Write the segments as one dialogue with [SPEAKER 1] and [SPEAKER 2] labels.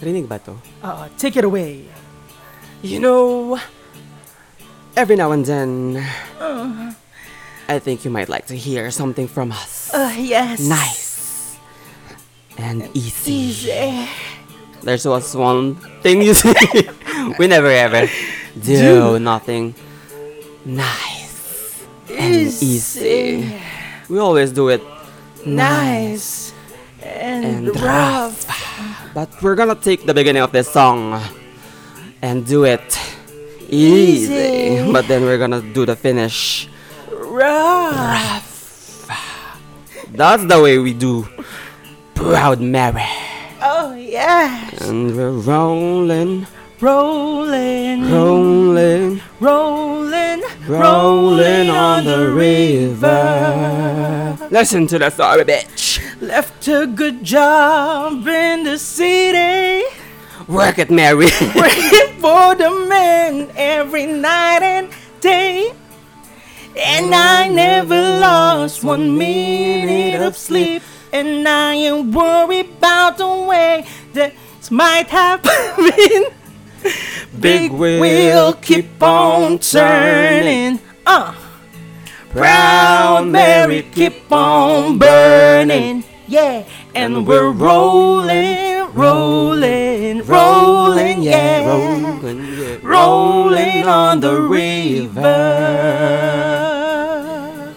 [SPEAKER 1] Rinig ba to?
[SPEAKER 2] Uh, take it away.
[SPEAKER 1] You know, every now and then, Uh-huh. I think you might like to hear something from us.
[SPEAKER 2] Uh, yes.
[SPEAKER 1] nice and Uh, easy.
[SPEAKER 2] uh,
[SPEAKER 1] There's was one thing you see. we never ever do nothing nice and
[SPEAKER 2] uh,
[SPEAKER 1] uh, easy. We always do it
[SPEAKER 2] Nice.
[SPEAKER 1] and rough. But we're gonna take the beginning of this song and do it easy.
[SPEAKER 2] Easy.
[SPEAKER 1] But then we're gonna do the finish.
[SPEAKER 2] Rough.
[SPEAKER 1] That's the way we do Proud Mary.
[SPEAKER 2] Oh, yes.
[SPEAKER 1] And we're rolling,
[SPEAKER 2] Rolling,
[SPEAKER 1] rolling,
[SPEAKER 2] rolling,
[SPEAKER 1] rolling on the river. Listen to the story, bitch.
[SPEAKER 2] Left a good job in the city.
[SPEAKER 1] Work it, Mary.
[SPEAKER 2] Working for the man every night and day. And I never lost one minute of sleep. And I ain't worried about the way that might have been.
[SPEAKER 1] Big wheel keep on turning.
[SPEAKER 2] Uh,
[SPEAKER 1] Proud Mary, keep on burning.
[SPEAKER 2] Yeah, and we're rolling, rolling, rolling, yeah.
[SPEAKER 1] rolling, yeah.
[SPEAKER 2] Rolling on the river.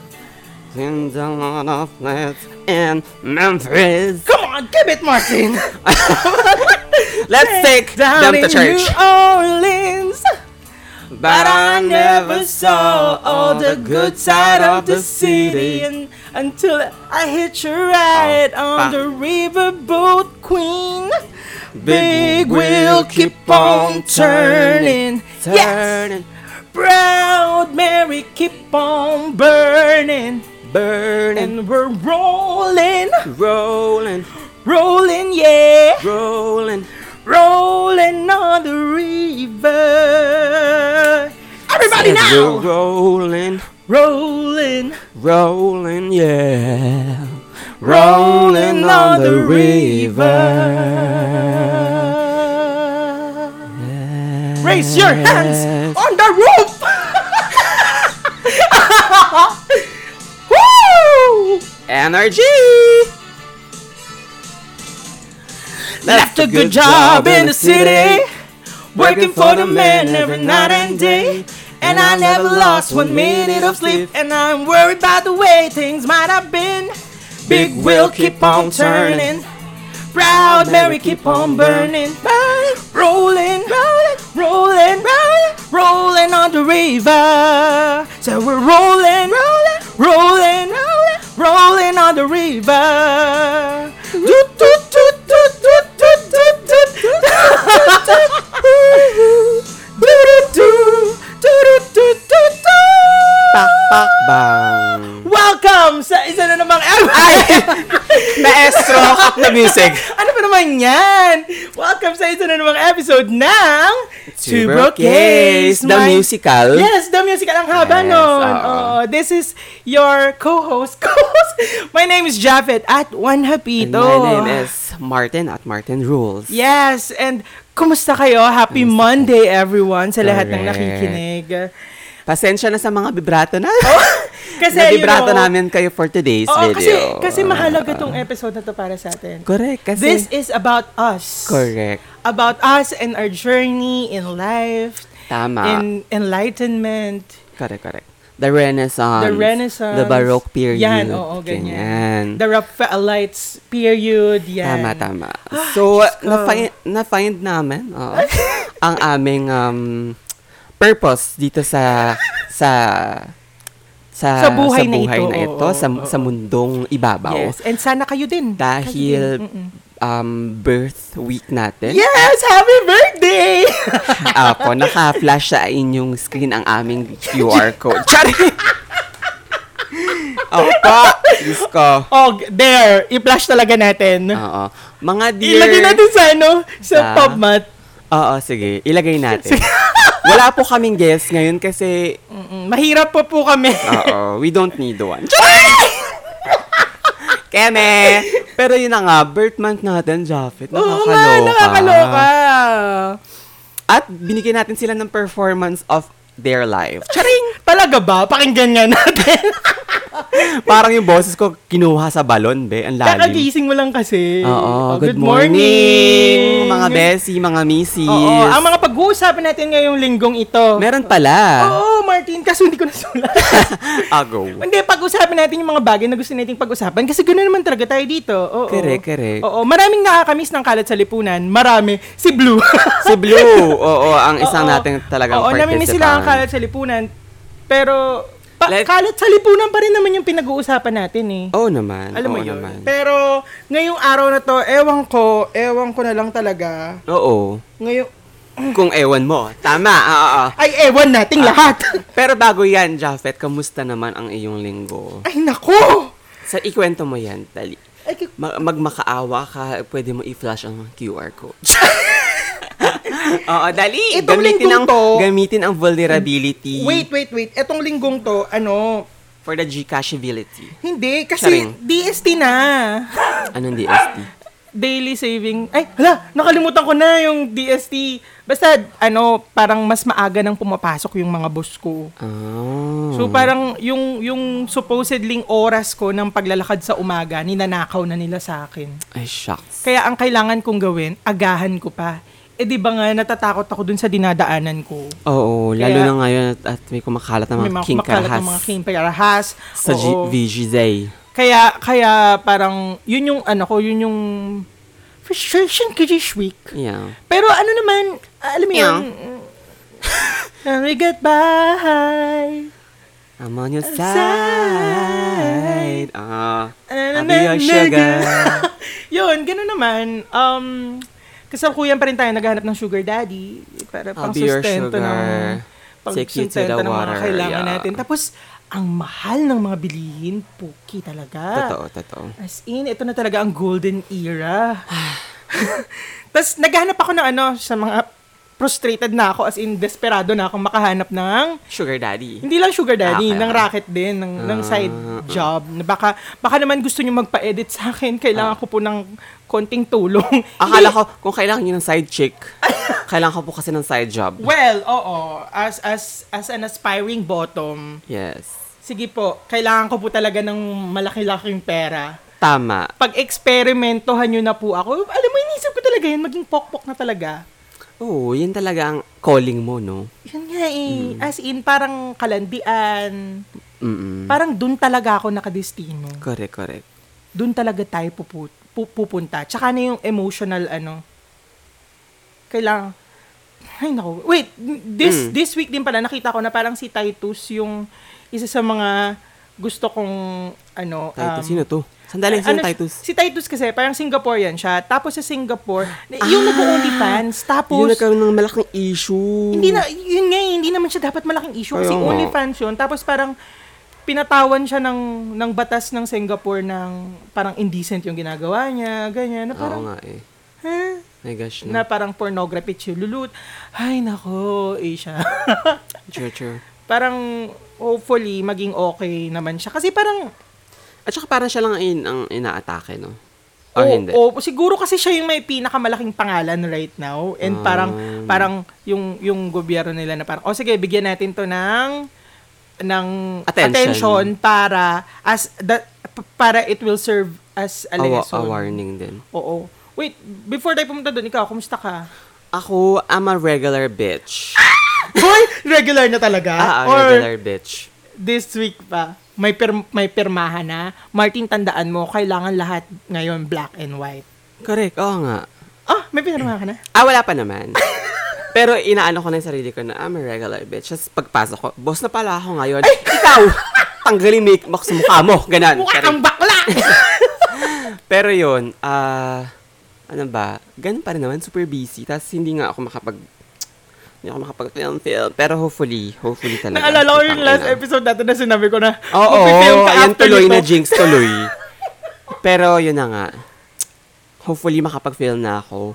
[SPEAKER 1] In the lot of flats in Memphis.
[SPEAKER 2] Come on, give it, Martin.
[SPEAKER 1] Let's take them
[SPEAKER 2] Down
[SPEAKER 1] to
[SPEAKER 2] in
[SPEAKER 1] church.
[SPEAKER 2] New Orleans.
[SPEAKER 1] But I never saw all the good side of the city. Oh,
[SPEAKER 2] and until I hit your ride on the riverboat queen. Big wheel keep on turning. Yes,
[SPEAKER 1] turning,
[SPEAKER 2] proud Mary keep on burning,
[SPEAKER 1] burning,
[SPEAKER 2] and we're rolling,
[SPEAKER 1] rolling,
[SPEAKER 2] rolling, yeah,
[SPEAKER 1] rolling.
[SPEAKER 2] rolling on the river. Everybody
[SPEAKER 1] And we're
[SPEAKER 2] now,
[SPEAKER 1] rolling,
[SPEAKER 2] rolling.
[SPEAKER 1] rolling, yeah. Rolling on the river.
[SPEAKER 2] Raise your hands on the roof. Woo!
[SPEAKER 1] Energy!
[SPEAKER 2] Left a good job in the city, working for the man every night and day. And I never lost one minute of sleep. And I'm worried about the way things might have been. Big wheel keep on turning. Proud Mary keep on burning. Rolling, rolling, rolling, rolling, rolling on the river. So we're rolling, rolling, rolling, rolling, rolling on the river. Toot, toot, toot, toot, toot, toot, toot, toot, toot, toot. Doo-doo-doo, doo-doo-doo-doo-doo.
[SPEAKER 1] Bang!
[SPEAKER 2] Welcome sa isa na namang Ay!
[SPEAKER 1] Maestro of the music!
[SPEAKER 2] Ano ba naman yan? Welcome sa isa na namang episode ng
[SPEAKER 1] Tubercase, the
[SPEAKER 2] My-
[SPEAKER 1] musical.
[SPEAKER 2] Yes, The Musical. Ang haba
[SPEAKER 1] Yes, oo.
[SPEAKER 2] nun. Oo, this is your co-host. co-host. My name is Japheth at Juan
[SPEAKER 1] And
[SPEAKER 2] Hapito.
[SPEAKER 1] my name is Martin at Martin Rules.
[SPEAKER 2] Yes, and kumusta kayo? Happy Monday, everyone, sa lahat ng
[SPEAKER 1] Correct.
[SPEAKER 2] nakikinig.
[SPEAKER 1] Pasensya na sa mga bibrato na.
[SPEAKER 2] Oh. Kasi,
[SPEAKER 1] na
[SPEAKER 2] you
[SPEAKER 1] vibrato
[SPEAKER 2] know,
[SPEAKER 1] namin kayo for today's
[SPEAKER 2] oo,
[SPEAKER 1] video.
[SPEAKER 2] Kasi, kasi mahalaga tong episode na to para sa atin.
[SPEAKER 1] Correct. Kasi,
[SPEAKER 2] This is about us.
[SPEAKER 1] correct.
[SPEAKER 2] about us and our journey in life,
[SPEAKER 1] Tama.
[SPEAKER 2] in enlightenment.
[SPEAKER 1] Correct, correct. The Renaissance.
[SPEAKER 2] The Renaissance.
[SPEAKER 1] The Baroque period.
[SPEAKER 2] Yan, oo, ganyan.
[SPEAKER 1] Ganyan.
[SPEAKER 2] The Raphaelites period, yan. Ah,
[SPEAKER 1] Tama, tama. So,
[SPEAKER 2] Diyos ko.
[SPEAKER 1] na-find, na-find namin oo, ang aming um, purpose dito sa sa sa,
[SPEAKER 2] Sa buhay na ito,
[SPEAKER 1] na ito,
[SPEAKER 2] oo,
[SPEAKER 1] sa,
[SPEAKER 2] oo.
[SPEAKER 1] sa mundong ibabaw.
[SPEAKER 2] Yes, and sana kayo din.
[SPEAKER 1] Dahil
[SPEAKER 2] Kayo din. Mm-mm.
[SPEAKER 1] um, birth week natin.
[SPEAKER 2] Yes! Happy birthday!
[SPEAKER 1] Ako, naka-flash sa inyong screen ang aming QR code. Sorry! Opo, Diyos ko.
[SPEAKER 2] oh, there. I-flash talaga natin.
[SPEAKER 1] Oo. Mga dear...
[SPEAKER 2] Ilagay natin sa ano? Sa
[SPEAKER 1] Ah.
[SPEAKER 2] PubMat.
[SPEAKER 1] Oo, sige. Ilagay natin. Wala po kaming guest ngayon kasi...
[SPEAKER 2] Mm-mm. Mm, Mahirap po
[SPEAKER 1] Ah,
[SPEAKER 2] po kami.
[SPEAKER 1] Oo, we don't need one. Keme! Pero yun na nga, birth month natin, Japheth.
[SPEAKER 2] Oo
[SPEAKER 1] Nakakaloka.
[SPEAKER 2] nga, nakakaloka.
[SPEAKER 1] At binigyan natin sila ng performance of their life.
[SPEAKER 2] Charing! Talaga ba? Pakinggan nga natin.
[SPEAKER 1] Parang yung boses ko kinuha sa balon, be. Ang lalim.
[SPEAKER 2] Kakagising mo lang kasi.
[SPEAKER 1] Oo,
[SPEAKER 2] Oh,
[SPEAKER 1] good, morning, mga besi, mga misis.
[SPEAKER 2] Oo, ang mga pag-uusapan natin ngayong linggong ito.
[SPEAKER 1] Meron pala. Ah,
[SPEAKER 2] Oo, Martin, kaso hindi ko nasulat.
[SPEAKER 1] Ago.
[SPEAKER 2] Hindi, pag-usapan natin yung mga bagay na gusto nating pag-usapan kasi gano'n naman talaga tayo dito. Oo.
[SPEAKER 1] Correct, correct.
[SPEAKER 2] Oo, maraming nakakamiss ng kalat sa lipunan. Marami. Si Blue.
[SPEAKER 1] Si Blue, oo, ang isang
[SPEAKER 2] Oo.
[SPEAKER 1] nating talagang
[SPEAKER 2] Oo, namimiss
[SPEAKER 1] participant.
[SPEAKER 2] sila ang kalat sa lipunan. Pero, pa-
[SPEAKER 1] Let-
[SPEAKER 2] kalat sa lipunan pa rin naman yung pinag-uusapan natin eh.
[SPEAKER 1] Oo naman,
[SPEAKER 2] Alam mo
[SPEAKER 1] oo
[SPEAKER 2] yun.
[SPEAKER 1] naman.
[SPEAKER 2] Pero, ngayong araw na to, ewan ko, ewan ko na lang talaga.
[SPEAKER 1] Oo.
[SPEAKER 2] Ngayong,
[SPEAKER 1] Kung ewan mo. Tama, oo, oo.
[SPEAKER 2] ay ewan nating
[SPEAKER 1] Ah.
[SPEAKER 2] lahat.
[SPEAKER 1] Pero bago yan, Japheth, kamusta naman ang iyong linggo?
[SPEAKER 2] ay nako!
[SPEAKER 1] Sa ikwento mo yan, Tali.
[SPEAKER 2] Ay, kik-
[SPEAKER 1] Mag- magmakaawa ka, pwede mo i-flash ang QR code. Oo, dali.
[SPEAKER 2] Itong
[SPEAKER 1] gamitin
[SPEAKER 2] linggong
[SPEAKER 1] ang,
[SPEAKER 2] to-
[SPEAKER 1] gamitin ang vulnerability
[SPEAKER 2] wait, wait, wait. Etong linggong to, ano,
[SPEAKER 1] for the Gcashability.
[SPEAKER 2] hindi, kasi
[SPEAKER 1] Charing.
[SPEAKER 2] DST na.
[SPEAKER 1] Anong DST?
[SPEAKER 2] Daily saving. Ay, hala, nakalimutan ko na yung DST. Basta, ano, parang mas maaga nang pumapasok yung mga boss ko.
[SPEAKER 1] Oh.
[SPEAKER 2] So parang yung yung supposedly oras ko ng paglalakad sa umaga, ninanakaw na nila sa akin.
[SPEAKER 1] Ay, shucks.
[SPEAKER 2] Kaya ang kailangan kong gawin, agahan ko pa. Eh di ba nga natatakot ako dun sa dinadaanan ko.
[SPEAKER 1] Oo, lalo
[SPEAKER 2] Kaya-
[SPEAKER 1] na ngayon at, at may kumakalat na
[SPEAKER 2] May
[SPEAKER 1] mga
[SPEAKER 2] mga
[SPEAKER 1] king
[SPEAKER 2] kumakalat
[SPEAKER 1] karahas
[SPEAKER 2] ng mga king karahas.
[SPEAKER 1] sa G-
[SPEAKER 2] Oo.
[SPEAKER 1] VGZ.
[SPEAKER 2] Kaya kaya parang yun yung ano ko, yun yung frustration ko this week.
[SPEAKER 1] Yeah.
[SPEAKER 2] Pero ano naman, alam mo yun, Now we get by.
[SPEAKER 1] I'm on your
[SPEAKER 2] side.
[SPEAKER 1] side. Ah, I'll be your
[SPEAKER 2] Nanananaga.
[SPEAKER 1] sugar.
[SPEAKER 2] Yun, ganun naman. Um, kasalukuyan pa rin tayo naghahanap ng sugar daddy para
[SPEAKER 1] I'll
[SPEAKER 2] pang
[SPEAKER 1] be your
[SPEAKER 2] sustento ng
[SPEAKER 1] sugar.
[SPEAKER 2] pang
[SPEAKER 1] Take you to the
[SPEAKER 2] sustento ng mga
[SPEAKER 1] water,
[SPEAKER 2] kailangan
[SPEAKER 1] yeah.
[SPEAKER 2] natin. Tapos, ang mahal ng mga bilihin, puki talaga.
[SPEAKER 1] Totoo, totoo.
[SPEAKER 2] As in, ito na talaga ang golden era. Tapos, naghahanap ako ng ano, sa mga frustrated na ako, as in, desperado na akong makahanap ng
[SPEAKER 1] Sugar daddy.
[SPEAKER 2] hindi lang sugar daddy,
[SPEAKER 1] Ah, okay.
[SPEAKER 2] ng racket din, ng, ng side
[SPEAKER 1] ah.
[SPEAKER 2] job. Na baka, baka naman gusto nyo magpa-edit sa akin, kailangan ko po ng konting tulong.
[SPEAKER 1] Ah. Akala ko, kung kailangan nyo ng side chick, kailangan ko po kasi ng side job.
[SPEAKER 2] Well, oo. As, as, as an aspiring bottom,
[SPEAKER 1] Yes.
[SPEAKER 2] sige po, kailangan ko po talaga ng malaki-laking pera.
[SPEAKER 1] Tama.
[SPEAKER 2] Pag-eksperimentohan nyo na po ako, alam mo, inisip ko talaga yun, maging pokpok na talaga.
[SPEAKER 1] Oo, yun talaga ang calling mo, no?
[SPEAKER 2] Yun nga eh. As in, parang kalandian.
[SPEAKER 1] Mm-mm.
[SPEAKER 2] Parang dun talaga ako nakadestino.
[SPEAKER 1] Correct, correct.
[SPEAKER 2] doon talaga tayo pupu- pu- pupunta. Tsaka na yung emotional ano. Kailangan ay nako. Wait, this
[SPEAKER 1] Mm.
[SPEAKER 2] this week din pala nakita ko na parang si Titus yung isa sa mga gusto kong ano
[SPEAKER 1] Titus,
[SPEAKER 2] um,
[SPEAKER 1] sino to? Sandali, sino
[SPEAKER 2] ano,
[SPEAKER 1] Titus?
[SPEAKER 2] Si Titus kasi parang Singaporean siya. Tapos sa Singapore, yung nag-OnlyFans tapos
[SPEAKER 1] Ah. Yun nagkaroon ng malaking issue.
[SPEAKER 2] hindi na, yun nga eh, hindi naman siya dapat malaking issue kasi
[SPEAKER 1] Kaya nga.
[SPEAKER 2] OnlyFans yun. Tapos parang pinatawan siya ng, ng batas ng Singapore ng parang indecent yung ginagawa niya, ganyan. Na
[SPEAKER 1] Oo
[SPEAKER 2] parang,
[SPEAKER 1] nga eh.
[SPEAKER 2] ha?
[SPEAKER 1] My gosh,
[SPEAKER 2] Na
[SPEAKER 1] no.
[SPEAKER 2] parang pornography chululut. Ay, nako, Asia.
[SPEAKER 1] True, true.
[SPEAKER 2] parang hopefully maging okay naman siya. Kasi parang,
[SPEAKER 1] At saka parang siya lang ang, in- ang inaatake, no? Or
[SPEAKER 2] o,
[SPEAKER 1] Ah, hindi.
[SPEAKER 2] o, siguro kasi siya yung may pinakamalaking pangalan right now. And parang,
[SPEAKER 1] Ah.
[SPEAKER 2] parang yung, yung gobyerno nila na parang, o sige, bigyan natin to ng ng
[SPEAKER 1] Attention.
[SPEAKER 2] attention para as the, p- para it will serve as
[SPEAKER 1] A,
[SPEAKER 2] a
[SPEAKER 1] wa-
[SPEAKER 2] lesson.
[SPEAKER 1] a warning din.
[SPEAKER 2] Oo. Wait, before tayo pumunta doon, ikaw, kumusta ka?
[SPEAKER 1] Ako, I'm a regular bitch.
[SPEAKER 2] Hoy, regular na talaga?
[SPEAKER 1] Ah, a
[SPEAKER 2] Or
[SPEAKER 1] regular bitch.
[SPEAKER 2] this week pa, may, per- may pirmahan na, Martin, tandaan mo, kailangan lahat ngayon black and white.
[SPEAKER 1] Correct, oo nga.
[SPEAKER 2] Ah, may pirmahan ka na?
[SPEAKER 1] Ah, wala pa naman. Pero inaano ko na yung sarili ko na I'm a regular bitch. Tapos pagpasok ko, boss na pala ako ngayon. Ikaw! Tanggalin make mo sa mukha mo. Ganon.
[SPEAKER 2] Mukha
[SPEAKER 1] Pero,
[SPEAKER 2] kang bakla!
[SPEAKER 1] pero yun, ah, ano ba, ganun pa rin naman, super busy. Tapos hindi nga ako makapag, hindi ako makapag-film film. Pero hopefully, hopefully talaga.
[SPEAKER 2] Naalala ko yung
[SPEAKER 1] Putang
[SPEAKER 2] last
[SPEAKER 1] ina.
[SPEAKER 2] episode natin na sinabi ko na
[SPEAKER 1] Oo,
[SPEAKER 2] magpipilm ka
[SPEAKER 1] ayan
[SPEAKER 2] after
[SPEAKER 1] tuloy
[SPEAKER 2] nito.
[SPEAKER 1] na jinx tuloy. Pero yun na nga, hopefully makapag-film na ako.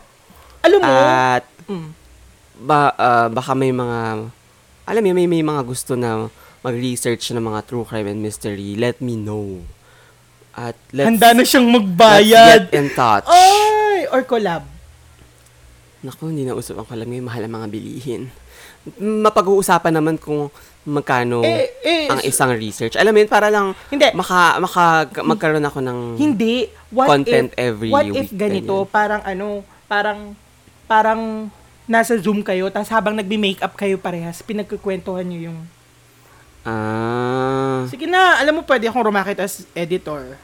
[SPEAKER 2] Alam mo,
[SPEAKER 1] At
[SPEAKER 2] Ano? Mm.
[SPEAKER 1] ba ah, baka may mga alam mo yun, may may mga gusto na mag-research ng mga true crime and mystery. Let me know. At let's,
[SPEAKER 2] Handa na Oh, siyang
[SPEAKER 1] let's
[SPEAKER 2] magbayad.
[SPEAKER 1] get in touch.
[SPEAKER 2] Ay! Or collab.
[SPEAKER 1] Naku, hindi na usap ang kalam ngayon. Mahal ang mga bilihin. Mapag-uusapan naman kung magkano
[SPEAKER 2] Eh, eh,
[SPEAKER 1] Oh, ang isang research. Alam mo yun, para lang
[SPEAKER 2] Hindi.
[SPEAKER 1] maka, maka, magkaroon ako ng...
[SPEAKER 2] Hindi. What
[SPEAKER 1] Content
[SPEAKER 2] if,
[SPEAKER 1] every
[SPEAKER 2] What if
[SPEAKER 1] week,
[SPEAKER 2] ganito,
[SPEAKER 1] ganyan.
[SPEAKER 2] parang ano, parang, parang nasa Zoom kayo, tapos habang nagbi-makeup kayo parehas, pinagkukwentuhan nyo yung,
[SPEAKER 1] Ah,
[SPEAKER 2] sige na, alam mo pwede akong rumakit as editor.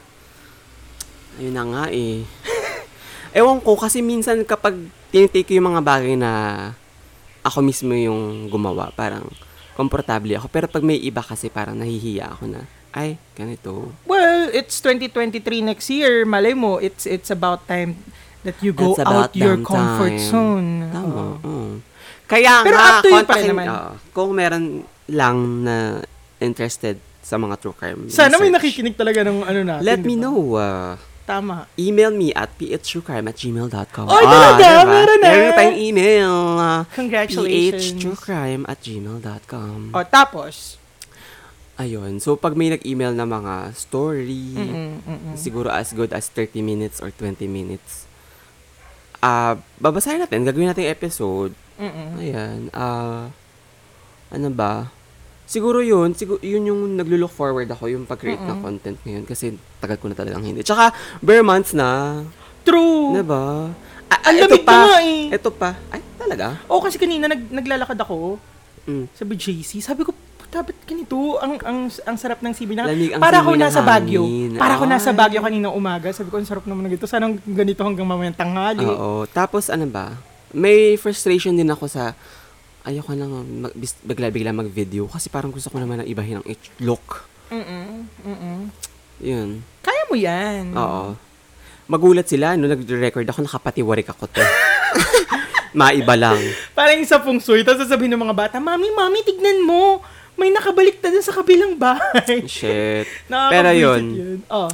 [SPEAKER 1] ayun na nga eh. Ewan ko, kasi minsan kapag tinitake ko yung mga bagay na ako mismo yung gumawa, parang komportable ako. Pero pag may iba kasi, parang nahihiya ako na, ay, ganito.
[SPEAKER 2] Well, it's 2023 next year, malay mo, it's it's about time that you go
[SPEAKER 1] It's about
[SPEAKER 2] out your
[SPEAKER 1] damn
[SPEAKER 2] comfort
[SPEAKER 1] time.
[SPEAKER 2] zone.
[SPEAKER 1] Tama.
[SPEAKER 2] Oo.
[SPEAKER 1] oo. Kaya
[SPEAKER 2] Pero
[SPEAKER 1] nga,
[SPEAKER 2] up to you pa
[SPEAKER 1] kontakin-
[SPEAKER 2] rin naman.
[SPEAKER 1] oo. kung meron lang na interested sa mga true crime
[SPEAKER 2] Sana may
[SPEAKER 1] research,
[SPEAKER 2] nakikinig talaga ng ano natin.
[SPEAKER 1] Let
[SPEAKER 2] di
[SPEAKER 1] me
[SPEAKER 2] ba?
[SPEAKER 1] know. ah,
[SPEAKER 2] Tama.
[SPEAKER 1] email me at phtruecrime at gmail.com.
[SPEAKER 2] Oy, talaga? Meron na.
[SPEAKER 1] Ah, diba? Meron tayong email. ah,
[SPEAKER 2] Congratulations.
[SPEAKER 1] phtruecrime at gmail.com.
[SPEAKER 2] O, tapos.
[SPEAKER 1] Ayun. So, pag may nag-email na mga story,
[SPEAKER 2] Mm-mm, mm-mm.
[SPEAKER 1] siguro as good as 30 minutes or 20 minutes, ah babasahin natin. Gagawin natin episode.
[SPEAKER 2] Mm-mm.
[SPEAKER 1] Ayan. Ah, ano ba? Siguro yun, siguro, yun yung naglo-look forward ako, yung pag-create ng content ngayon. Kasi tagal ko na talagang hindi. Tsaka, bare months na.
[SPEAKER 2] True.
[SPEAKER 1] Diba? Ah,
[SPEAKER 2] Ang
[SPEAKER 1] ito
[SPEAKER 2] lamig na nga eh.
[SPEAKER 1] Ito pa. Ay, talaga?
[SPEAKER 2] Oo, Oh, kasi kanina nag, naglalakad ako.
[SPEAKER 1] Mm.
[SPEAKER 2] Sabi JC, sabi ko, dapat ganito. Ang, ang, ang sarap ng sibi na.
[SPEAKER 1] Lamig ang
[SPEAKER 2] para
[SPEAKER 1] simoy
[SPEAKER 2] ako
[SPEAKER 1] ng
[SPEAKER 2] nasa Baguio.
[SPEAKER 1] hangin.
[SPEAKER 2] Para ako nasa
[SPEAKER 1] Ay.
[SPEAKER 2] Baguio kanina umaga. Sabi ko, ang sarap naman ng ganito. Sana ganito hanggang mamayang tanghali.
[SPEAKER 1] Oo. Tapos, ano ba? May frustration din ako sa ayoko na nga mag- bis- bigla-bigla mag-video kasi parang gusto ko naman ng ibahin ang it- look.
[SPEAKER 2] Mm-mm, mm-mm.
[SPEAKER 1] Yun.
[SPEAKER 2] Kaya mo yan.
[SPEAKER 1] Oo. Magulat sila no nag-record ako nakapatiwarik ako to. Maiba lang.
[SPEAKER 2] Parang isa pong suy. Tapos sasabihin ng mga bata, Mami, Mami, tignan mo. May nakabalik na dun sa kabilang bahay.
[SPEAKER 1] Shit.
[SPEAKER 2] Nakakabwisit
[SPEAKER 1] Pero yun,
[SPEAKER 2] yun. Oh.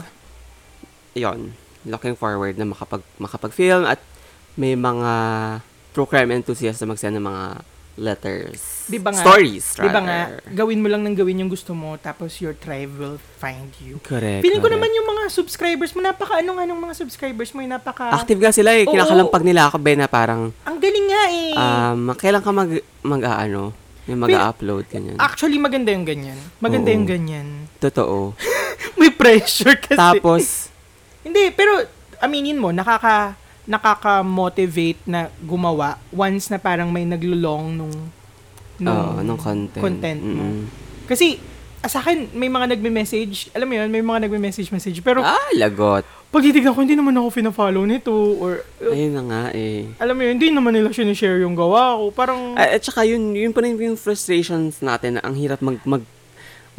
[SPEAKER 1] yun, looking forward na makapag, makapag-film at may mga true crime enthusiast na mag-send ng mga letters.
[SPEAKER 2] Di ba nga?
[SPEAKER 1] Stories,
[SPEAKER 2] Di ba nga?
[SPEAKER 1] rather.
[SPEAKER 2] Gawin mo lang ng gawin yung gusto mo. Tapos your tribe will find you.
[SPEAKER 1] Correct.
[SPEAKER 2] Feeling ko
[SPEAKER 1] correct.
[SPEAKER 2] naman yung mga subscribers mo, napaka ano nga nung mga subscribers mo, yung napaka...
[SPEAKER 1] Active nga sila eh.
[SPEAKER 2] Oo.
[SPEAKER 1] Kinakalampag nila ako, Ben, na parang,
[SPEAKER 2] Ang galing nga eh.
[SPEAKER 1] um, kailan ka mag, mag ano, yung mag-upload, ganyan.
[SPEAKER 2] Actually, maganda yung ganyan.
[SPEAKER 1] Oo.
[SPEAKER 2] Maganda yung ganyan.
[SPEAKER 1] Totoo.
[SPEAKER 2] May pressure kasi.
[SPEAKER 1] Tapos,
[SPEAKER 2] Hindi, pero aminin mo, nakaka nakaka-motivate na gumawa once na parang may naglulong nung
[SPEAKER 1] oo, nung content.
[SPEAKER 2] content mo.
[SPEAKER 1] Mm-mm.
[SPEAKER 2] Kasi ah, sa akin, may mga nagme-message, alam mo yun, may mga nagme-message-message, pero
[SPEAKER 1] Ah, lagot.
[SPEAKER 2] pag titignan ko, hindi naman ako fina-follow nito, or uh,
[SPEAKER 1] Ayun na nga eh.
[SPEAKER 2] alam mo yun, hindi naman nila sinishare yung gawa ko, parang...
[SPEAKER 1] Ah, At saka yun, yun pa rin yung frustrations natin na ang hirap mag, mag,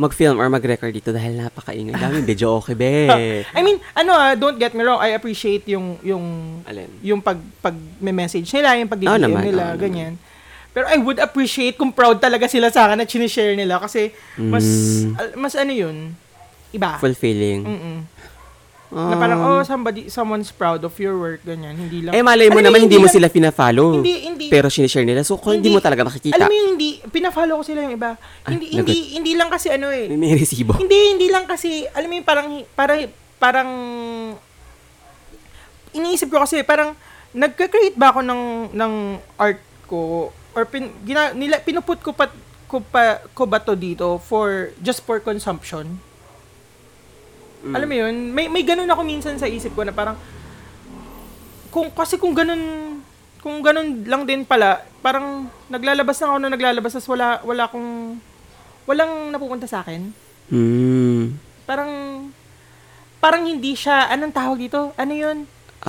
[SPEAKER 1] mag-film or mag-record dito dahil napakaingay. Daming video okay, be.
[SPEAKER 2] ah, I mean, ano ah, don't get me wrong, I appreciate yung yung
[SPEAKER 1] Alin?
[SPEAKER 2] yung pag pag may message nila, yung pag
[SPEAKER 1] Oo
[SPEAKER 2] DM
[SPEAKER 1] Ah, naman, oo
[SPEAKER 2] nila,
[SPEAKER 1] naman.
[SPEAKER 2] ganyan. Pero I would appreciate kung proud talaga sila sa akin at sinishare nila kasi mas
[SPEAKER 1] Mm.
[SPEAKER 2] al- mas ano yun, iba.
[SPEAKER 1] Fulfilling. Ah.
[SPEAKER 2] Mm-mm. Ah. Mm. na parang oh somebody someone's proud of your work ganyan, hindi lang.
[SPEAKER 1] eh, malay mo
[SPEAKER 2] Alam
[SPEAKER 1] naman,
[SPEAKER 2] yung
[SPEAKER 1] hindi mo
[SPEAKER 2] lang-
[SPEAKER 1] sila pina-follow.
[SPEAKER 2] Hindi, hindi.
[SPEAKER 1] Pero sinishare nila. So, kung hindi, mo talaga makikita. Ah,
[SPEAKER 2] Alam mo yung hindi pina-follow ko sila yung iba. Hindi
[SPEAKER 1] lagot.
[SPEAKER 2] hindi hindi lang kasi ano eh.
[SPEAKER 1] may, may resibo.
[SPEAKER 2] Hindi, hindi lang kasi, alam mo yung parang, parang, parang, iniisip ko kasi, parang, nagka-create ba ako ng, ng art ko, or pin, gina, nila, pinuput ko pa, ko pa, ko ba to dito for, just for consumption? Alam mo yun, may, may ganun ako minsan sa isip ko na parang, kung, kasi kung ganun, kung ganun lang din pala, parang naglalabas na ako na naglalabas, tas wala, wala akong, walang napupunta sa akin
[SPEAKER 1] Hmm.
[SPEAKER 2] parang parang hindi siya anong tawag dito? Ano 'yun? so,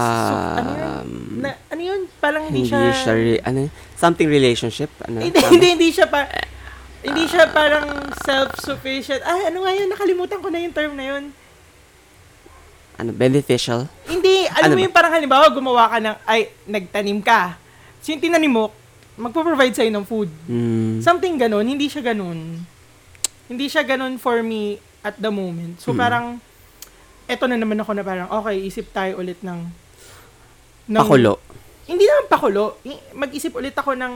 [SPEAKER 2] ano 'yun?
[SPEAKER 1] Um,
[SPEAKER 2] Na, ano 'yun? Parang hindi,
[SPEAKER 1] Hindi siya, re- ano, something relationship. Ano,
[SPEAKER 2] hindi,
[SPEAKER 1] tama?
[SPEAKER 2] hindi, hindi siya pa hindi siya parang self-sufficient. Ah, ano nga yun? Nakalimutan ko na yung term na yun.
[SPEAKER 1] ano, beneficial.
[SPEAKER 2] Hindi, alam
[SPEAKER 1] Ano
[SPEAKER 2] mo
[SPEAKER 1] ba?
[SPEAKER 2] yung parang halimbawa, gumawa ka ng, ay, nagtanim ka. So yung tinanim mo, magpo-provide sa'yo ng food.
[SPEAKER 1] Hmm.
[SPEAKER 2] Something ganun, hindi siya ganun. Hindi siya ganun for me at the moment.
[SPEAKER 1] Hmm.
[SPEAKER 2] So parang, eto na naman ako na parang, okay, isip tayo ulit ng... ng-
[SPEAKER 1] Pakulo.
[SPEAKER 2] Hindi naman pakulo. I- Mag-isip ulit ako ng,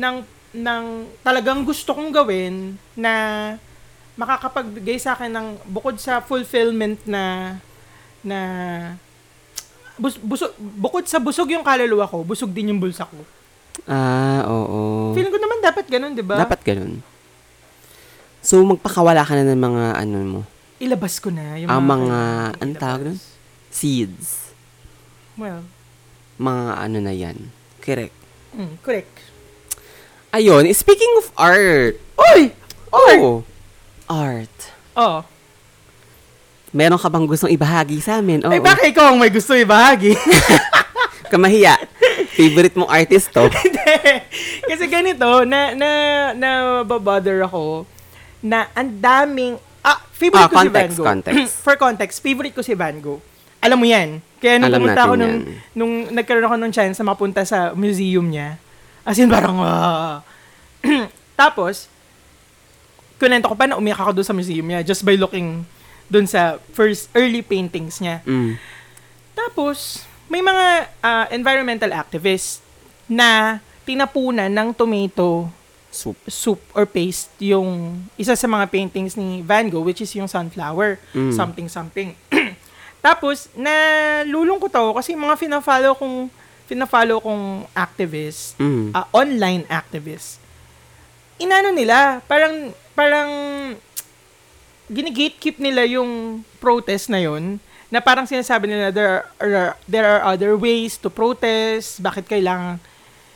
[SPEAKER 2] ng, ng talagang gusto kong gawin na makakapagbigay sa akin ng bukod sa fulfillment na na bus, busog, bukod sa busog yung kaluluwa ko, busog din yung bulsa ko.
[SPEAKER 1] Ah, oo.
[SPEAKER 2] Feeling ko naman dapat ganun, 'di ba?
[SPEAKER 1] Dapat ganun. So, magpakawala ka na ng mga, ano mo,
[SPEAKER 2] ilabas ko na yung
[SPEAKER 1] ang mga,
[SPEAKER 2] kailangan
[SPEAKER 1] anong tawag
[SPEAKER 2] ilabas.
[SPEAKER 1] nun? Seeds.
[SPEAKER 2] Well,
[SPEAKER 1] Mga ano na yan. Correct.
[SPEAKER 2] mm, correct.
[SPEAKER 1] Ayun, speaking of art.
[SPEAKER 2] Oy! Oy!
[SPEAKER 1] Oh, art.
[SPEAKER 2] Oh.
[SPEAKER 1] Meron ka bang gustong ibahagi sa amin? Oo.
[SPEAKER 2] Ay, baka ikaw ang may gusto ibahagi.
[SPEAKER 1] Kamahiya. Favorite mong artist to.
[SPEAKER 2] Hindi. Kasi ganito, na, na, na, babother ako na ang daming, ah,
[SPEAKER 1] Ah,
[SPEAKER 2] favorite ko
[SPEAKER 1] context,
[SPEAKER 2] si Van Gogh.
[SPEAKER 1] context.
[SPEAKER 2] For context, favorite ko si Van Gogh. Alam mo yan. Kaya nung
[SPEAKER 1] Alam
[SPEAKER 2] pumunta ako
[SPEAKER 1] natin
[SPEAKER 2] nung,
[SPEAKER 1] yan.
[SPEAKER 2] nung nagkaroon ako nung chance na mapunta sa museum niya. As in, parang, ah. Tapos, kunento ko pa na umiyak ako doon sa museum niya just by looking doon sa first early paintings niya.
[SPEAKER 1] Mm.
[SPEAKER 2] Tapos, may mga ah, environmental activists na tinapunan ng tomato
[SPEAKER 1] Soup.
[SPEAKER 2] soup or paste yung isa sa mga paintings ni Van Gogh, which is yung sunflower,
[SPEAKER 1] Mm.
[SPEAKER 2] something something. Tapos, nalulungkot ako kasi mga fina-follow kong, fina-follow kong activists,
[SPEAKER 1] Mm.
[SPEAKER 2] ah, online activists, inano nila, parang, parang, ginigatekeep nila yung protest na yun, na parang sinasabi nila, there are, there are other ways to protest, bakit kailangan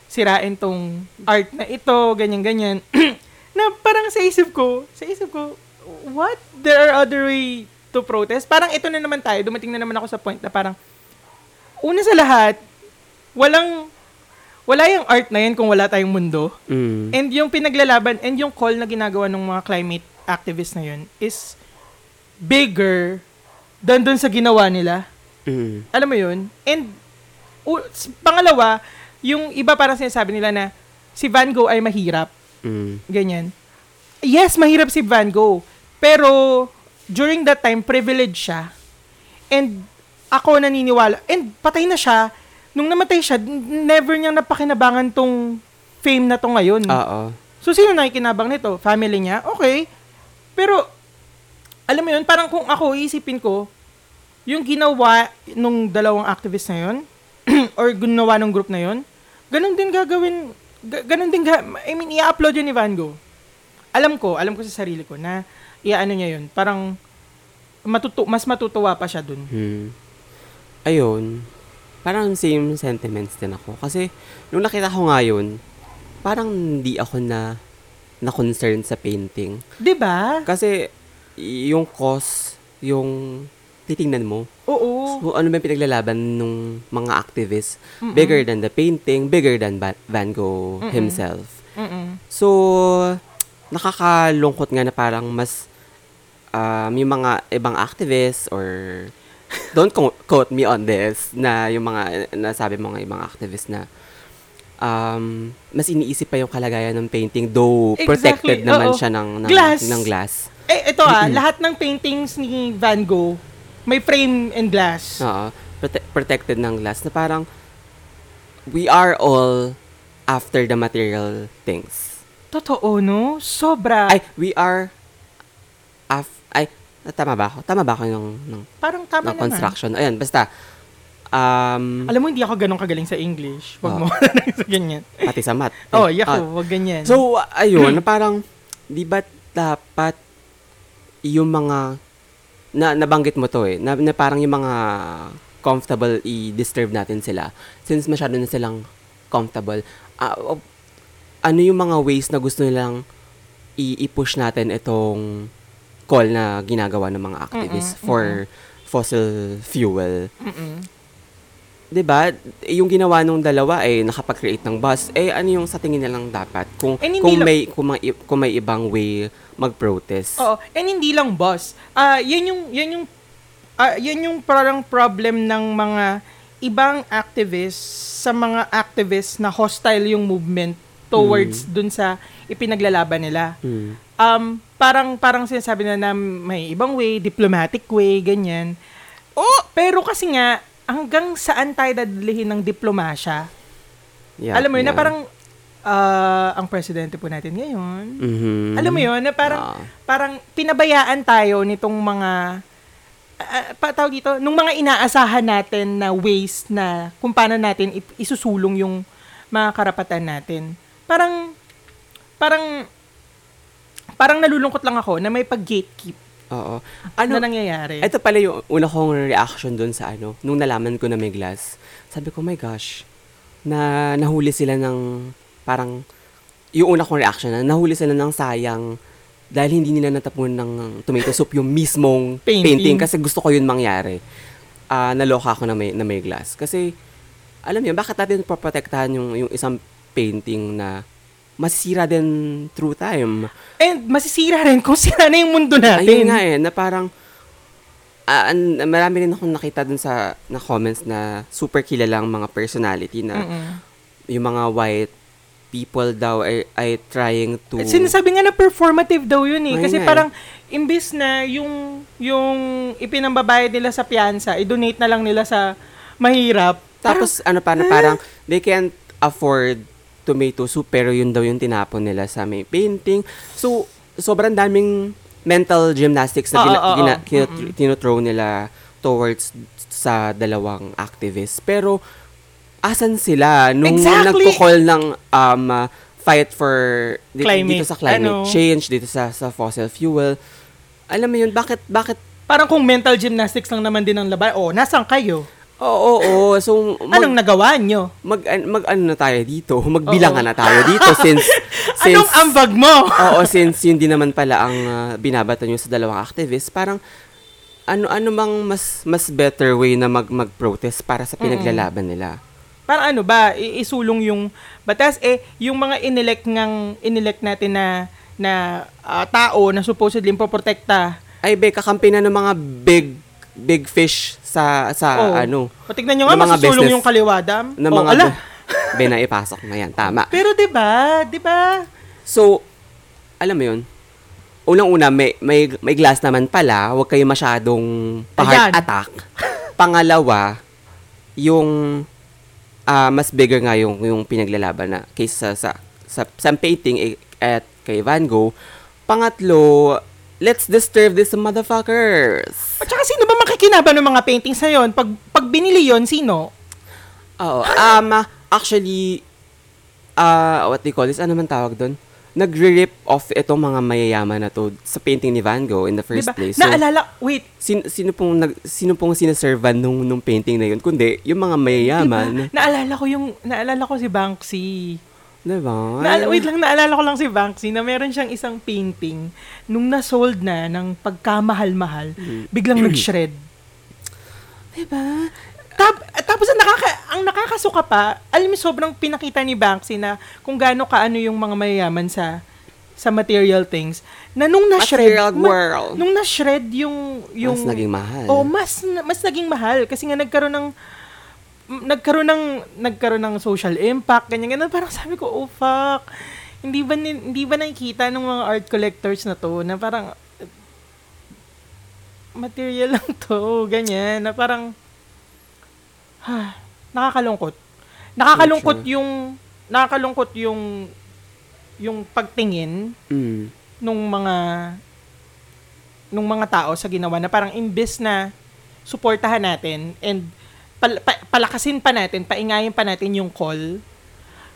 [SPEAKER 2] sirain tong art na ito, ganyan-ganyan. na parang sa isip ko, sa isip ko, what? There are other way to protest? Parang ito na naman tayo, dumating na naman ako sa point na parang, una sa lahat, walang, wala yung art na yan kung wala tayong mundo.
[SPEAKER 1] Mm.
[SPEAKER 2] And yung pinaglalaban and yung call na ginagawa ng mga climate activists na yun is bigger than dun sa ginawa nila.
[SPEAKER 1] Mm.
[SPEAKER 2] Alam mo yun? And u- s- pangalawa, yung iba parang sinasabi nila na si Van Gogh ay mahirap.
[SPEAKER 1] Mm.
[SPEAKER 2] Ganyan. Yes, mahirap si Van Gogh. Pero during that time, privileged siya. And ako naniniwala. And patay na siya. Nung namatay siya, n- never niyang napakinabangan tong fame na to ngayon.
[SPEAKER 1] Oo.
[SPEAKER 2] So, sino nakikinabang nito? Family niya? Okay. Pero, alam mo yun, parang kung ako, iisipin ko, yung ginawa nung dalawang activist na yun, or ginawa nung group na yun, ganun din gagawin, ga- ganun din, ga- I mean, i-upload yun ni Van Gogh. Alam ko, alam ko sa sarili ko na, iaano niya yun, parang, matutu mas matutuwa pa siya dun.
[SPEAKER 1] Hmm. Ayun. Parang same sentiments din ako. Kasi, nung nakita ko nga yun, parang hindi ako na na-concern sa painting.
[SPEAKER 2] 'Di ba?
[SPEAKER 1] Kasi, y- yung cause, yung titingnan mo,
[SPEAKER 2] Oo.
[SPEAKER 1] kung ano ba yung pinaglalaban ng mga activists, bigger than the painting, bigger than Ba- Van Gogh himself.
[SPEAKER 2] Mm-mm.
[SPEAKER 1] So, nakakalungkot nga na parang mas um, yung mga ibang activists or don't co- quote me on this na yung mga nasabi mga ibang activists na um, mas iniisip pa yung kalagayan ng painting though protected
[SPEAKER 2] Exactly,
[SPEAKER 1] naman
[SPEAKER 2] oo.
[SPEAKER 1] siya ng, ng
[SPEAKER 2] Glass.
[SPEAKER 1] ng glass.
[SPEAKER 2] Eh, ito ah, lahat ng paintings ni Van Gogh, may frame and glass.
[SPEAKER 1] Oo. prote- protected ng glass na parang we are all after the material things.
[SPEAKER 2] Totoo, no? Sobra.
[SPEAKER 1] Ay, we are af ay tama ba ako? Tama ba ako ng ng,
[SPEAKER 2] parang tama
[SPEAKER 1] ng
[SPEAKER 2] naman.
[SPEAKER 1] construction? Ayan, basta um
[SPEAKER 2] Alam mo, hindi ako ganun kagaling sa English. Huwag
[SPEAKER 1] Oh.
[SPEAKER 2] mo sa ganyan.
[SPEAKER 1] pati sa math.
[SPEAKER 2] Oh,
[SPEAKER 1] Eh,
[SPEAKER 2] yako,
[SPEAKER 1] ah.
[SPEAKER 2] wag ganyan.
[SPEAKER 1] so ayun, na parang di ba dapat yung mga na nabanggit mo to eh, na, na parang yung mga comfortable i-disturb natin sila since masyado na silang comfortable. Ah, oh, ano yung mga ways na gusto nilang i- i-push natin itong call na ginagawa ng mga activists for fossil fuel.
[SPEAKER 2] Mm-mm.
[SPEAKER 1] 'Di ba? Diba? Yung ginawa nung dalawa ay eh, nakapag-create ng bus. Eh ano yung sa tingin nilang dapat kung
[SPEAKER 2] And Eh, hindi
[SPEAKER 1] kung
[SPEAKER 2] lang-
[SPEAKER 1] may kung may, kung may ibang way mag-protest.
[SPEAKER 2] Oo, and hindi lang boss. Ah, yan yung yan yung ah, yan yung parang problem ng mga ibang activists sa mga activists na hostile yung movement towards dun sa ipinaglalaban nila.
[SPEAKER 1] Mm.
[SPEAKER 2] Um, parang parang sinasabi na na may ibang way, diplomatic way, ganyan. Oh, pero kasi nga hanggang saan tayo dadalhin ng diplomasya?
[SPEAKER 1] Yeah,
[SPEAKER 2] Alam mo yun, na
[SPEAKER 1] yeah.
[SPEAKER 2] parang ah, ang presidente po natin ngayon.
[SPEAKER 1] Mhm.
[SPEAKER 2] Alam mo yun, na parang,
[SPEAKER 1] Ah.
[SPEAKER 2] parang pinabayaan tayo nitong mga, ah, ah, pa tawag dito, nung mga inaasahan natin na ways na kung paano natin ip- isusulong yung mga karapatan natin. Parang, parang, parang nalulungkot lang ako na may pag-gatekeep
[SPEAKER 1] Oo. Ano,
[SPEAKER 2] na nangyayari.
[SPEAKER 1] Ito pala yung una kong reaction dun sa ano, nung nalaman ko na may glass. Sabi ko, my gosh, na nahuli sila ng parang, yung una kong reaction na nahuli sila ng sayang dahil hindi nila natapon ng tomato soup yung mismong
[SPEAKER 2] Painting.
[SPEAKER 1] painting. kasi gusto ko yun mangyari. Ah, naloka ako na may, na may glass. Kasi, alam niyo, bakit natin paprotektahan yung, yung isang painting na masisira din through time?
[SPEAKER 2] And masisira rin kung sira na yung mundo natin.
[SPEAKER 1] Ayun nga eh, na parang, ah, an- marami rin akong nakita dun sa na comments na super kilalang mga personality na
[SPEAKER 2] Mm-mm.
[SPEAKER 1] yung mga white people daw ay, ay trying to...
[SPEAKER 2] Sinasabi nga na performative daw yun eh.
[SPEAKER 1] Ayun
[SPEAKER 2] Kasi
[SPEAKER 1] nga eh.
[SPEAKER 2] parang, imbis na yung, yung ipinambabayad nila sa piyansa, i-donate na lang nila sa mahirap.
[SPEAKER 1] Tapos ano pa na parang
[SPEAKER 2] eh.
[SPEAKER 1] they can't afford tomato soup pero yun daw yung tinapon nila sa may painting. So, sobrang daming mental gymnastics na
[SPEAKER 2] Oo,
[SPEAKER 1] gina-
[SPEAKER 2] oo,
[SPEAKER 1] gina-
[SPEAKER 2] oo.
[SPEAKER 1] kinu- tinuthrow nila towards sa dalawang activists. Pero, asan sila nung
[SPEAKER 2] Exactly!
[SPEAKER 1] nagko-call ng um, uh, fight for di-
[SPEAKER 2] Climate.
[SPEAKER 1] dito sa climate
[SPEAKER 2] Ano?
[SPEAKER 1] change, dito sa, sa fossil fuel? Alam mo yun, bakit, bakit
[SPEAKER 2] Parang kung mental gymnastics lang naman din ang labay, oh, nasan kayo?
[SPEAKER 1] Oo, oo. So, mag-
[SPEAKER 2] Anong nagawa nyo?
[SPEAKER 1] mag an- mag ano na tayo dito, magbilangan na tayo dito since since
[SPEAKER 2] Anong ambag mo?
[SPEAKER 1] Oo, since yun din naman pala ang ah, binabata nyo sa dalawang activists, parang ano ano bang mas mas better way na mag mag-protest para sa pinaglalaban nila.
[SPEAKER 2] Parang ano ba, i- isulong yung batas. Eh, yung mga inelect ngang, inelect natin na, na ah, tao na supposedly poprotekta.
[SPEAKER 1] Ay, be, kakampi na ng mga big big fish sa sa
[SPEAKER 2] Oh.
[SPEAKER 1] ano
[SPEAKER 2] O, tignan nyo nga,
[SPEAKER 1] ng mga
[SPEAKER 2] masusulong
[SPEAKER 1] business.
[SPEAKER 2] yung kaliwadam.
[SPEAKER 1] ng
[SPEAKER 2] O,
[SPEAKER 1] mga
[SPEAKER 2] ala.
[SPEAKER 1] be na ipasok na yan, tama.
[SPEAKER 2] Pero 'di ba? 'Di ba?
[SPEAKER 1] So, alam mo yun, unang-una, may, may, may glass naman pala, huwag kayo masyadong
[SPEAKER 2] Ayan.
[SPEAKER 1] pa-heart attack. Pangalawa, yung ah, mas bigger nga yung, yung pinaglalaban na kaysa sa, sa, sa painting eh, at kay Van Gogh. Pangatlo, let's disturb these motherfuckers.
[SPEAKER 2] At saka sino ba makikinabang ng mga paintings na 'yon? Pag pag binili 'yon, sino?
[SPEAKER 1] Oo. Um, ah, actually, ah, what do you call this? Ano man tawag doon? Nagre-rip off itong mga mayayaman na to sa painting ni Van Gogh in the
[SPEAKER 2] 'Di
[SPEAKER 1] first
[SPEAKER 2] ba?
[SPEAKER 1] place. So,
[SPEAKER 2] Diba? Naalala, wait.
[SPEAKER 1] sin- sino pong nag, sino pong sinaservan nung nung painting na yun kundi yung mga mayayaman,
[SPEAKER 2] Diba? Naalala ko yung naalala ko si Banksy.
[SPEAKER 1] 'di ba?
[SPEAKER 2] Naala, wait lang, Diba? naalala ko lang si Banksy na meron siyang isang painting nung na-sold na ng pagkamahal-mahal,
[SPEAKER 1] Mm.
[SPEAKER 2] biglang nag-shred. 'Di ba? Tab- tapos ang, nakaka, ang nakakasuka pa, alam mo sobrang pinakita ni Banksy na kung gaano kaano yung mga mayayaman sa sa material things na nung na-shred
[SPEAKER 1] Material
[SPEAKER 2] ma-
[SPEAKER 1] world.
[SPEAKER 2] nung na-shred yung yung
[SPEAKER 1] Mas naging mahal.
[SPEAKER 2] Oh, mas na- mas naging mahal kasi nga nagkaroon ng m- nagkaroon ng nagkaroon ng social impact ganyan ganyan parang sabi ko oh fuck hindi ba ni- hindi ba nakikita ng mga art collectors na to na parang eh, material lang to ganyan na parang ha, nakakalungkot nakakalungkot
[SPEAKER 1] Sure.
[SPEAKER 2] yung nakakalungkot yung yung pagtingin
[SPEAKER 1] Mm.
[SPEAKER 2] nung mga nung mga tao sa ginawa na parang imbes na suportahan natin and pal- pa- palakasin pa natin, paingayin pa natin yung call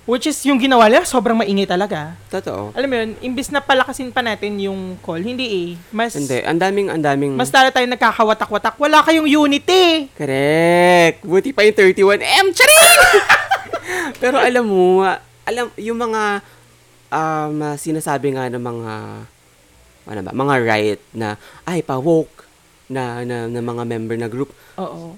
[SPEAKER 2] which is yung ginawa nila sobrang maingay talaga.
[SPEAKER 1] Totoo.
[SPEAKER 2] Alam mo yun, imbes na palakasin pa natin yung call, hindi eh. Mas
[SPEAKER 1] Hindi, ang daming ang daming
[SPEAKER 2] mas tala tayo nagkakawatak-watak. Wala kayong unity.
[SPEAKER 1] Correct. Buti pa yung 31M. Charing! Pero alam mo, alam, yung mga um, sinasabi nga ng mga ano ba, mga riot na ay pa woke na, na, na mga member na group.
[SPEAKER 2] Oo.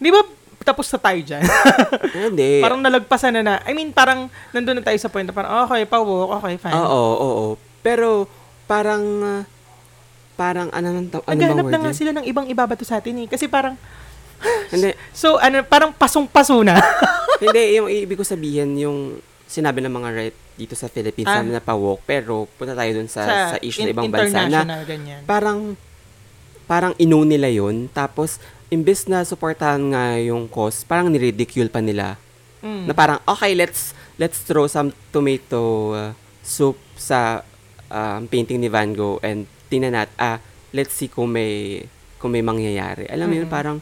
[SPEAKER 2] Di ba tapos na tayo dyan?
[SPEAKER 1] Ah, Hindi.
[SPEAKER 2] parang nalagpasan na na. I mean, parang nandun na tayo sa point na parang, okay, pawok, okay, fine.
[SPEAKER 1] Oo, oo, oo. Pero, parang, ah, parang, ano, ano, ano bang
[SPEAKER 2] Naghanap
[SPEAKER 1] word
[SPEAKER 2] na nga
[SPEAKER 1] yun?
[SPEAKER 2] sila ng ibang ibabato sa atin eh. Kasi parang,
[SPEAKER 1] Hindi,
[SPEAKER 2] so ano, parang pasong-paso na.
[SPEAKER 1] hindi, yung ibig ko sabihin, yung sinabi ng mga right dito sa Philippines,
[SPEAKER 2] Ah.
[SPEAKER 1] ah. na pawok, pero punta tayo dun sa, sa, issue ng
[SPEAKER 2] in-
[SPEAKER 1] ibang bansa na
[SPEAKER 2] international, ganyan.
[SPEAKER 1] parang parang ino nila yon tapos imbes na suportahan nga yung cause parang niridicule pa nila
[SPEAKER 2] Mm.
[SPEAKER 1] na parang okay let's let's throw some tomato uh, soup sa um, painting ni Van Gogh and tingnan nat ah, let's see kung may, kung may mangyayari. Alam mo yun,
[SPEAKER 2] Mm.
[SPEAKER 1] parang,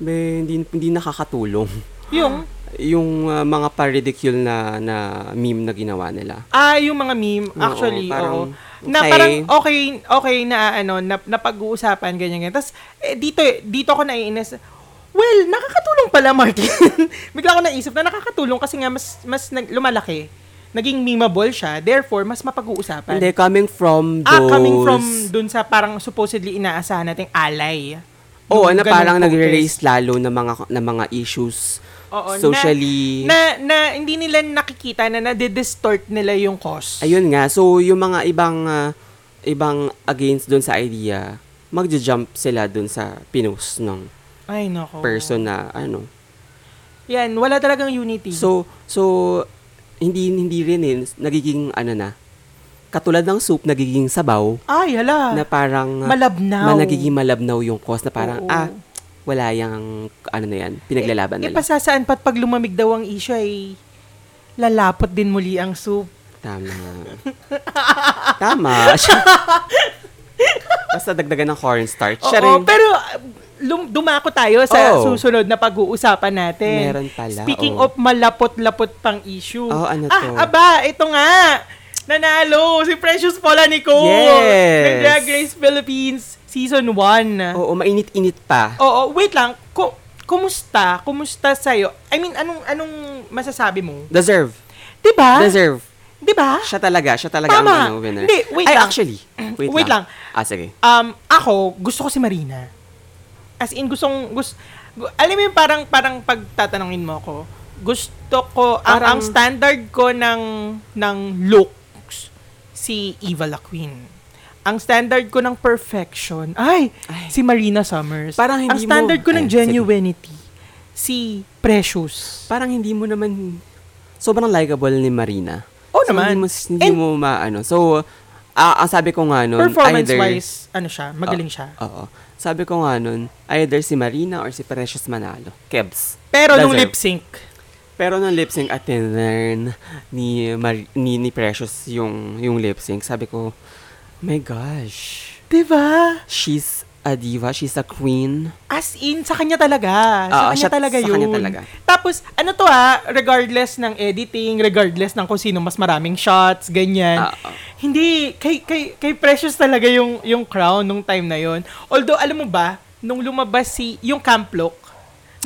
[SPEAKER 1] may, hindi, hindi nakakatulong.
[SPEAKER 2] Yung,
[SPEAKER 1] Yung uh, mga pa-ridicule na, na meme na ginawa nila.
[SPEAKER 2] ah, yung mga meme,
[SPEAKER 1] Oo,
[SPEAKER 2] actually,
[SPEAKER 1] parang,
[SPEAKER 2] oo. Na
[SPEAKER 1] okay.
[SPEAKER 2] parang okay, okay na ano, na, napag-uusapan, ganyan, ganyan. Tapos, eh, dito, eh, dito ako naiinis. Well, nakakatulong pala, Martin. Bigla ko naisip na nakakatulong kasi nga mas, mas nag- lumalaki. Naging memeable siya, therefore, mas mapag-uusapan.
[SPEAKER 1] Hindi, coming from those...
[SPEAKER 2] Ah, coming from dun sa parang supposedly inaasahan nating alay.
[SPEAKER 1] Oo,
[SPEAKER 2] Yung
[SPEAKER 1] na
[SPEAKER 2] ganung
[SPEAKER 1] parang
[SPEAKER 2] protest.
[SPEAKER 1] nag-release lalo ng mga, ng mga issues
[SPEAKER 2] Oo, na-
[SPEAKER 1] socially.
[SPEAKER 2] Na, na hindi nila nakikita na nadidistort nila yung cause.
[SPEAKER 1] Ayun nga, so yung mga ibang ah, ibang against doon sa idea, magja-jump sila doon sa pinos ng
[SPEAKER 2] Ay, nako.
[SPEAKER 1] person na ano.
[SPEAKER 2] Yan, wala talagang unity.
[SPEAKER 1] So so hindi hindi rin eh, nagiging ano na. Katulad ng soup nagiging sabaw
[SPEAKER 2] Ay, hala.
[SPEAKER 1] na parang ah,
[SPEAKER 2] malabnaw.
[SPEAKER 1] ma- nagiging malabnaw yung cause na parang
[SPEAKER 2] Oo.
[SPEAKER 1] ah wala yang ano na yan, pinaglalaban
[SPEAKER 2] Eh,
[SPEAKER 1] nila.
[SPEAKER 2] pasasaan pa't pag lumamig daw ang issue ay lalapot din muli ang soup.
[SPEAKER 1] Tama. Tama. Basta dagdagan ng cornstarch. Siya
[SPEAKER 2] Oo,
[SPEAKER 1] rin.
[SPEAKER 2] pero uh, lum- dumako tayo sa
[SPEAKER 1] Oo.
[SPEAKER 2] susunod na pag-uusapan natin.
[SPEAKER 1] Meron pala,
[SPEAKER 2] Speaking
[SPEAKER 1] oo.
[SPEAKER 2] of malapot-lapot pang issue.
[SPEAKER 1] Oo, ano to?
[SPEAKER 2] Ah, aba, ito nga. Nanalo si Precious Paula Nicole
[SPEAKER 1] Yes.
[SPEAKER 2] ng Drag Race Philippines Season 1.
[SPEAKER 1] Oo, mainit-init pa.
[SPEAKER 2] Oo, wait lang. Ku- kumusta? Kumusta sa'yo? I mean, anong anong masasabi mo?
[SPEAKER 1] Deserve.
[SPEAKER 2] 'Di ba?
[SPEAKER 1] Deserve.
[SPEAKER 2] Di ba?
[SPEAKER 1] Siya talaga, siya talaga
[SPEAKER 2] Tama.
[SPEAKER 1] ang ano, winner.
[SPEAKER 2] Hindi, wait
[SPEAKER 1] Ay,
[SPEAKER 2] lang.
[SPEAKER 1] actually. Wait,
[SPEAKER 2] Wait
[SPEAKER 1] lang.
[SPEAKER 2] lang.
[SPEAKER 1] Ah, sige.
[SPEAKER 2] Um, ako, gusto ko si Marina. As in, gustong, gus- gu- alam mo yung parang, parang pagtatanungin mo ako, gusto ko, ang,
[SPEAKER 1] Parang-
[SPEAKER 2] ang standard ko ng, ng looks, si Eva La Queen. Ang standard ko ng perfection, ay,
[SPEAKER 1] Ay.
[SPEAKER 2] si Marina Summers.
[SPEAKER 1] Parang
[SPEAKER 2] ang
[SPEAKER 1] hindi mo-
[SPEAKER 2] standard ko
[SPEAKER 1] Ay,
[SPEAKER 2] ng
[SPEAKER 1] sige.
[SPEAKER 2] genuinity, si Precious.
[SPEAKER 1] Parang hindi mo naman, sobrang likable ni Marina.
[SPEAKER 2] Oo
[SPEAKER 1] So,
[SPEAKER 2] naman.
[SPEAKER 1] Hindi mo, hindi
[SPEAKER 2] And-
[SPEAKER 1] mo maano. So, ah, ang sabi ko nga nun, either,
[SPEAKER 2] Performance-wise, ano siya, magaling siya.
[SPEAKER 1] Oo. Sabi ko nga nun, either si Marina or si Precious Manalo. Kebs.
[SPEAKER 2] Pero nung
[SPEAKER 1] Deserve.
[SPEAKER 2] lip sync,
[SPEAKER 1] Pero nung lip sync at tinlearn ni, Mar- ni, ni Precious yung, yung lip sync, sabi ko, my gosh,
[SPEAKER 2] di ba?
[SPEAKER 1] she's a diva, she's a queen.
[SPEAKER 2] As in, sa kanya talaga. Sa
[SPEAKER 1] Oo,
[SPEAKER 2] kanya
[SPEAKER 1] siya-
[SPEAKER 2] talaga
[SPEAKER 1] sa
[SPEAKER 2] yun.
[SPEAKER 1] kanya talaga.
[SPEAKER 2] Tapos, ano to ha, regardless ng editing, regardless ng kung sino mas maraming shots, ganyan.
[SPEAKER 1] Oo.
[SPEAKER 2] Hindi, kay, kay, kay Precious talaga yung, yung crown nung time na yon Although, alam mo ba, nung lumabas si, yung camp look,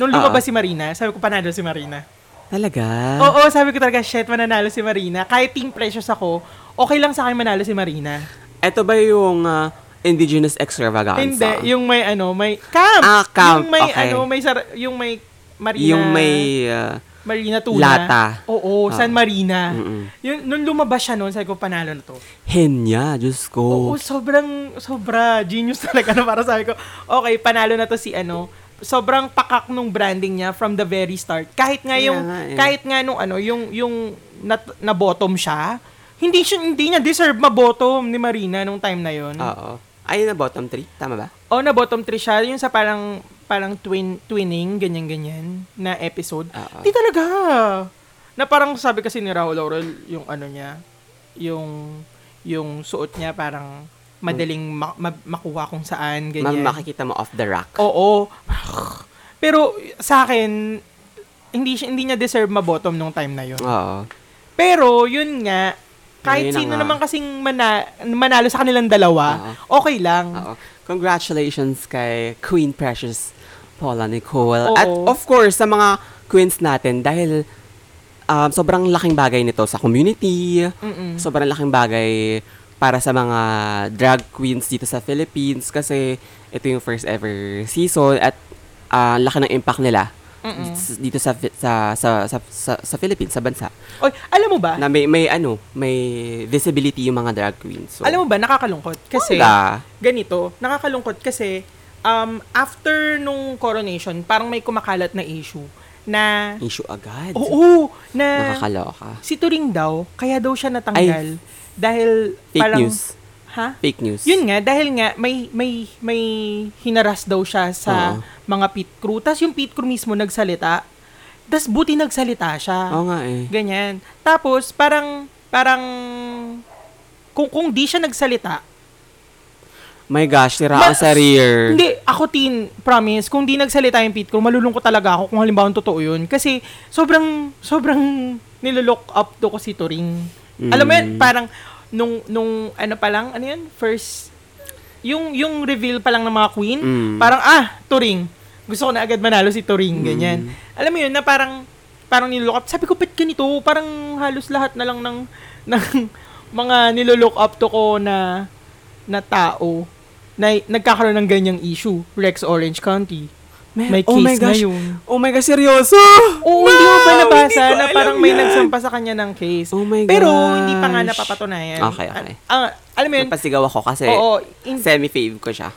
[SPEAKER 2] nung lumabas
[SPEAKER 1] Oo.
[SPEAKER 2] si Marina, sabi ko, panalo si Marina.
[SPEAKER 1] Talaga?
[SPEAKER 2] Oo, sabi ko talaga, shit, mananalo si Marina. Kahit team Precious ako, okay lang sa akin manalo si Marina.
[SPEAKER 1] Ito ba yung ah, indigenous extravaganza?
[SPEAKER 2] Hindi, yung may ano, may camp.
[SPEAKER 1] Ah, camp,
[SPEAKER 2] Yung may
[SPEAKER 1] okay.
[SPEAKER 2] ano, may sar- yung may Marina.
[SPEAKER 1] Yung may... ah,
[SPEAKER 2] Marina Tuna.
[SPEAKER 1] Lata.
[SPEAKER 2] Oo, San Marina.
[SPEAKER 1] Mm-mm.
[SPEAKER 2] Yun, nung lumabas siya noon, sabi ko, panalo na to.
[SPEAKER 1] henya, Diyos ko.
[SPEAKER 2] Oo, sobrang, sobra, genius talaga na para sabi ko, okay, panalo na to si ano, sobrang pakak nung branding niya from the very start. Kahit nga
[SPEAKER 1] Kaya
[SPEAKER 2] yung,
[SPEAKER 1] nga eh.
[SPEAKER 2] kahit nga nung ano, yung, yung na, na bottom siya, hindi siya, hindi niya deserve ma-bottom ni Marina nung time na yon.
[SPEAKER 1] Oo. Ayun na bottom three, tama ba?
[SPEAKER 2] O Oh, na bottom three siya, yung sa parang parang twin twinning ganyan ganyan na episode.
[SPEAKER 1] Oo.
[SPEAKER 2] Di talaga. Na parang sabi kasi ni Raul Laurel yung ano niya, yung yung suot niya parang madaling ma- ma- makuha kung saan
[SPEAKER 1] Ma-
[SPEAKER 2] ganyan. Oh.
[SPEAKER 1] makikita mo off the rack.
[SPEAKER 2] Oo. Pero sa akin hindi siya, hindi niya deserve ma-bottom nung time na yun.
[SPEAKER 1] Oo.
[SPEAKER 2] Pero yun nga
[SPEAKER 1] Ayun
[SPEAKER 2] kahit
[SPEAKER 1] na
[SPEAKER 2] sino
[SPEAKER 1] nga. Ah,
[SPEAKER 2] naman kasing mana- manalo sa kanilang dalawa, okay lang.
[SPEAKER 1] Oo. Congratulations kay Queen Precious Paula Nicole.
[SPEAKER 2] Oo.
[SPEAKER 1] At of course, sa mga queens natin, dahil um, sobrang laking bagay nito sa community,
[SPEAKER 2] Mm-mm.
[SPEAKER 1] sobrang laking bagay para sa mga drag queens dito sa Philippines kasi ito yung first ever season at ah, ang laki ng impact nila
[SPEAKER 2] Mm-mm.
[SPEAKER 1] s- dito sa, Fi- sa, sa, sa, sa, sa Philippines, sa bansa.
[SPEAKER 2] Oy, alam mo ba?
[SPEAKER 1] Na may, may ano, may visibility yung mga drag queens. So,
[SPEAKER 2] Alam mo ba, nakakalungkot. Kasi,
[SPEAKER 1] Wala.
[SPEAKER 2] ganito, nakakalungkot kasi, um, after nung coronation, parang may kumakalat na issue na,
[SPEAKER 1] Issue agad.
[SPEAKER 2] oo, na,
[SPEAKER 1] Nakakaloka.
[SPEAKER 2] si Turing daw, kaya daw siya natanggal. dahil,
[SPEAKER 1] Fake
[SPEAKER 2] parang,
[SPEAKER 1] news.
[SPEAKER 2] ha?
[SPEAKER 1] Fake news.
[SPEAKER 2] Yun nga, dahil nga, may, may, may hinaras daw siya
[SPEAKER 1] Oo.
[SPEAKER 2] sa mga pit crew. Tapos yung pit crew mismo nagsalita tas buti nagsalita siya.
[SPEAKER 1] Oo nga eh.
[SPEAKER 2] Ganyan. Tapos, parang, parang, kung, kung di siya nagsalita,
[SPEAKER 1] My gosh, tira ako
[SPEAKER 2] Ma-
[SPEAKER 1] sa rear.
[SPEAKER 2] Hindi, ako tin, promise, kung di nagsalita yung pit crew, malulungkot talaga ako kung halimbawa totoo yun. Kasi sobrang, sobrang nilolook up to ko si Turing. Alam mo yun,
[SPEAKER 1] Mm.
[SPEAKER 2] parang nung, nung ano pa lang, ano yun, first, yung, yung reveal pa lang ng mga queen,
[SPEAKER 1] Mm.
[SPEAKER 2] parang, ah, Turing. Gusto ko na agad manalo si Turing, ganyan.
[SPEAKER 1] Mm.
[SPEAKER 2] Alam mo yun, na parang, parang nilolook up. Sabi ko, ba't ganito? Parang halos lahat na lang ng, ng mga nilolook up to ko na, na tao na nagkakaroon ng ganyang issue. Rex Orange County. May
[SPEAKER 1] oh my
[SPEAKER 2] case
[SPEAKER 1] gosh.
[SPEAKER 2] ngayon.
[SPEAKER 1] Oh my gosh, seryoso!
[SPEAKER 2] Oo, hindi mo ba
[SPEAKER 1] Wow,
[SPEAKER 2] nabasa
[SPEAKER 1] hindi ko
[SPEAKER 2] na
[SPEAKER 1] alam
[SPEAKER 2] parang may
[SPEAKER 1] yan.
[SPEAKER 2] nagsampa sa kanya ng case?
[SPEAKER 1] Oh my
[SPEAKER 2] Pero
[SPEAKER 1] gosh.
[SPEAKER 2] hindi pa nga napapatunayan.
[SPEAKER 1] Okay, okay.
[SPEAKER 2] Ah, alam mo yun?
[SPEAKER 1] Napasigaw ako kasi
[SPEAKER 2] Oo. in-
[SPEAKER 1] semi-fave ko siya.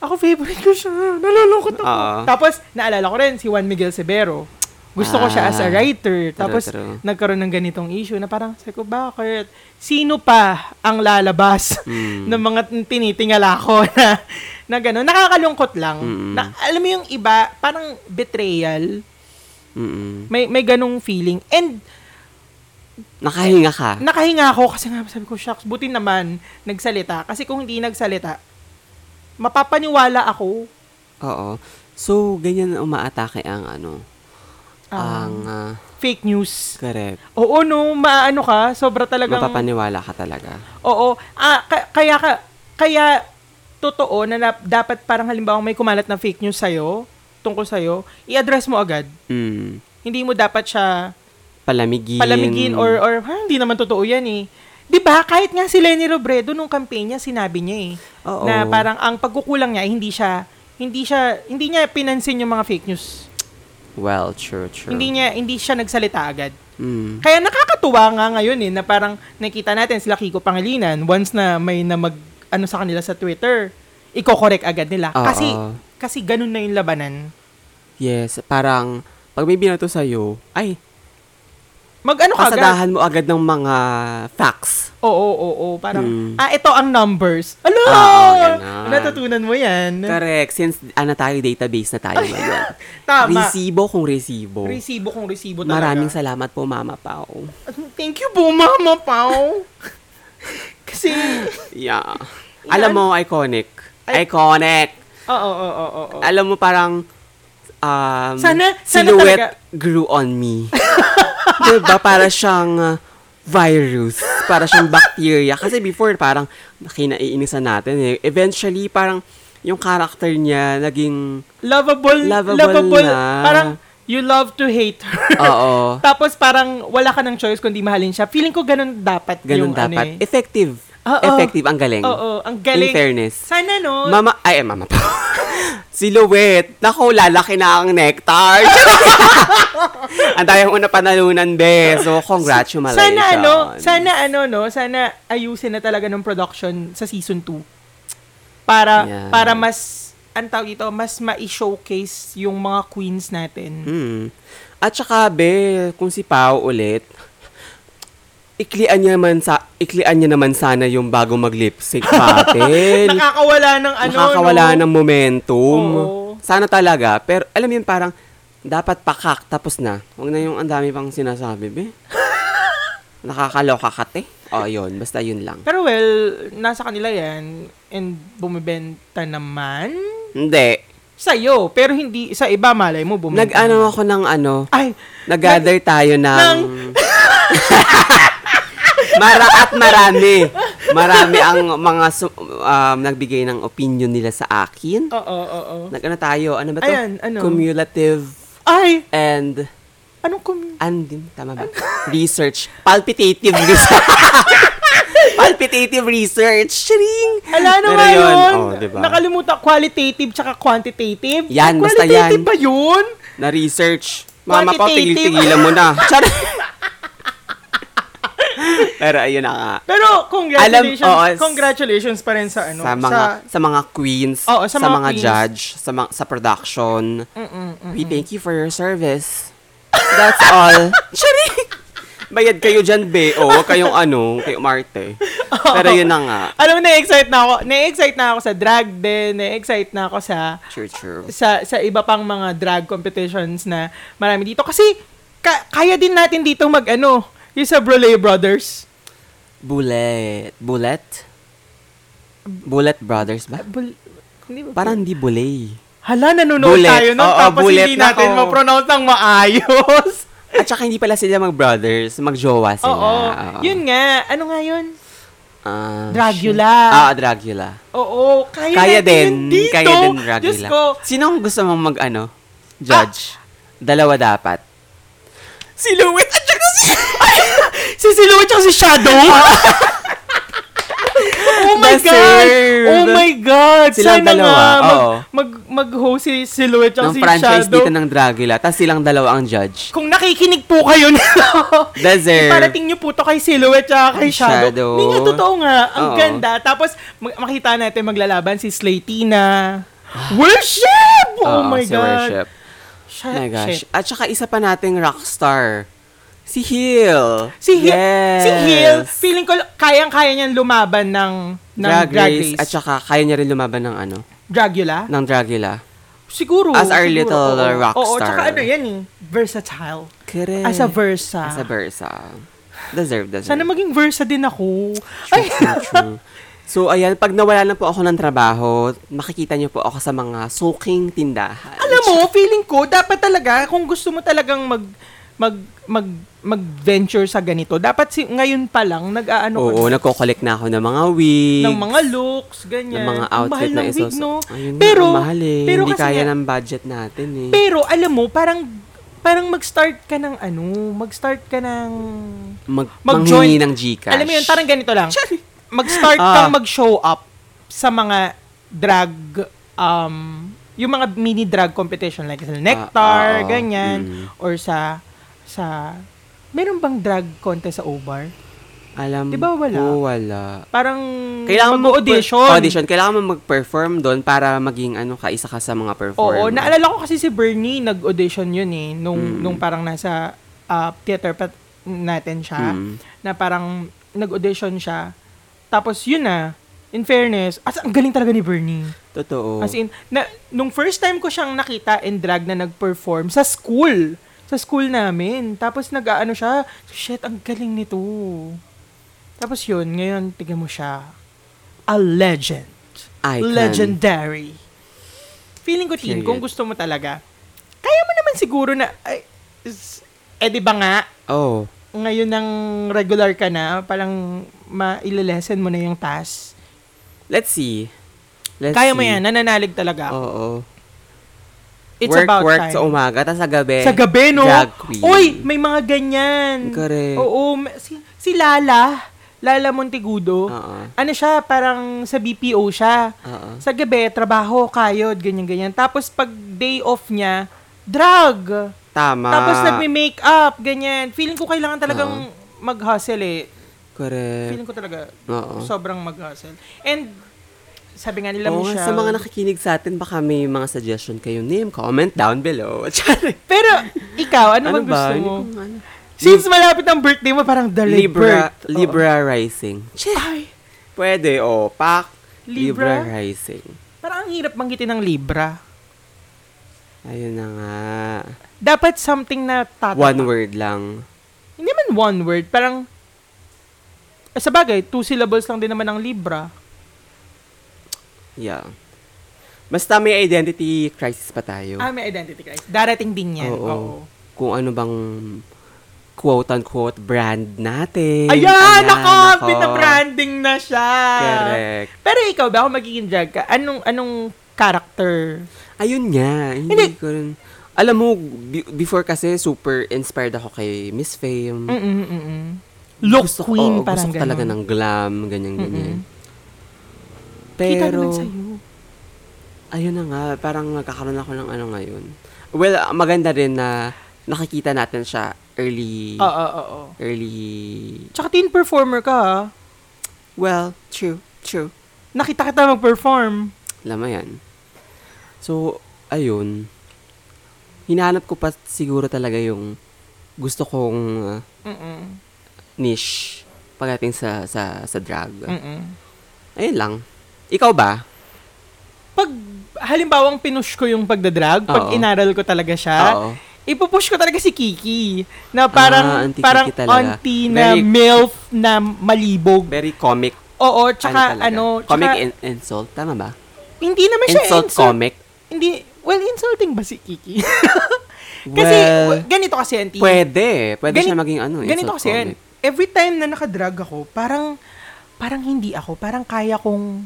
[SPEAKER 2] ako favorite ko siya. Nalulungkot ako.
[SPEAKER 1] Oo.
[SPEAKER 2] Tapos, naalala ko rin si Juan Miguel Severo. Gusto ko
[SPEAKER 1] Ah.
[SPEAKER 2] siya as a writer. Tapos,
[SPEAKER 1] true.
[SPEAKER 2] nagkaroon ng ganitong issue na parang, sabi ko, bakit? Sino pa ang lalabas
[SPEAKER 1] Mm.
[SPEAKER 2] ng mga tin- tinitingala ko na, na gano'n? Nakakalungkot lang.
[SPEAKER 1] Mm-mm.
[SPEAKER 2] Na, alam mo yung iba, parang betrayal.
[SPEAKER 1] Mm-mm.
[SPEAKER 2] May, may ganong feeling. And,
[SPEAKER 1] Nakahinga ka.
[SPEAKER 2] nakahinga ako kasi nga sabi ko, shucks, buti naman nagsalita. Kasi kung hindi nagsalita, mapapaniwala ako.
[SPEAKER 1] Oo. So, ganyan na umaatake ang ano,
[SPEAKER 2] ah,
[SPEAKER 1] ang ah,
[SPEAKER 2] fake news.
[SPEAKER 1] correct.
[SPEAKER 2] Oo, no, maano ka, sobra talagang...
[SPEAKER 1] Mapapaniwala ka talaga.
[SPEAKER 2] Oo, ah, ka- kaya, ka, kaya totoo na, nap- dapat parang halimbawa may kumalat na fake news sa'yo, tungkol sa'yo, i-address mo agad.
[SPEAKER 1] Mm.
[SPEAKER 2] Hindi mo dapat siya
[SPEAKER 1] Palamigin.
[SPEAKER 2] palamigin or, or "Ha, hindi naman totoo yan eh. 'Di ba kahit nga si Lenny Robredo nung kampanya sinabi niya eh
[SPEAKER 1] Oo.
[SPEAKER 2] na parang ang pagkukulang niya ay hindi siya hindi siya hindi niya pinansin yung mga fake news.
[SPEAKER 1] Well, true, true.
[SPEAKER 2] Hindi niya hindi siya nagsalita agad.
[SPEAKER 1] Mm.
[SPEAKER 2] Kaya nakakatuwa nga ngayon eh, na parang nakita natin sila Kiko Pangilinan, once na may na mag, ano sa kanila sa Twitter, iko-correct agad nila.
[SPEAKER 1] Oo.
[SPEAKER 2] Kasi, kasi ganun na yung labanan.
[SPEAKER 1] Yes, parang pag may binato sa'yo, ay,
[SPEAKER 2] Mag ano ka agad?
[SPEAKER 1] pasadahan mo agad ng mga facts.
[SPEAKER 2] Oo, oo, oo. Parang,
[SPEAKER 1] Hmm. Ah,
[SPEAKER 2] ah, ito ang numbers. Alo!
[SPEAKER 1] Oo, ganun.
[SPEAKER 2] Natutunan mo yan.
[SPEAKER 1] Correct. Since ano tayo, database na tayo ngayon.
[SPEAKER 2] Tama.
[SPEAKER 1] resibo kung resibo.
[SPEAKER 2] Resibo kung resibo talaga.
[SPEAKER 1] Maraming salamat po, Mama Pao.
[SPEAKER 2] Thank you po, Mama Pao. kasi,
[SPEAKER 1] Yeah.
[SPEAKER 2] Yan.
[SPEAKER 1] Alam mo, iconic.
[SPEAKER 2] Ay-
[SPEAKER 1] iconic.
[SPEAKER 2] oo, oo, oo, oo.
[SPEAKER 1] Alam mo, parang, um,
[SPEAKER 2] Sana- sana
[SPEAKER 1] silhouette grew on me. diba? Para siyang uh, virus. Para siyang bacteria. Kasi before, parang, kinaiinisan natin eh. Eventually, parang, yung character niya, naging,
[SPEAKER 2] Lovable,
[SPEAKER 1] Lovable
[SPEAKER 2] lovable,
[SPEAKER 1] na.
[SPEAKER 2] Parang, you love to hate her.
[SPEAKER 1] oo,
[SPEAKER 2] Tapos parang wala ka ng choice kundi mahalin siya. Feeling ko ganun dapat
[SPEAKER 1] ganun
[SPEAKER 2] yung
[SPEAKER 1] dapat.
[SPEAKER 2] ano eh.
[SPEAKER 1] Effective.
[SPEAKER 2] Oo.
[SPEAKER 1] Effective, ang galing.
[SPEAKER 2] Oo, ang galing.
[SPEAKER 1] In fairness.
[SPEAKER 2] Sana no.
[SPEAKER 1] Mama, ay, ay, mama pa. Silhouette. Naku, lalaki na ang nectar. ang dami mo na panalunan, be. So, congratulations.
[SPEAKER 2] sana ano, sana ano no, sana ayusin na talaga ng production sa season 2. Para
[SPEAKER 1] Yeah.
[SPEAKER 2] para mas ang tawag ito, mas ma-showcase yung mga queens natin.
[SPEAKER 1] Hmm. At saka, be, kung si Pao ulit, iklian niya naman sa iklian niya naman sana yung bago mag lipstick patin.
[SPEAKER 2] Nakakawala ng ano
[SPEAKER 1] Nakakawala
[SPEAKER 2] no?
[SPEAKER 1] ng momentum.
[SPEAKER 2] Oo.
[SPEAKER 1] Sana talaga, pero alam mo yun parang dapat pakak tapos na. Huwag na yung ang dami pang sinasabi, be. Nakakaloka ka, te. O, yun. Basta yun lang.
[SPEAKER 2] Pero well, nasa kanila yan and bumibenta naman
[SPEAKER 1] Hindi.
[SPEAKER 2] sa'yo. Pero hindi, sa iba malay mo bumibenta.
[SPEAKER 1] Nag-ano ako ng ano,
[SPEAKER 2] Ay,
[SPEAKER 1] nag-gather tayo ng...
[SPEAKER 2] Ng-
[SPEAKER 1] Mara at marami. Marami ang mga su- um, nagbigay ng opinion nila sa akin.
[SPEAKER 2] oo, oo, oo.
[SPEAKER 1] Nag-ano tayo? Ano ba to?
[SPEAKER 2] Ayan, ano?
[SPEAKER 1] Cumulative
[SPEAKER 2] Ay,
[SPEAKER 1] and
[SPEAKER 2] anong kum...
[SPEAKER 1] Andin, tama ba? research. Palpitative research. Palpitative research. Shring!
[SPEAKER 2] Ala
[SPEAKER 1] Pero
[SPEAKER 2] naman yun.
[SPEAKER 1] Oh, diba?
[SPEAKER 2] Nakalimutan, qualitative tsaka quantitative.
[SPEAKER 1] Yan, basta
[SPEAKER 2] qualitative
[SPEAKER 1] yan.
[SPEAKER 2] ba yun?
[SPEAKER 1] Na-research. Mama ko,
[SPEAKER 2] Quantitative.
[SPEAKER 1] tigil-tigilan mo na. Char- Pero ayun na nga.
[SPEAKER 2] Pero congratulations,
[SPEAKER 1] Alam- oo, s-
[SPEAKER 2] congratulations pa rin sa ano.
[SPEAKER 1] Sa mga, sa, mga queens,
[SPEAKER 2] Oo, sa
[SPEAKER 1] sa,
[SPEAKER 2] mga
[SPEAKER 1] mga,
[SPEAKER 2] queens.
[SPEAKER 1] judge, sa, mga, sa production.
[SPEAKER 2] Mm-mm, mm.
[SPEAKER 1] We thank you for your service. That's all. Shari! Bayad kayo dyan, be. O, huwag kayong ano, kay Marte. Pero yun na nga.
[SPEAKER 2] Alam mo, na-excite na ako. Na-excite na ako sa drag din. Na-excite na ako sa
[SPEAKER 1] True, true.
[SPEAKER 2] sa sa iba pang mga drag competitions na marami dito kasi ka- kaya din natin dito mag ano yung sa Brulee Brothers
[SPEAKER 1] Bullet. Bullet? Bullet Brothers ba?
[SPEAKER 2] Bul- hindi ba-
[SPEAKER 1] Parang hindi bulay.
[SPEAKER 2] hala nanonood
[SPEAKER 1] Bullet.
[SPEAKER 2] tayo nun
[SPEAKER 1] Oo,
[SPEAKER 2] tapos
[SPEAKER 1] bullet
[SPEAKER 2] hindi
[SPEAKER 1] na
[SPEAKER 2] natin
[SPEAKER 1] ako.
[SPEAKER 2] ma-pronounce ng maayos
[SPEAKER 1] At saka hindi pala sila mag-brothers, mag-jowa sila.
[SPEAKER 2] oo
[SPEAKER 1] Oo.
[SPEAKER 2] yun nga ano nga yun
[SPEAKER 1] Ah,
[SPEAKER 2] Dragula.
[SPEAKER 1] shit. Ah, Dragula.
[SPEAKER 2] oo kaya,
[SPEAKER 1] Kaya
[SPEAKER 2] natin yun
[SPEAKER 1] din.
[SPEAKER 2] dito.
[SPEAKER 1] Kaya din
[SPEAKER 2] Diyos
[SPEAKER 1] Dragula.
[SPEAKER 2] ko Ah.
[SPEAKER 1] Sino ang gusto mong mag, ano, judge? Dalawa dapat.
[SPEAKER 2] si Louis at saka si Ay, si si Louis at saka si Shadow Oh my
[SPEAKER 1] Deserved.
[SPEAKER 2] God! Oh my God!
[SPEAKER 1] Silang
[SPEAKER 2] Sana
[SPEAKER 1] dalawa,
[SPEAKER 2] nga mag,
[SPEAKER 1] oo.
[SPEAKER 2] mag, mag-host si Silhouette at
[SPEAKER 1] Ng
[SPEAKER 2] si
[SPEAKER 1] franchise
[SPEAKER 2] Shadow.
[SPEAKER 1] dito ng Dragula, tapos silang dalawa ang judge.
[SPEAKER 2] Kung nakikinig po kayo na,
[SPEAKER 1] Deserve.
[SPEAKER 2] parating niyo po to kay Silhouette at kay
[SPEAKER 1] Kay
[SPEAKER 2] Shadow.
[SPEAKER 1] Shadow.
[SPEAKER 2] Hindi nga, totoo nga. Ang
[SPEAKER 1] Oo.
[SPEAKER 2] ganda. Tapos, mag- makita natin maglalaban si Slatina. Worship! Oh
[SPEAKER 1] Ah. Oo,
[SPEAKER 2] my
[SPEAKER 1] si
[SPEAKER 2] God.
[SPEAKER 1] Worship. Oh
[SPEAKER 2] Shit,
[SPEAKER 1] My gosh.
[SPEAKER 2] shit.
[SPEAKER 1] At saka isa pa nating rockstar. Si Hill.
[SPEAKER 2] Si Hill,
[SPEAKER 1] Yes.
[SPEAKER 2] si Hill, feeling ko kayang-kaya niyan lumaban ng, ng
[SPEAKER 1] Drag,
[SPEAKER 2] Drag
[SPEAKER 1] Race.
[SPEAKER 2] Race.
[SPEAKER 1] At saka kaya niya rin lumaban ng ano,
[SPEAKER 2] Dragula?
[SPEAKER 1] ng Dragula.
[SPEAKER 2] Siguro.
[SPEAKER 1] As our
[SPEAKER 2] siguro,
[SPEAKER 1] little,
[SPEAKER 2] oo.
[SPEAKER 1] uh, rock
[SPEAKER 2] Oo,
[SPEAKER 1] star.
[SPEAKER 2] tsaka ano yan eh. Versatile.
[SPEAKER 1] Correct.
[SPEAKER 2] As a versa.
[SPEAKER 1] As a versa. Deserve, deserve.
[SPEAKER 2] Sana maging versa din ako.
[SPEAKER 1] True, true, true. So, ayan, pag nawala na po ako ng trabaho, makikita niyo po ako sa mga soaking tindahan.
[SPEAKER 2] Alam mo, feeling ko, dapat talaga, kung gusto mo talagang mag, mag, mag, mag-venture sa ganito, dapat si, ngayon pa lang, nag-aano ka
[SPEAKER 1] Oo,
[SPEAKER 2] na-
[SPEAKER 1] nagko-collect na ako ng mga wigs.
[SPEAKER 2] ano? ng mga looks, ganyan.
[SPEAKER 1] ng mga
[SPEAKER 2] Ang
[SPEAKER 1] outfit
[SPEAKER 2] mahal
[SPEAKER 1] na
[SPEAKER 2] ng
[SPEAKER 1] isos.
[SPEAKER 2] wig, no?
[SPEAKER 1] Ayun,
[SPEAKER 2] pero,
[SPEAKER 1] ang mahal eh.
[SPEAKER 2] pero
[SPEAKER 1] Hindi
[SPEAKER 2] kasi
[SPEAKER 1] kaya
[SPEAKER 2] nga-
[SPEAKER 1] ng budget natin eh.
[SPEAKER 2] pero, alam mo, parang, parang mag-start ka ng ano, mag-start ka ng,
[SPEAKER 1] Mag, manghingi
[SPEAKER 2] mag-join-
[SPEAKER 1] ng Gcash.
[SPEAKER 2] alam mo yun, parang ganito lang. Mag-start
[SPEAKER 1] Ah.
[SPEAKER 2] kang mag-show up sa mga drag, um, yung mga mini drag competition like sa Nectar,
[SPEAKER 1] oo.
[SPEAKER 2] ganyan,
[SPEAKER 1] Mm.
[SPEAKER 2] or sa, sa, meron bang drag contest sa OBAR?
[SPEAKER 1] Alam
[SPEAKER 2] Di ba wala?
[SPEAKER 1] ko wala.
[SPEAKER 2] Parang
[SPEAKER 1] Kailangan mo
[SPEAKER 2] mag-audition.
[SPEAKER 1] Audition. Kailangan mo mag-perform doon para maging ano ka, isa ka sa mga performer.
[SPEAKER 2] Oo, naalala ko kasi si Bernie nag-audition yun eh, nung,
[SPEAKER 1] Mm.
[SPEAKER 2] nung parang nasa ah, theater pa natin siya,
[SPEAKER 1] Mm.
[SPEAKER 2] na parang nag-audition siya. Tapos yun na, in fairness, as ang galing talaga ni Bernie.
[SPEAKER 1] Totoo.
[SPEAKER 2] As in, na, nung first time ko siyang nakita in drag na nag-perform sa school. Sa school namin. Tapos nag-ano siya, shit, ang galing nito. Tapos yun, ngayon, tignan mo siya. A legend.
[SPEAKER 1] Icon.
[SPEAKER 2] Legendary. Feeling ko, Tin,
[SPEAKER 1] Period.
[SPEAKER 2] kung gusto mo talaga, kaya mo naman siguro na, ay, s- eh di ba nga,
[SPEAKER 1] oh.
[SPEAKER 2] ngayon ng regular ka na, parang mailelesen mo na yung task.
[SPEAKER 1] Let's see. Let's
[SPEAKER 2] Kaya
[SPEAKER 1] see.
[SPEAKER 2] mo yan, nananalig talaga ako.
[SPEAKER 1] Oo.
[SPEAKER 2] It's
[SPEAKER 1] work,
[SPEAKER 2] about
[SPEAKER 1] work
[SPEAKER 2] time.
[SPEAKER 1] sa umaga, tapos sa gabi.
[SPEAKER 2] Sa gabi, no?
[SPEAKER 1] Eh, Drag queen.
[SPEAKER 2] Uy, may mga ganyan.
[SPEAKER 1] Correct.
[SPEAKER 2] Oo. ma- Si, si Lala, Lala Montigudo,
[SPEAKER 1] Oo.
[SPEAKER 2] ano siya, parang sa BPO siya.
[SPEAKER 1] Oo.
[SPEAKER 2] Sa gabi, trabaho, kayod, ganyan-ganyan. Tapos pag day off niya, drag.
[SPEAKER 1] Tama.
[SPEAKER 2] Tapos nagme-make up, ganyan. Feeling ko kailangan talagang mag-hustle eh.
[SPEAKER 1] Correct.
[SPEAKER 2] Feeling ko talaga
[SPEAKER 1] Oo.
[SPEAKER 2] sobrang mag-hustle. And sabi nga nila,
[SPEAKER 1] Oo, nga,
[SPEAKER 2] Michelle,
[SPEAKER 1] sa mga nakikinig sa atin, baka may mga suggestion kayo name, comment down below. Tsari.
[SPEAKER 2] pero ikaw, ano,
[SPEAKER 1] ano
[SPEAKER 2] bang
[SPEAKER 1] ba?
[SPEAKER 2] gusto
[SPEAKER 1] Hindi
[SPEAKER 2] mo?
[SPEAKER 1] ko ano.
[SPEAKER 2] Since malapit ang birthday mo, parang the late
[SPEAKER 1] Libra,
[SPEAKER 2] birth. Oo.
[SPEAKER 1] Libra Rising.
[SPEAKER 2] Ay,
[SPEAKER 1] Pwede, oh. Pak,
[SPEAKER 2] Libra?
[SPEAKER 1] Libra, Rising.
[SPEAKER 2] parang ang hirap banggitin ng Libra.
[SPEAKER 1] Ayun na nga.
[SPEAKER 2] Dapat something na tatama.
[SPEAKER 1] One word lang.
[SPEAKER 2] Hindi man one word, parang... Eh, sa bagay, two syllables lang din naman ang Libra.
[SPEAKER 1] Yeah. Basta may identity crisis pa tayo.
[SPEAKER 2] Ah, may identity crisis. Darating din yan. Oo.
[SPEAKER 1] Oo. Kung ano bang quote-unquote brand natin.
[SPEAKER 2] Ayan! nako!
[SPEAKER 1] nako.
[SPEAKER 2] Pinabranding na siya!
[SPEAKER 1] Correct.
[SPEAKER 2] Pero ikaw ba, kung magiging drag ka, anong, anong character?
[SPEAKER 1] Ayun nga. Hindi,
[SPEAKER 2] Hindi.
[SPEAKER 1] ko rin. Alam mo, be- before kasi super inspired ako kay Miss Fame.
[SPEAKER 2] Mm, Mm-mm-mm.
[SPEAKER 1] Hmm.
[SPEAKER 2] Look
[SPEAKER 1] gusto
[SPEAKER 2] queen,
[SPEAKER 1] ko, oo,
[SPEAKER 2] parang
[SPEAKER 1] gusto ko talaga
[SPEAKER 2] ganon.
[SPEAKER 1] ng glam, ganyan-ganyan.
[SPEAKER 2] Kita
[SPEAKER 1] Pero,
[SPEAKER 2] naman sa'yo.
[SPEAKER 1] ayun na nga, parang nagkakaroon ako ng ano ngayon. Well, ah, maganda rin na nakikita natin siya early,
[SPEAKER 2] Oo, oo, oo.
[SPEAKER 1] early,
[SPEAKER 2] Tsaka teen performer ka, ha?
[SPEAKER 1] well, true, true.
[SPEAKER 2] Nakita kita mag-perform.
[SPEAKER 1] Alam mo yan. So, ayun. Hinahanap ko pa siguro talaga yung gusto kong ah,
[SPEAKER 2] Mm-mm.
[SPEAKER 1] niche. pagdating sa sa sa drag.
[SPEAKER 2] Mm-mm.
[SPEAKER 1] Ayun lang. Ikaw ba?
[SPEAKER 2] Pag halimbawang pinush ko yung pagdadrag, pag
[SPEAKER 1] Oo.
[SPEAKER 2] inaral ko talaga siya,
[SPEAKER 1] Oo.
[SPEAKER 2] ipupush ko talaga si Kiki. Na
[SPEAKER 1] Ah,
[SPEAKER 2] parang,
[SPEAKER 1] Auntie
[SPEAKER 2] parang
[SPEAKER 1] Kiki talaga.
[SPEAKER 2] auntie na
[SPEAKER 1] Very-
[SPEAKER 2] MILF na malibog.
[SPEAKER 1] Very comic. ano
[SPEAKER 2] Oo, tsaka
[SPEAKER 1] talaga?
[SPEAKER 2] ano, tsaka,
[SPEAKER 1] comic and insult, tama ba?
[SPEAKER 2] hindi naman siya
[SPEAKER 1] Insult,
[SPEAKER 2] insult.
[SPEAKER 1] comic.
[SPEAKER 2] Hindi, well, insulting ba si Kiki? kasi,
[SPEAKER 1] Well,
[SPEAKER 2] w- ganito kasi, auntie.
[SPEAKER 1] pwede. Pwede
[SPEAKER 2] Gani-
[SPEAKER 1] siya maging ano, insult
[SPEAKER 2] Ganito kasi yan.
[SPEAKER 1] comic.
[SPEAKER 2] Every time na nakadrag ako, parang parang hindi ako, parang kaya kong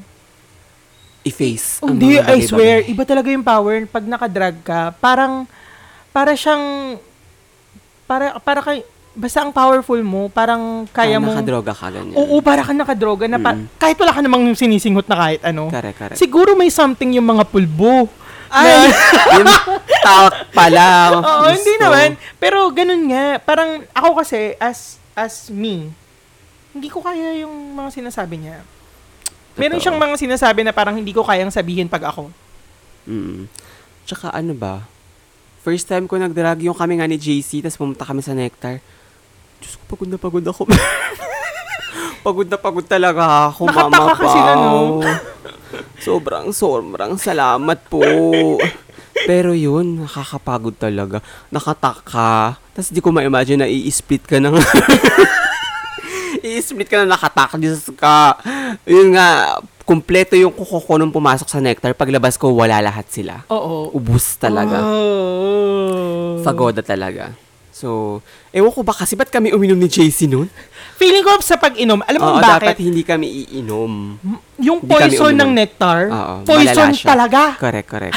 [SPEAKER 1] I-face. ang
[SPEAKER 2] hindi,
[SPEAKER 1] mga
[SPEAKER 2] I
[SPEAKER 1] bagay-bagay.
[SPEAKER 2] swear, iba talaga yung power pag nakadrag ka. Parang para siyang para para kay basta ang powerful mo, parang kaya
[SPEAKER 1] Ah,
[SPEAKER 2] mo
[SPEAKER 1] Nakadroga ka, ganyan.
[SPEAKER 2] Oo, para ka nakadroga na pa-
[SPEAKER 1] Mm.
[SPEAKER 2] kahit wala ka namang sinisinghot na kahit ano.
[SPEAKER 1] Correct, correct.
[SPEAKER 2] Siguro may something yung mga pulbo.
[SPEAKER 1] Ay! yung tawak pala.
[SPEAKER 2] Oo,
[SPEAKER 1] Diyos
[SPEAKER 2] hindi
[SPEAKER 1] ko.
[SPEAKER 2] naman. Pero ganun nga, parang ako kasi as as me, hindi ko kaya yung mga sinasabi niya.
[SPEAKER 1] Totoo.
[SPEAKER 2] Meron siyang mga sinasabi na parang hindi ko kayang sabihin pag ako.
[SPEAKER 1] Mm. Tsaka ano ba? First time ko nag-drag yung kami nga ni JC, tapos pumunta kami sa Nectar. Diyos ko, pagod na pagod ako. pagod na pagod talaga ako,
[SPEAKER 2] Nakataka
[SPEAKER 1] mama
[SPEAKER 2] kasi na, no?
[SPEAKER 1] Pao. sobrang, sobrang salamat po. Pero yun, nakakapagod talaga. Nakataka. Tapos di ko ma-imagine na i-split ka ng... i-split ka na nakatak. Diyos ka. Yun nga, kumpleto yung kuko ko nung pumasok sa Nectar. Paglabas ko, wala lahat sila.
[SPEAKER 2] Oo.
[SPEAKER 1] Ubus talaga.
[SPEAKER 2] Oh.
[SPEAKER 1] Pagoda talaga. So, ewan ko ba kasi ba't kami uminom ni JC noon?
[SPEAKER 2] Feeling ko sa pag-inom, alam mo
[SPEAKER 1] Oo, dapat
[SPEAKER 2] bakit?
[SPEAKER 1] hindi kami iinom.
[SPEAKER 2] yung
[SPEAKER 1] hindi kami
[SPEAKER 2] poison ng
[SPEAKER 1] uminom.
[SPEAKER 2] nectar,
[SPEAKER 1] Oo,
[SPEAKER 2] poison
[SPEAKER 1] malala siya.
[SPEAKER 2] talaga.
[SPEAKER 1] Correct, correct.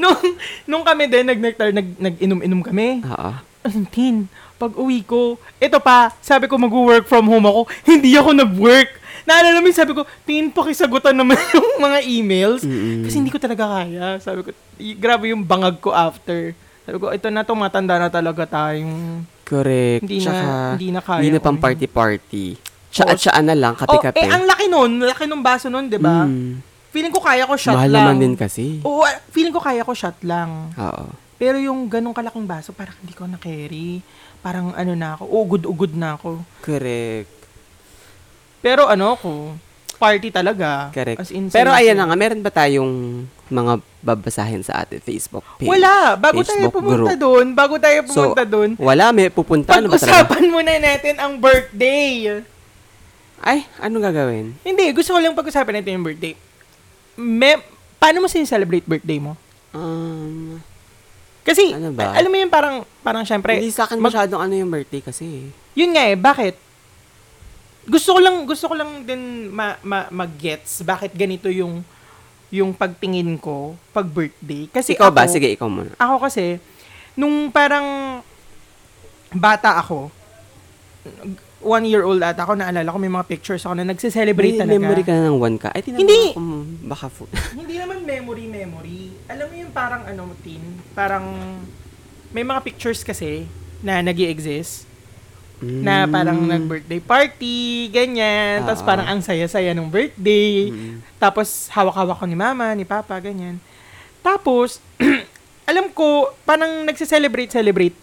[SPEAKER 2] nung, nung kami din, nag-nectar, nag, nag-inom-inom kami.
[SPEAKER 1] Oo.
[SPEAKER 2] Antin, pag uwi ko, ito pa, sabi ko mag-work from home ako, hindi ako nag-work. Naalala mo yung sabi ko, Tin, pakisagutan naman yung mga emails. Kasi hindi ko talaga kaya. Sabi ko, "Y- grabe yung bangag ko after. Sabi ko, ito na, tumatanda na talaga tayong...
[SPEAKER 1] Correct.
[SPEAKER 2] Hindi na-
[SPEAKER 1] Tsaka,
[SPEAKER 2] hindi na kaya
[SPEAKER 1] Hindi na pang
[SPEAKER 2] uminom.
[SPEAKER 1] party-party. Tsa-tsaan na lang,
[SPEAKER 2] Oh,
[SPEAKER 1] kape-kape.
[SPEAKER 2] eh, ang laki nun. Laki nung baso nun, di ba?
[SPEAKER 1] Mm.
[SPEAKER 2] Feeling ko kaya ko shot
[SPEAKER 1] Mahal naman
[SPEAKER 2] lang.
[SPEAKER 1] din kasi.
[SPEAKER 2] Oo, ah, feeling ko kaya ko shot lang.
[SPEAKER 1] Oo.
[SPEAKER 2] Pero yung ganong kalaking baso, parang hindi ko na-carry. Parang ano na ako, ugod-ugod na ako.
[SPEAKER 1] Correct.
[SPEAKER 2] Pero ano ko, party talaga.
[SPEAKER 1] Correct.
[SPEAKER 2] As in,
[SPEAKER 1] Pero
[SPEAKER 2] seryoso.
[SPEAKER 1] ayan na nga, meron ba tayong mga babasahin sa ating Facebook page?
[SPEAKER 2] Wala, bago tayo
[SPEAKER 1] Facebook
[SPEAKER 2] pumunta
[SPEAKER 1] group.
[SPEAKER 2] doon, bago tayo pumunta
[SPEAKER 1] So,
[SPEAKER 2] doon,
[SPEAKER 1] Wala, may pupunta. Ano ba talaga?
[SPEAKER 2] pag-usapan muna natin ang birthday.
[SPEAKER 1] Ay, anong gagawin?
[SPEAKER 2] Hindi, gusto ko lang pag-usapan natin yung birthday. Me, paano mo sincelebrate birthday mo?
[SPEAKER 1] Um,
[SPEAKER 2] Kasi,
[SPEAKER 1] Ano ba?
[SPEAKER 2] alam mo yun, parang, parang syempre,
[SPEAKER 1] hindi sa akin
[SPEAKER 2] mag-
[SPEAKER 1] masyadong ano yung birthday kasi.
[SPEAKER 2] yun nga eh, bakit? Gusto ko lang gusto ko lang din ma, ma, mag-gets bakit ganito yung yung pagtingin ko pag birthday kasi
[SPEAKER 1] ikaw ba?
[SPEAKER 2] ako-
[SPEAKER 1] Sige, ikaw muna.
[SPEAKER 2] Ako kasi, nung parang bata ako, one year old ata ako, naalala ko may mga pictures ako na nagse-celebrate
[SPEAKER 1] May
[SPEAKER 2] talaga.
[SPEAKER 1] memory ka na ng one ka. Ay, tinanong
[SPEAKER 2] Hindi.
[SPEAKER 1] ako, mm, baka food.
[SPEAKER 2] Hindi naman memory-memory. Alam mo yung parang ano, Tin? Parang may mga pictures kasi na nag exist na parang nag-birthday party, ganyan. Tapos
[SPEAKER 1] Mm. Ah.
[SPEAKER 2] parang ang saya-saya ng birthday.
[SPEAKER 1] Mm.
[SPEAKER 2] Tapos hawak-hawak ko ni mama, ni papa, ganyan. Tapos, alam ko, parang nagse-celebrate-celebrate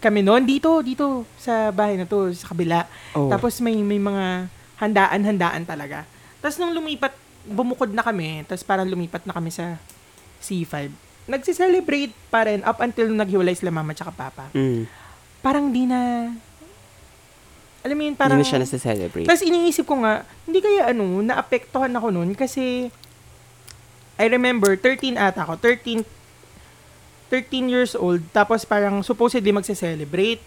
[SPEAKER 2] kami noon dito, dito sa bahay na to, sa kabila.
[SPEAKER 1] Oh.
[SPEAKER 2] Tapos may may mga handaan-handaan talaga. Tapos nung lumipat, bumukod na kami, tapos parang lumipat na kami sa C5. Nagse-celebrate pa rin up until nung naghiwalay sila mama tsaka papa
[SPEAKER 1] Mm.
[SPEAKER 2] parang di na, alam mo yun,
[SPEAKER 1] Hindi
[SPEAKER 2] parang,
[SPEAKER 1] na siya nasa-celebrate.
[SPEAKER 2] tapos iniisip ko nga, hindi kaya ano, naapektuhan ako nun kasi, I remember, 13 ata ako, 13, 13 years old, tapos parang supposedly magse-celebrate.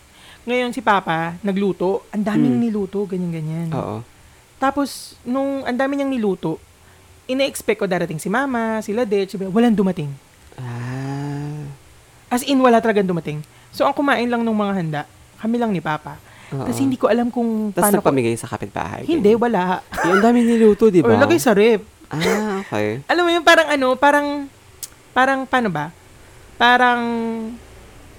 [SPEAKER 2] Ngayon si Papa, nagluto, ang daming
[SPEAKER 1] Mm.
[SPEAKER 2] niluto, ganyan-ganyan.
[SPEAKER 1] Oo.
[SPEAKER 2] Tapos, nung ang dami niyang niluto, ina-expect ko darating si Mama, sila Dech, sabi, walang dumating.
[SPEAKER 1] Ah.
[SPEAKER 2] As in, wala talagang dumating. So, ang kumain lang ng mga handa, kami lang ni Papa.
[SPEAKER 1] Oo.
[SPEAKER 2] Kasi hindi ko alam kung
[SPEAKER 1] Tapos
[SPEAKER 2] paano ko...
[SPEAKER 1] nagpamigay sa kapitbahay.
[SPEAKER 2] Hindi, wala.
[SPEAKER 1] Eh, ang dami niluto, di
[SPEAKER 2] Or
[SPEAKER 1] ba?
[SPEAKER 2] lagay sa rep.
[SPEAKER 1] Ah, okay.
[SPEAKER 2] Alam mo yun, parang ano, parang... Parang, paano ba? Parang...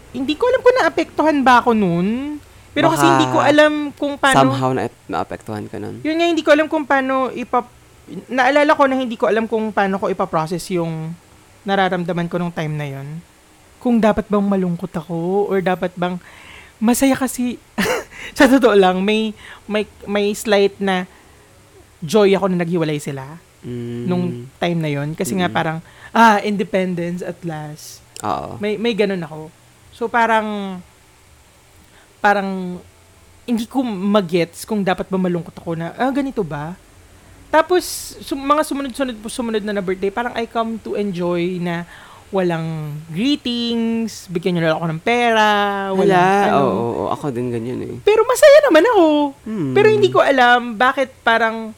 [SPEAKER 2] Hindi ko alam kung naapektuhan ba ako noon. Pero kasi
[SPEAKER 1] Baka
[SPEAKER 2] hindi ko alam kung paano...
[SPEAKER 1] Somehow na naapektuhan ka nun.
[SPEAKER 2] Yun nga, hindi ko alam kung paano ipa... Naalala ko na hindi ko alam kung paano ko ipaprocess yung nararamdaman ko nung time na yon. Kung dapat bang malungkot ako or dapat bang masaya kasi sa totoo lang, may, may, may slight na joy ako na naghiwalay sila
[SPEAKER 1] Mm,
[SPEAKER 2] nung time na yon Kasi nga parang, ah, independence at last.
[SPEAKER 1] Oo.
[SPEAKER 2] May, may ganun ako. So parang, parang, hindi ko magets kung dapat ba malungkot ako na, ah, ganito ba? Tapos, sum- mga sumunod-sunod po sumunod na na birthday, parang I come to enjoy na walang greetings, bigyan nyo lang ako ng pera,
[SPEAKER 1] Wala.
[SPEAKER 2] walang ano.
[SPEAKER 1] Oo, oo, ako din ganyan eh.
[SPEAKER 2] Pero masaya naman ako.
[SPEAKER 1] Hmm.
[SPEAKER 2] Pero hindi ko alam bakit parang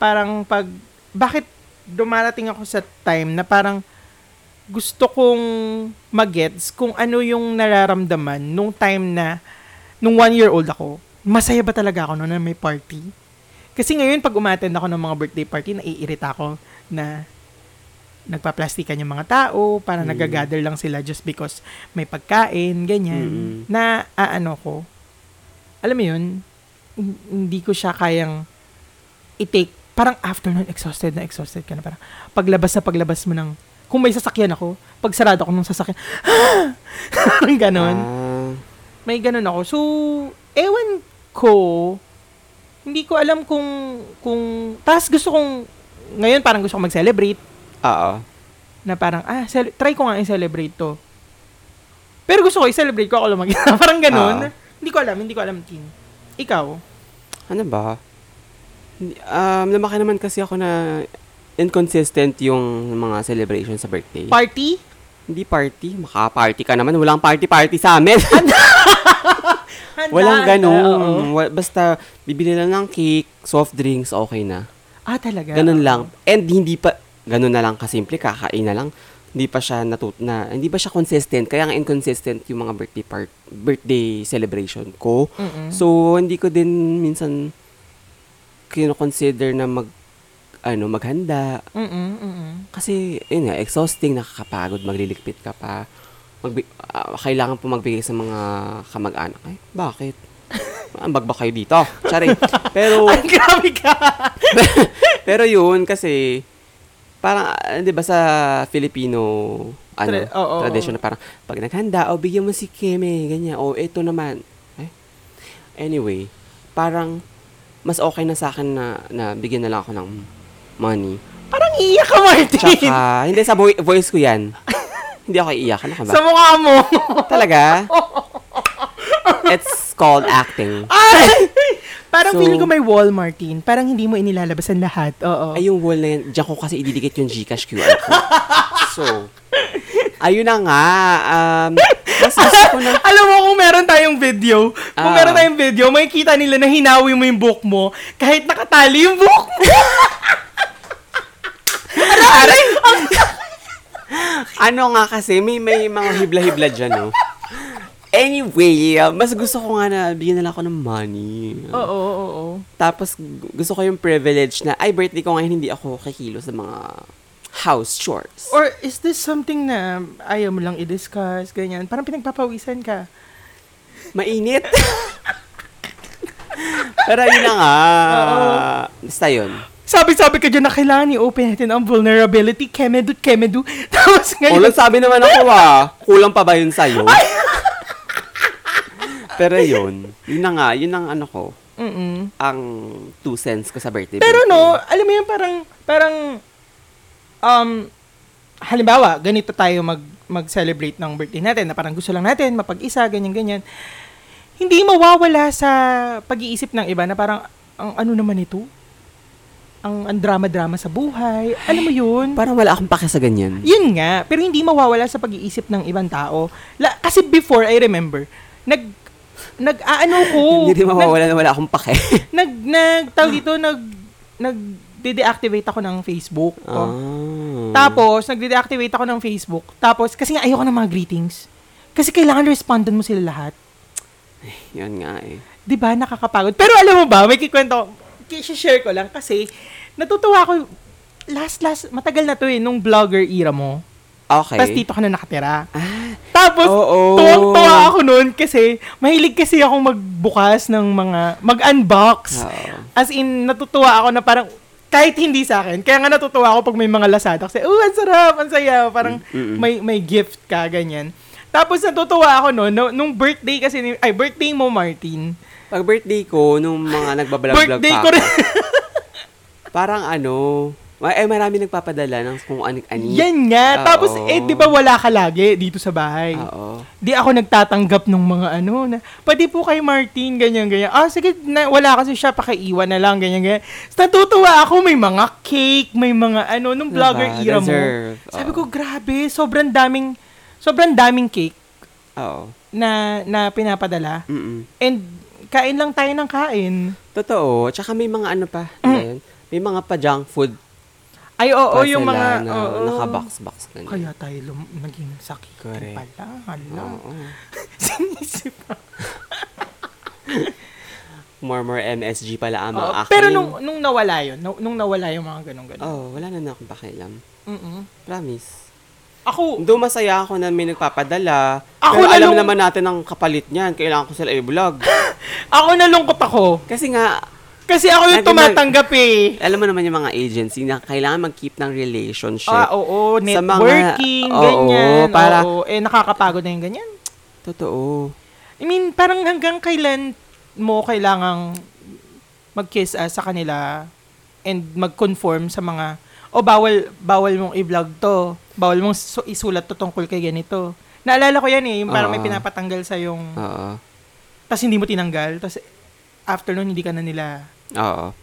[SPEAKER 2] parang pag bakit dumarating ako sa time na parang gusto kong magets kung ano yung nararamdaman nung time na nung one year old ako. Masaya ba talaga ako noon na may party? Kasi ngayon pag umattend ako ng mga birthday party, naiirita ako na nagpaplastikan yung mga tao, para
[SPEAKER 1] Mm.
[SPEAKER 2] nagagather lang sila just because may pagkain, ganyan.
[SPEAKER 1] Mm.
[SPEAKER 2] Na aano ko. Alam mo 'yun, hin- hindi ko siya kayang i-take. Parang after nun, exhausted na exhausted ka na. Parang paglabas na paglabas mo ng, kung may sasakyan ako, pag sarado ako ng sasakyan, parang ganon.
[SPEAKER 1] Ah,
[SPEAKER 2] May ganon ako. So, ewan ko, hindi ko alam kung, kung, tas gusto kong, ngayon parang gusto kong mag-celebrate,
[SPEAKER 1] Ah, oo.
[SPEAKER 2] na parang, ah, cel- try ko nga i-celebrate to. Pero gusto ko i-celebrate ko ako lang mag-isa. parang
[SPEAKER 1] Ah.
[SPEAKER 2] ganon. Hindi ko alam, hindi ko alam, Tin. Ikaw?
[SPEAKER 1] Ano ba? Hindi- Um, lumaki naman kasi ako na inconsistent yung mga celebration sa birthday.
[SPEAKER 2] Party?
[SPEAKER 1] Hindi party. Makaparty ka naman. Walang party-party sa amin.
[SPEAKER 2] Handa,
[SPEAKER 1] Walang
[SPEAKER 2] handa, oo.
[SPEAKER 1] ganun. Wa- Basta bibili lang ng cake, soft drinks, okay na.
[SPEAKER 2] Ah, talaga?
[SPEAKER 1] Ganun lang. And hindi pa, ganun na lang kasimple, kakain na lang. Hindi pa siya natut na, hindi pa siya consistent. Kaya nga inconsistent yung mga birthday part, birthday celebration ko.
[SPEAKER 2] Mm-mm.
[SPEAKER 1] So, hindi ko din minsan kinoconsider na mag, ano, maghanda.
[SPEAKER 2] Mm-mm, mm-mm.
[SPEAKER 1] Kasi, yun nga, exhausting, nakakapagod, magliligpit ka pa. Magbi- ah, kailangan po magbigay sa mga kamag-anak. Ay, bakit? Ambag ba kayo dito? Tsari. Pero,
[SPEAKER 2] Ay, grabe ka!
[SPEAKER 1] pero yun, kasi, parang, ah, di ba sa Filipino, ano,
[SPEAKER 2] Tra- oo, oo,
[SPEAKER 1] tradition na parang, pag naghanda, o bigyan mo si Keme, ganyan, o eto naman. Eh? Anyway, parang, mas okay na sa akin na, na bigyan na lang ako ng money.
[SPEAKER 2] Parang iiyak ka, Martin!
[SPEAKER 1] Tsaka, hindi, sa boi- voice ko yan. hindi ako iiyak. Ano ka ba?
[SPEAKER 2] Sa mukha mo!
[SPEAKER 1] Talaga? It's called acting.
[SPEAKER 2] Ay! Parang
[SPEAKER 1] So-
[SPEAKER 2] feeling ko may wall, Martin. Parang hindi mo inilalabasan lahat. Oo.
[SPEAKER 1] Ay, yung wall na yan, diyan ko kasi ididikit yung Gcash QR code. So, ayun na nga. Um, mas gusto ko na.
[SPEAKER 2] Alam mo, kung meron tayong video, kung
[SPEAKER 1] Ah.
[SPEAKER 2] meron tayong video, makikita nila na hinawi mo yung book mo kahit nakatali yung book mo. Aray!
[SPEAKER 1] Ano nga kasi, may, may mga hibla-hibla dyan, no? Anyway, uh, mas gusto ko nga na bigyan nila ako ng money.
[SPEAKER 2] Oo, oo, oo.
[SPEAKER 1] Tapos, gu- gusto ko yung privilege na, ay, birthday ko ngayon, hindi ako kikilo sa mga house chores.
[SPEAKER 2] Or is this something na ayaw mo lang i-discuss, ganyan? Parang pinagpapawisan ka.
[SPEAKER 1] Mainit. Pero yun na nga. Basta yun.
[SPEAKER 2] Sabi-sabi ka dyan na kailangan i-open natin ang vulnerability, kemedu, kemedu. Tapos
[SPEAKER 1] O,
[SPEAKER 2] ngayon,
[SPEAKER 1] sabi naman ako ah. Kulang pa ba yun sa'yo? Pero yun. Yun na nga. Yun ang ano ko.
[SPEAKER 2] Mm-mm.
[SPEAKER 1] Ang two cents ko sa birthday.
[SPEAKER 2] Pero
[SPEAKER 1] birthday.
[SPEAKER 2] no, alam mo yun, parang, parang, um, halimbawa, ganito tayo mag, mag-celebrate ng birthday natin, na parang gusto lang natin, mapag-isa, ganyan-ganyan. Hindi mawawala sa pag-iisip ng iba na parang, ang ano naman ito? Ang, ang drama-drama sa buhay. Alam mo yun?
[SPEAKER 1] Parang wala akong pake sa ganyan.
[SPEAKER 2] Yun nga, pero hindi mawawala sa pag-iisip ng ibang tao. La, kasi before, I remember, nag, nag-aano ko.
[SPEAKER 1] Hindi rin
[SPEAKER 2] nag-
[SPEAKER 1] mawawala na wala akong pake.
[SPEAKER 2] nag nag tawag dito nag nag deactivate ako ng Facebook ko.
[SPEAKER 1] Ah.
[SPEAKER 2] Tapos nag-deactivate ako ng Facebook. Tapos kasi nga ayoko ng mga greetings. Kasi kailangan respondan mo sila lahat.
[SPEAKER 1] Yun nga eh.
[SPEAKER 2] 'Di ba? Nakakapagod. Pero alam mo ba, may kikwento, share ko lang kasi natutuwa ako last last matagal na 'to eh nung vlogger era mo.
[SPEAKER 1] Okay.
[SPEAKER 2] Tapos dito ka na nakatira.
[SPEAKER 1] Ah,
[SPEAKER 2] Tapos,
[SPEAKER 1] Oo.
[SPEAKER 2] tuwang-tuwa ako nun kasi mahilig kasi akong magbukas ng mga, mag-unbox.
[SPEAKER 1] Oo.
[SPEAKER 2] As in, natutuwa ako na parang, kahit hindi sa akin, kaya nga
[SPEAKER 1] Mm,
[SPEAKER 2] natutuwa ako pag may mga lasada. Kasi, oh, ang sarap, ang saya. Parang may, may gift ka, ganyan. Tapos natutuwa ako no, no nung birthday kasi ni, ay birthday mo Martin.
[SPEAKER 1] Pag birthday ko, nung mga nagbablog-vlog
[SPEAKER 2] birthday
[SPEAKER 1] pa
[SPEAKER 2] ko
[SPEAKER 1] ako,
[SPEAKER 2] rin.
[SPEAKER 1] parang ano, ma- eh marami nagpapadala ng kung anik-anik.
[SPEAKER 2] Yan nga.
[SPEAKER 1] Oo.
[SPEAKER 2] Tapos eh 'di ba wala ka lagi dito sa bahay?
[SPEAKER 1] Oo.
[SPEAKER 2] Di ako nagtatanggap ng mga ano na, pwede po kay Martin, ganyan, ganyan. Ah, sige, na, wala kasi siya, pakiiwan na lang, ganyan, ganyan. Tapos Natutuwa ako, may mga cake, may mga ano, nung
[SPEAKER 1] Diba?
[SPEAKER 2] vlogger era mo.
[SPEAKER 1] Deserve.
[SPEAKER 2] Sabi
[SPEAKER 1] Oo.
[SPEAKER 2] ko, grabe, sobrang daming, sobrang daming cake
[SPEAKER 1] Oo.
[SPEAKER 2] na, na pinapadala.
[SPEAKER 1] Mm-mm.
[SPEAKER 2] And, kain lang tayo ng kain.
[SPEAKER 1] Totoo. Tsaka may mga ano pa. ano yun? May mga pa junk food
[SPEAKER 2] Ay, Mm. oo,
[SPEAKER 1] pa
[SPEAKER 2] yung
[SPEAKER 1] sila
[SPEAKER 2] mga,
[SPEAKER 1] na
[SPEAKER 2] oo.
[SPEAKER 1] nakabox-box. ganyan.
[SPEAKER 2] Kaya tayo lum- naging sakit
[SPEAKER 1] Correct.
[SPEAKER 2] pala. Hala.
[SPEAKER 1] Oo.
[SPEAKER 2] Sinisip ako.
[SPEAKER 1] More more MSG pala ang mga
[SPEAKER 2] Oo,
[SPEAKER 1] aking.
[SPEAKER 2] Pero nung, nung nawala yun, nung, nung nawala yung mga ganun-ganun.
[SPEAKER 1] Oh, wala na na akong pakialam.
[SPEAKER 2] Mm-mm.
[SPEAKER 1] Promise.
[SPEAKER 2] Ako,
[SPEAKER 1] Doon masaya ako na may nagpapadala.
[SPEAKER 2] Ako
[SPEAKER 1] pero alam
[SPEAKER 2] lalong-
[SPEAKER 1] naman natin ang kapalit niyan. Kailangan ko sila i-vlog.
[SPEAKER 2] ako nalungkot ako.
[SPEAKER 1] Kasi nga,
[SPEAKER 2] Kasi ako yung
[SPEAKER 1] Lagi
[SPEAKER 2] tumatanggap eh.
[SPEAKER 1] alam mo naman yung mga agency na kailangan mag-keep ng relationship.
[SPEAKER 2] Ah, oo,
[SPEAKER 1] Sa mga-
[SPEAKER 2] networking,
[SPEAKER 1] oo,
[SPEAKER 2] ganyan.
[SPEAKER 1] para-
[SPEAKER 2] oo. eh, nakakapagod na yung ganyan.
[SPEAKER 1] Totoo.
[SPEAKER 2] I mean, parang hanggang kailan mo kailangang mag-kiss ass sa kanila and mag-conform sa mga, o bawal, bawal mong i-vlog to, bawal mong su- isulat to tungkol kay ganito. Naalala ko yan eh, yung parang may
[SPEAKER 1] Ah.
[SPEAKER 2] pinapatanggal sa yung,
[SPEAKER 1] Oo.
[SPEAKER 2] tas hindi mo tinanggal, tas after nun hindi ka na nila.
[SPEAKER 1] Oo.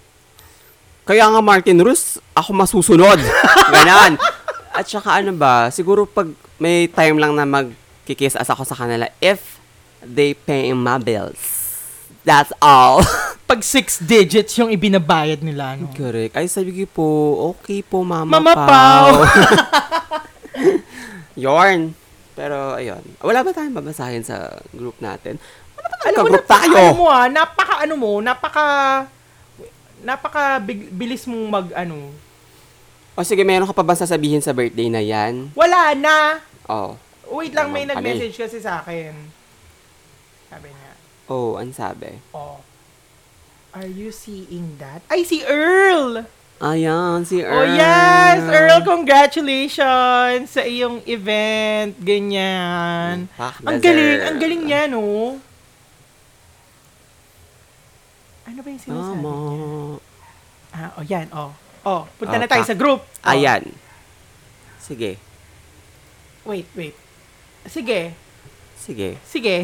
[SPEAKER 1] Kaya nga Martin Rus, ako masusunod. Ganan. At saka ano ba, siguro pag may time lang na magkikiss as ako sa kanila if they pay my bills. That's all.
[SPEAKER 2] Pag six digits yung ibinabayad nila, no?
[SPEAKER 1] Correct. Ay, sabi ko po, okay po, Mama,
[SPEAKER 2] Mama
[SPEAKER 1] Pao.
[SPEAKER 2] Pao.
[SPEAKER 1] Yarn. Pero, ayun. Wala ba tayong babasahin sa group natin? Ano
[SPEAKER 2] Alam mo,
[SPEAKER 1] group
[SPEAKER 2] napaka,
[SPEAKER 1] tayo?
[SPEAKER 2] ano mo ah, napaka ano mo, napaka, napaka big- bilis mong mag ano.
[SPEAKER 1] O sige, meron ka pa ba sasabihin sa birthday na yan?
[SPEAKER 2] Wala na.
[SPEAKER 1] Oh.
[SPEAKER 2] Wait lang, may
[SPEAKER 1] Ano,
[SPEAKER 2] nag-message kasi sa akin. Sabi niya,
[SPEAKER 1] Oh, ang sabi.
[SPEAKER 2] oh, are you seeing that? Ay, si Earl!
[SPEAKER 1] Ayan, si Earl.
[SPEAKER 2] Oh, yes! Earl, congratulations sa iyong event. Ganyan.
[SPEAKER 1] Fuck,
[SPEAKER 2] Ang
[SPEAKER 1] buzzer.
[SPEAKER 2] galing, ang galing niya, no? Ano ba yung sinasabi
[SPEAKER 1] Tama.
[SPEAKER 2] niya? Ah, oh, yan, oh. Oh, punta na
[SPEAKER 1] Oh,
[SPEAKER 2] tayo
[SPEAKER 1] pa-
[SPEAKER 2] sa group. Oh,
[SPEAKER 1] Ayan. Sige.
[SPEAKER 2] Wait, wait. Sige,
[SPEAKER 1] Sige.
[SPEAKER 2] sige.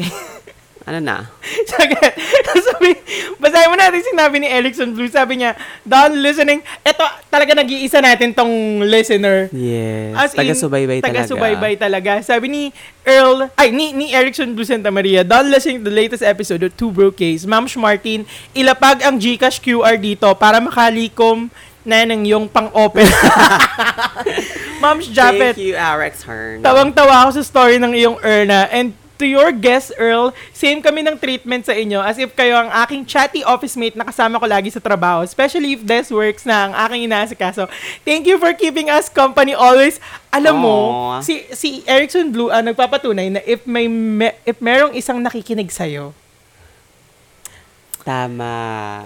[SPEAKER 1] Ano na?
[SPEAKER 2] Sige. sabi, basahin mo natin sinabi ni Erickson Blue. Sabi niya, Don listening, eto talaga nag-iisa natin tong listener.
[SPEAKER 1] Yes.
[SPEAKER 2] As in,
[SPEAKER 1] taga-subaybay talaga.
[SPEAKER 2] taga-subaybay talaga. Sabi ni Earl, ay, ni, ni Erickson Blue Santa Maria, Don listening the latest episode of Two Bro Case, Ma'am Martin, ilapag ang Gcash QR dito para makalikom na ng yung pang-open. Ma'am Japet,
[SPEAKER 1] Thank you, Alex Hearn.
[SPEAKER 2] Tawang-tawa ako sa story ng iyong Erna. And to your guest, Earl, same kami ng treatment sa inyo as if kayo ang aking chatty office mate na kasama ko lagi sa trabaho, especially if this works na ang aking inaasikaso. Thank you for keeping us company always. Alam mo,
[SPEAKER 1] Aw.
[SPEAKER 2] si, si Erickson Blue ang nagpapatunay na if may me- if merong isang nakikinig sa'yo,
[SPEAKER 1] Tama.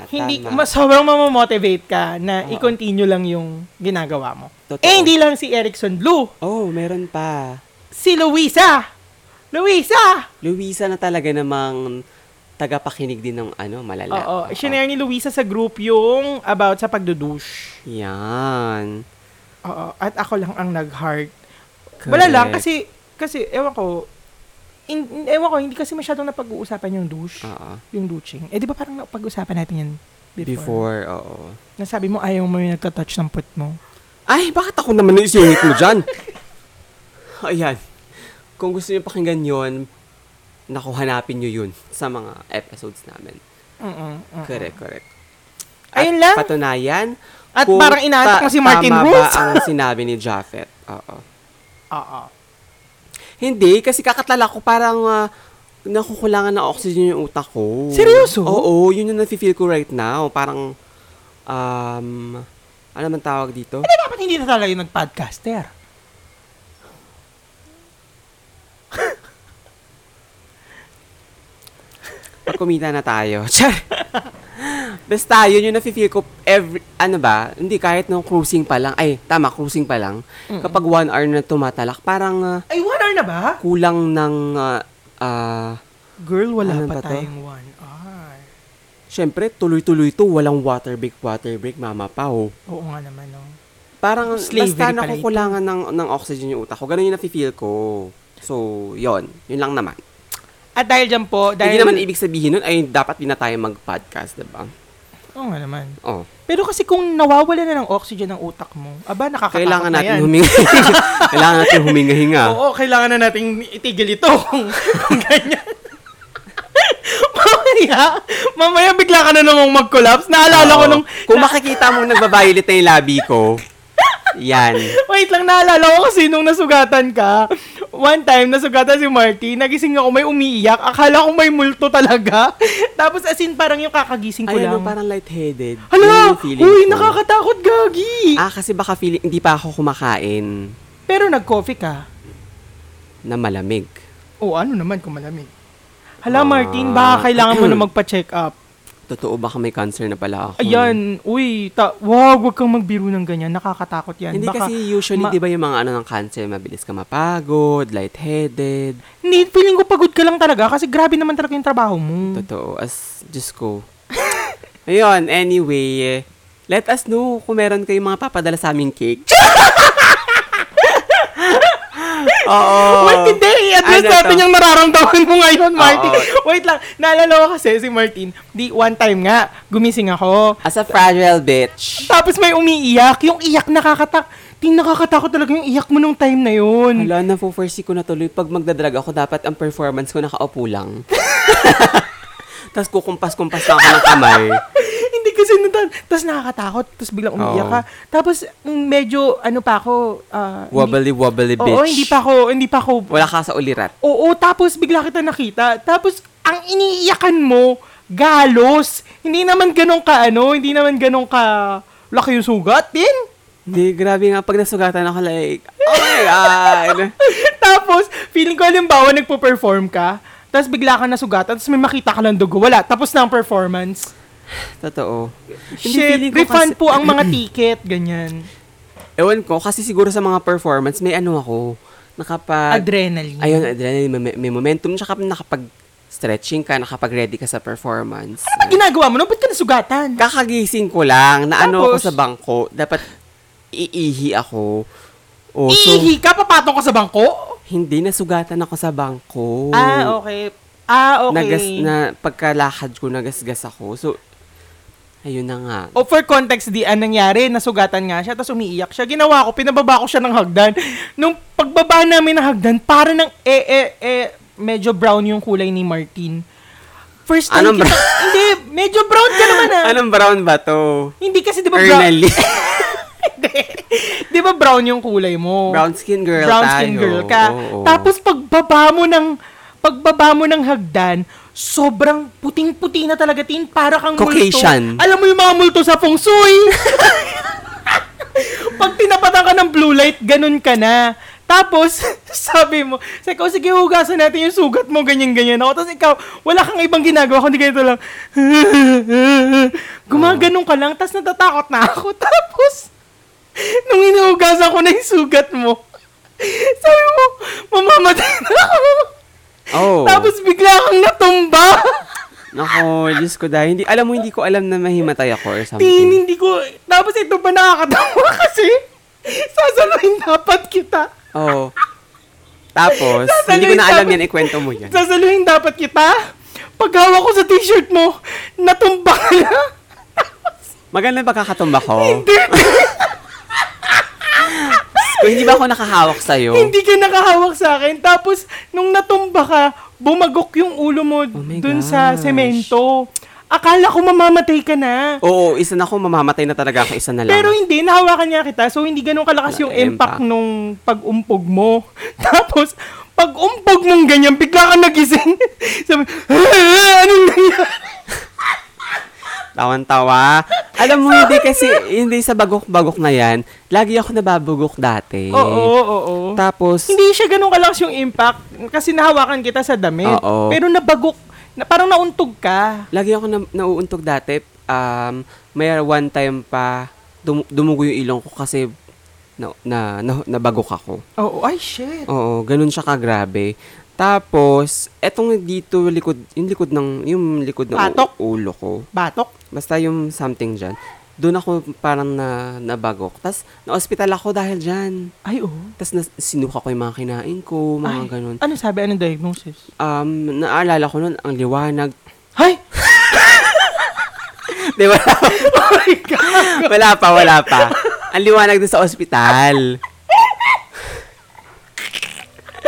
[SPEAKER 2] hindi,
[SPEAKER 1] tama.
[SPEAKER 2] mas sobrang mamomotivate ka na
[SPEAKER 1] Oo.
[SPEAKER 2] i-continue lang yung ginagawa mo.
[SPEAKER 1] Totoo.
[SPEAKER 2] Eh, hindi lang si Erickson Blue,
[SPEAKER 1] Oh, meron pa.
[SPEAKER 2] si Luisa! Luisa!
[SPEAKER 1] Luisa na talaga namang tagapakinig din ng ano, malala.
[SPEAKER 2] Oo. Shinare ni Luisa sa group yung about sa pagdudush.
[SPEAKER 1] Yan.
[SPEAKER 2] Oo. At ako lang ang nag-heart. Wala lang
[SPEAKER 1] Correct.
[SPEAKER 2] kasi, kasi ewan ko, in- in- ewan ko, hindi kasi masyadong napag-uusapan yung douche.
[SPEAKER 1] Oo.
[SPEAKER 2] Yung douching. Eh, di ba parang napag-uusapan natin yan before?
[SPEAKER 1] Before, oo.
[SPEAKER 2] Nasabi mo ayaw mo yung nagtatouch ng put mo.
[SPEAKER 1] Ay, bakit ako naman naisingit mo dyan? Ayan. Kung gusto niyo pakinggan yon naku, hanapin niyo yun sa mga episodes namin.
[SPEAKER 2] Mm-mm, mm.
[SPEAKER 1] Correct, correct.
[SPEAKER 2] Ayun lang.
[SPEAKER 1] Patunayan.
[SPEAKER 2] At
[SPEAKER 1] kung
[SPEAKER 2] parang inaatak mo si Martin
[SPEAKER 1] tama ba
[SPEAKER 2] Ruiz.
[SPEAKER 1] ang sinabi ni Japheth? Oo.
[SPEAKER 2] Oo.
[SPEAKER 1] Hindi, kasi kakatlala ko parang ah, nakukulangan ng oxygen yung utak ko.
[SPEAKER 2] Seryoso?
[SPEAKER 1] Oo, yun yung nafe-feel ko right now. Parang, um, ano man tawag dito?
[SPEAKER 2] Eh, dapat hindi na talaga yung nag-podcaster.
[SPEAKER 1] Pag kumita na tayo. Char! Basta, yun yung nafe-feel ko every, ano ba, hindi kahit nung cruising pa lang, ay, tama, cruising pa lang, kapag one hour na tumatalak, parang, ah,
[SPEAKER 2] Ay, one hour na ba?
[SPEAKER 1] Kulang ng, ah, ah,
[SPEAKER 2] Girl, wala
[SPEAKER 1] Ano ba
[SPEAKER 2] pa
[SPEAKER 1] to?
[SPEAKER 2] tayong one hour.
[SPEAKER 1] syempre, tuloy-tuloy to. Walang water break, water break, mama pa, oh.
[SPEAKER 2] Oo nga naman, no?
[SPEAKER 1] Parang,
[SPEAKER 2] Slavery
[SPEAKER 1] basta
[SPEAKER 2] pala
[SPEAKER 1] nakukulangan ng, ng oxygen yung utak ko. Ganun yung nafe-feel ko. So, yon Yun lang naman.
[SPEAKER 2] At dahil dyan po, dahil...
[SPEAKER 1] Hindi naman ibig sabihin nun, ay dapat din na tayo mag-podcast, diba?
[SPEAKER 2] Oo nga naman.
[SPEAKER 1] Oh.
[SPEAKER 2] Pero kasi kung nawawala na ng oxygen ng utak mo, aba, nakakatakot
[SPEAKER 1] Kailangan
[SPEAKER 2] na
[SPEAKER 1] natin
[SPEAKER 2] yan.
[SPEAKER 1] huminga. Kailangan natin huminga-hinga.
[SPEAKER 2] Oo, kailangan na nating itigil ito kung kung ganyan. mamaya, mamaya bigla ka na namang mag-collapse. Naalala ko
[SPEAKER 1] Oo.
[SPEAKER 2] nung...
[SPEAKER 1] Kung makikita mo nagbabiolate na yung labi ko, yan.
[SPEAKER 2] Wait lang, naalala ko kasi nung nasugatan ka, one time nasugatan si Marty, nagising ako may umiiyak, akala ko may multo talaga. Tapos as in parang yung kakagising ko
[SPEAKER 1] Ay, ano,
[SPEAKER 2] lang.
[SPEAKER 1] parang lightheaded. Yun
[SPEAKER 2] Hala!
[SPEAKER 1] yung feeling
[SPEAKER 2] Uy,
[SPEAKER 1] ko.
[SPEAKER 2] nakakatakot gagi!
[SPEAKER 1] Ah, kasi baka feeling, hindi pa ako kumakain
[SPEAKER 2] Pero nag-coffee ka.
[SPEAKER 1] na malamig.
[SPEAKER 2] O ano naman kung malamig. Hala,
[SPEAKER 1] Ah.
[SPEAKER 2] Martin, baka kailangan mo na magpa-check up.
[SPEAKER 1] Totoo baka may cancer na pala ako.
[SPEAKER 2] Ayan, uy, ta- wow, wag kang magbiro ng ganyan. Nakakatakot yan.
[SPEAKER 1] Hindi
[SPEAKER 2] Baka,
[SPEAKER 1] kasi usually,
[SPEAKER 2] ma-
[SPEAKER 1] di ba yung mga ano ng cancer, mabilis ka mapagod, lightheaded.
[SPEAKER 2] Hindi, feeling ko pagod ka lang talaga kasi grabe naman talaga yung trabaho mo.
[SPEAKER 1] Totoo. As, Diyos ko. Ayun, anyway. Let us know kung meron kayong mga papadala sa aming cake. Oo.
[SPEAKER 2] Wait, hindi. I-address
[SPEAKER 1] Ano to?
[SPEAKER 2] natin yung nararamdaman mo ngayon, Martin.
[SPEAKER 1] Oo.
[SPEAKER 2] Wait lang. Naalala ko kasi si Martin. Di, one time nga, gumising ako.
[SPEAKER 1] As a fragile bitch.
[SPEAKER 2] Tapos may umiiyak. Yung iyak nakakatak... Di, nakakatakot talaga yung iyak mo nung time na yun.
[SPEAKER 1] Hala, nafo-foresee ko na tuloy. Pag magdadrag ako, dapat ang performance ko nakaupo lang. Tapos kukumpas-kumpas lang ako ng kamay.
[SPEAKER 2] hindi kasi natan... Tapos nakakatakot. Tapos biglang umiiyak
[SPEAKER 1] Oo.
[SPEAKER 2] ka. Tapos mm, medyo, ano pa ako... ah, hindi-
[SPEAKER 1] Wobbly-wobbly bitch.
[SPEAKER 2] Oo, hindi pa ako... Hindi pa ako
[SPEAKER 1] Wala ka sa ulirat.
[SPEAKER 2] Oo, tapos bigla kita nakita. Tapos, ang iniiyakan mo, galos. Hindi naman ganun ka, ano, hindi naman ganun ka, laki yung sugat din.
[SPEAKER 1] Hindi, grabe nga. Pag nasugatan ako, like, oh my God.
[SPEAKER 2] tapos, feeling ko, halimbawa, nagpo-perform ka, tapos bigla ka nasugatan, tapos may makita ka lang dugo. Wala, tapos na ang performance.
[SPEAKER 1] Totoo. Hindi, feeling
[SPEAKER 2] Shit,
[SPEAKER 1] ko
[SPEAKER 2] refund
[SPEAKER 1] kasi-
[SPEAKER 2] po ang mga ticket, ganyan.
[SPEAKER 1] Ewan ko, kasi siguro sa mga performance, may ano ako, nakapag...
[SPEAKER 2] Adrenaline.
[SPEAKER 1] ayun, adrenaline, may, may momentum, tsaka nakapag-stretching ka, nakapag-ready ka sa performance.
[SPEAKER 2] Ano ginagawa mo? No? Ba't ka nasugatan?
[SPEAKER 1] Kakagising ko lang, na ano ako
[SPEAKER 2] Tapos?
[SPEAKER 1] sa bangko, dapat iihi ako. O, so,
[SPEAKER 2] Iihi ka, papatong ka sa bangko?
[SPEAKER 1] hindi, nasugatan ako sa bangko.
[SPEAKER 2] Ah, okay. Ah, okay.
[SPEAKER 1] Nagas, na pagkalakad ko, nagasgas ako. So, ayun na nga.
[SPEAKER 2] O Oh, for context, di ang nangyari, nasugatan nga siya, tapos umiiyak siya. Ginawa ko, pinababa ko siya ng hagdan. Nung pagbaba namin ng hagdan, para ng eh, eh, eh, medyo brown yung kulay ni Martin. First time
[SPEAKER 1] Anong
[SPEAKER 2] kita,
[SPEAKER 1] brown?
[SPEAKER 2] hindi, medyo brown ka naman ah.
[SPEAKER 1] Anong brown ba to?
[SPEAKER 2] Hindi kasi di ba brown,
[SPEAKER 1] Ernally.
[SPEAKER 2] di ba brown yung kulay mo?
[SPEAKER 1] brown skin girl
[SPEAKER 2] Brown
[SPEAKER 1] tayo.
[SPEAKER 2] skin girl ka.
[SPEAKER 1] Oo.
[SPEAKER 2] Tapos pagbaba mo ng pagbaba mo ng hagdan, sobrang puting-puti na talaga tin para kang
[SPEAKER 1] Caucasian.
[SPEAKER 2] multo. Alam mo yung mga multo sa feng shui. Pag tinapatan ka ng blue light, ganun ka na. Tapos, sabi mo, sabi ko, sige, hugasan natin yung sugat mo, ganyan-ganyan ako. Tapos ikaw, wala kang ibang ginagawa, kundi ganito lang. Gumaganon ka lang, tapos natatakot na ako. Tapos, nung inuugasan ko na yung sugat mo, sabi mo, mamamatay na ako.
[SPEAKER 1] Oh.
[SPEAKER 2] Tapos bigla kang natumba.
[SPEAKER 1] Nako, Diyos ko dahil. Hindi, alam mo, hindi ko alam na mahimatay ako or
[SPEAKER 2] Tin,
[SPEAKER 1] something.
[SPEAKER 2] hindi ko, tapos ito pa nakakatawa kasi, sasaluhin dapat kita.
[SPEAKER 1] Oo. Oh, Tapos,
[SPEAKER 2] Sasaluhin
[SPEAKER 1] hindi ko na alam
[SPEAKER 2] dapat-
[SPEAKER 1] yan. Ikwento mo yan.
[SPEAKER 2] Sasaluhin dapat kita. Paghawak ko sa t-shirt mo, natumba ka na.
[SPEAKER 1] Maganda ba kakatumba ko?
[SPEAKER 2] Hindi,
[SPEAKER 1] Kung hindi ba ako nakahawak sa'yo?
[SPEAKER 2] hindi ka nakahawak sa akin. Tapos, nung natumba ka, bumagok yung ulo mo
[SPEAKER 1] Oh my
[SPEAKER 2] dun sa
[SPEAKER 1] gosh.
[SPEAKER 2] semento. Akala ko mamamatay ka na.
[SPEAKER 1] Oo, isa na ako. Mamamatay na talaga ako. Isa na lang.
[SPEAKER 2] Pero hindi, nahawakan niya kita. So, hindi ganun kalakas yung impact
[SPEAKER 1] impact.
[SPEAKER 2] nung pag-umpog mo. Tapos, pag-umpog mong ganyan, bigla ka nagising. Sabi, anong
[SPEAKER 1] Eh.
[SPEAKER 2] nangyari?
[SPEAKER 1] Tawan-tawa. Alam mo, hindi kasi, hindi sa bagok-bagok na yan. Lagi ako nababugok dati.
[SPEAKER 2] Oo, oo, oo.
[SPEAKER 1] Tapos,
[SPEAKER 2] hindi siya ganun kalakas yung impact kasi nahawakan kita sa damit.
[SPEAKER 1] Oo.
[SPEAKER 2] Pero nabagok, na, parang nauntog ka.
[SPEAKER 1] lagi ako na, nauuntog dati. Um, may one time pa, dum- dumugo yung ilong ko kasi na, na, na, nabagok ako.
[SPEAKER 2] Oh, ay, shit.
[SPEAKER 1] Oo, ganun siya kagrabe. Tapos, etong dito, likod, yung likod ng, yung likod ng
[SPEAKER 2] Patok?
[SPEAKER 1] ulo ko.
[SPEAKER 2] Batok.
[SPEAKER 1] Basta yung something dyan. Doon ako parang na, nabagok. Tapos, na-hospital ako dahil dyan.
[SPEAKER 2] Ay, oo.
[SPEAKER 1] Tapos, nas- sinuka ko yung mga kinain ko, mga
[SPEAKER 2] Ay,
[SPEAKER 1] ganun.
[SPEAKER 2] Ano sabi? Anong diagnosis?
[SPEAKER 1] Um, naalala ko nun, ang liwanag.
[SPEAKER 2] Hay!
[SPEAKER 1] Di ba?
[SPEAKER 2] oh
[SPEAKER 1] wala pa, wala pa. Ang liwanag doon sa ospital.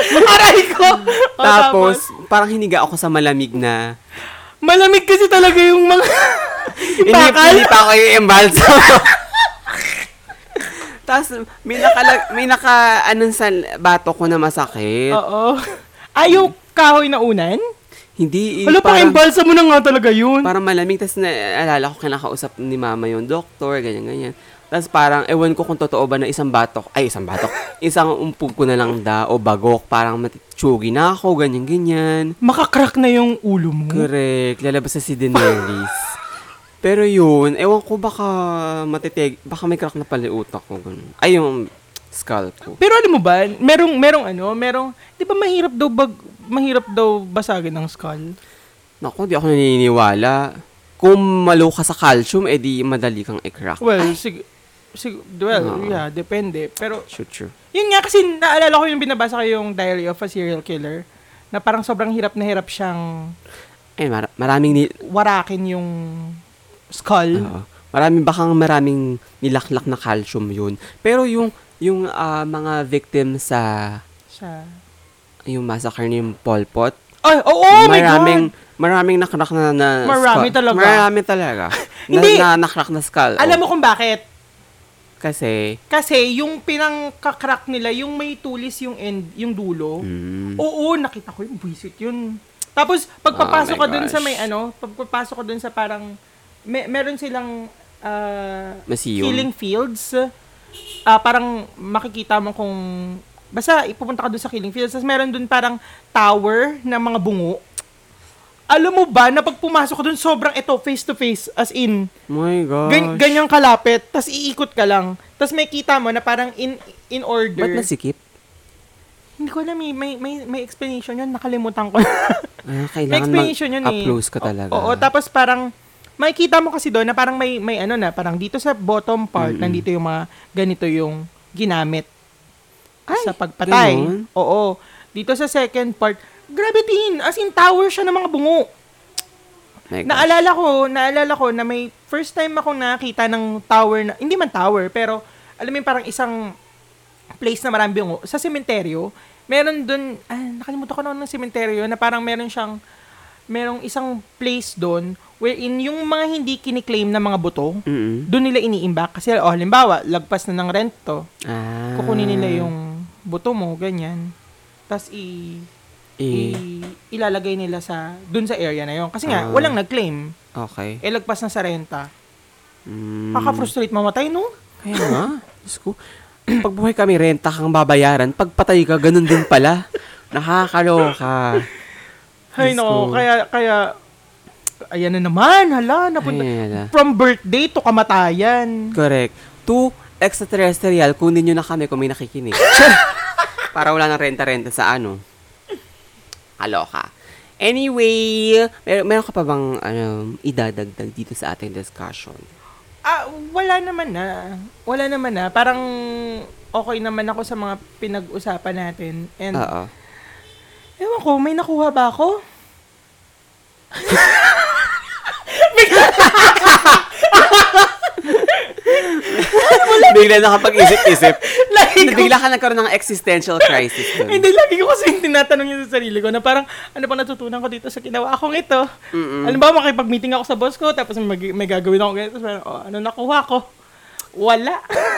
[SPEAKER 2] Aray ko! O,
[SPEAKER 1] Tapos, parang hiniga ako sa malamig na
[SPEAKER 2] Malamig kasi talaga yung mga... yung
[SPEAKER 1] Inip,
[SPEAKER 2] bakal.
[SPEAKER 1] inip ako yung embalso. Tapos, may nakalag, may naka, anong sa bato ko na masakit.
[SPEAKER 2] Oo. Ay, yung kahoy na unan?
[SPEAKER 1] Hindi, eh,
[SPEAKER 2] Wala pang
[SPEAKER 1] parang,
[SPEAKER 2] embalsa mo na nga talaga yun.
[SPEAKER 1] parang malamig. Tapos, naalala ko, kinakausap ni mama yung doktor, ganyan, ganyan. Tapos parang, ewan ko kung totoo ba na isang batok, ay isang batok, isang umpog ko na lang da, o bagok, parang matitsugi na ako, ganyan, ganyan.
[SPEAKER 2] Makakrack na yung ulo mo.
[SPEAKER 1] Correct. Lalabas na si Daenerys. Pero yun, ewan ko baka matiteg, baka may crack na pala yung utak ko. Ganun. Ay, yung skull ko.
[SPEAKER 2] Pero alam mo ba, merong, merong ano, merong, di ba mahirap daw bag, mahirap daw basagin ng skull?
[SPEAKER 1] Naku, di ako naniniwala. Kung malo ka sa calcium, edi madali kang i-crack.
[SPEAKER 2] Well, sig, sig, well,
[SPEAKER 1] Oo.
[SPEAKER 2] yeah, depende. Pero,
[SPEAKER 1] Shoot, sure.
[SPEAKER 2] yun nga kasi naalala ko yung binabasa ko yung Diary of a Serial Killer na parang sobrang hirap na hirap siyang
[SPEAKER 1] Ay, mar- maraming ni...
[SPEAKER 2] warakin yung skull.
[SPEAKER 1] Oo. maraming, baka maraming nilaklak na calcium yun. Pero yung, yung ah, mga victim sa
[SPEAKER 2] Sa...
[SPEAKER 1] yung massacre ni Pol Pot,
[SPEAKER 2] Ay, oo, oh, my
[SPEAKER 1] maraming,
[SPEAKER 2] God!
[SPEAKER 1] maraming nakrak na, na
[SPEAKER 2] Marami talaga.
[SPEAKER 1] Marami talaga. na,
[SPEAKER 2] Hindi.
[SPEAKER 1] na nakrak na skull. Oh,
[SPEAKER 2] Alam mo kung bakit?
[SPEAKER 1] Kasi,
[SPEAKER 2] Kasi yung pinangkakrack nila, yung may tulis yung end, yung dulo.
[SPEAKER 1] mm,
[SPEAKER 2] Oo, nakita ko yung buwisit yun. Tapos,
[SPEAKER 1] Oh
[SPEAKER 2] pagpapasok
[SPEAKER 1] my
[SPEAKER 2] ka dun sa may
[SPEAKER 1] gosh.
[SPEAKER 2] ano, pagpapasok ka dun sa parang, me- meron silang ah,
[SPEAKER 1] masiyong.
[SPEAKER 2] killing fields. Ah, parang makikita mo kung, basta ipupunta ka dun sa killing fields. Tapos meron dun parang tower na mga bungo. Alam mo ba, na pag pumasok ka dun, sobrang ito, face to face, as in,
[SPEAKER 1] My gosh.
[SPEAKER 2] gan- ganyang kalapit, tapos iikot ka lang. Tapos may kita mo na parang in in order.
[SPEAKER 1] Ba't masikip?
[SPEAKER 2] Hindi ko alam, eh, may, may, may explanation yun, nakalimutan ko na.
[SPEAKER 1] Ah,
[SPEAKER 2] May
[SPEAKER 1] kailangan
[SPEAKER 2] explanation yun eh.
[SPEAKER 1] mag-upload ka talaga.
[SPEAKER 2] Oo, tapos parang makikita mo kasi doon na parang may may ano na, parang dito sa bottom part
[SPEAKER 1] Mm-mm.
[SPEAKER 2] nandito yung mga ganito yung ginamit sa pagpatay.
[SPEAKER 1] ganun?
[SPEAKER 2] Oo. Dito sa second part, grabe din, as in tower siya ng mga bungo.
[SPEAKER 1] My gosh.
[SPEAKER 2] Naalala ko, naalala ko na may first time akong nakita ng tower na, hindi man tower, pero alam mo yung parang isang place na marami bungo. Sa sementeryo, meron dun, ah, nakalimutan ko na ng sementeryo, na parang meron siyang, merong isang place dun wherein yung mga hindi kiniklaim na mga buto,
[SPEAKER 1] Mm-mm.
[SPEAKER 2] dun nila iniimbak. Kasi, oh, halimbawa, lagpas na ng rent to,
[SPEAKER 1] Ah.
[SPEAKER 2] kukunin nila yung buto mo, ganyan. Tapos, i,
[SPEAKER 1] Eh,
[SPEAKER 2] i, ilalagay nila sa, dun sa area na yon Kasi nga,
[SPEAKER 1] Ah.
[SPEAKER 2] walang nag-claim
[SPEAKER 1] okay.
[SPEAKER 2] eh lagpas na sa renta.
[SPEAKER 1] Mm.
[SPEAKER 2] Kaka-frustrate mamatay, no?
[SPEAKER 1] Kaya nga. Diyos ko. Pag buhay kami, renta kang babayaran. Pagpatay ka, ganun din pala. Nakakaloka.
[SPEAKER 2] Ay,
[SPEAKER 1] Diyos ko.
[SPEAKER 2] no, kaya, kaya, ayan na naman, hala, napunta.
[SPEAKER 1] Ay, ala.
[SPEAKER 2] From birthday to kamatayan.
[SPEAKER 1] Correct. Two, extraterrestrial, kunin nyo na kami kung may nakikinig. Para wala nang renta-renta sa ano. Aloka. Anyway, mer- meron ka pa bang ano, idadagdag dito sa ating discussion?
[SPEAKER 2] Ah, wala naman na. Wala naman na. Parang okay naman ako sa mga pinag-usapan natin. And,
[SPEAKER 1] Oo.
[SPEAKER 2] ewan ko, may nakuha ba ako?
[SPEAKER 1] Bigla nakapag-isip-isip.
[SPEAKER 2] Lagi ko,
[SPEAKER 1] Bigla ka nagkaroon ng existential crisis dun.
[SPEAKER 2] Eh, hindi, lagi ko kasi tinatanong yun sa sarili ko na parang, ano pang natutunan ko dito sa ginawa akong ito?
[SPEAKER 1] Mm-mm.
[SPEAKER 2] Alam ba, makipag-meeting ako sa boss ko, tapos mag, may gagawin ako ganito. Tapos parang, oh, ano nakuha ko? Wala.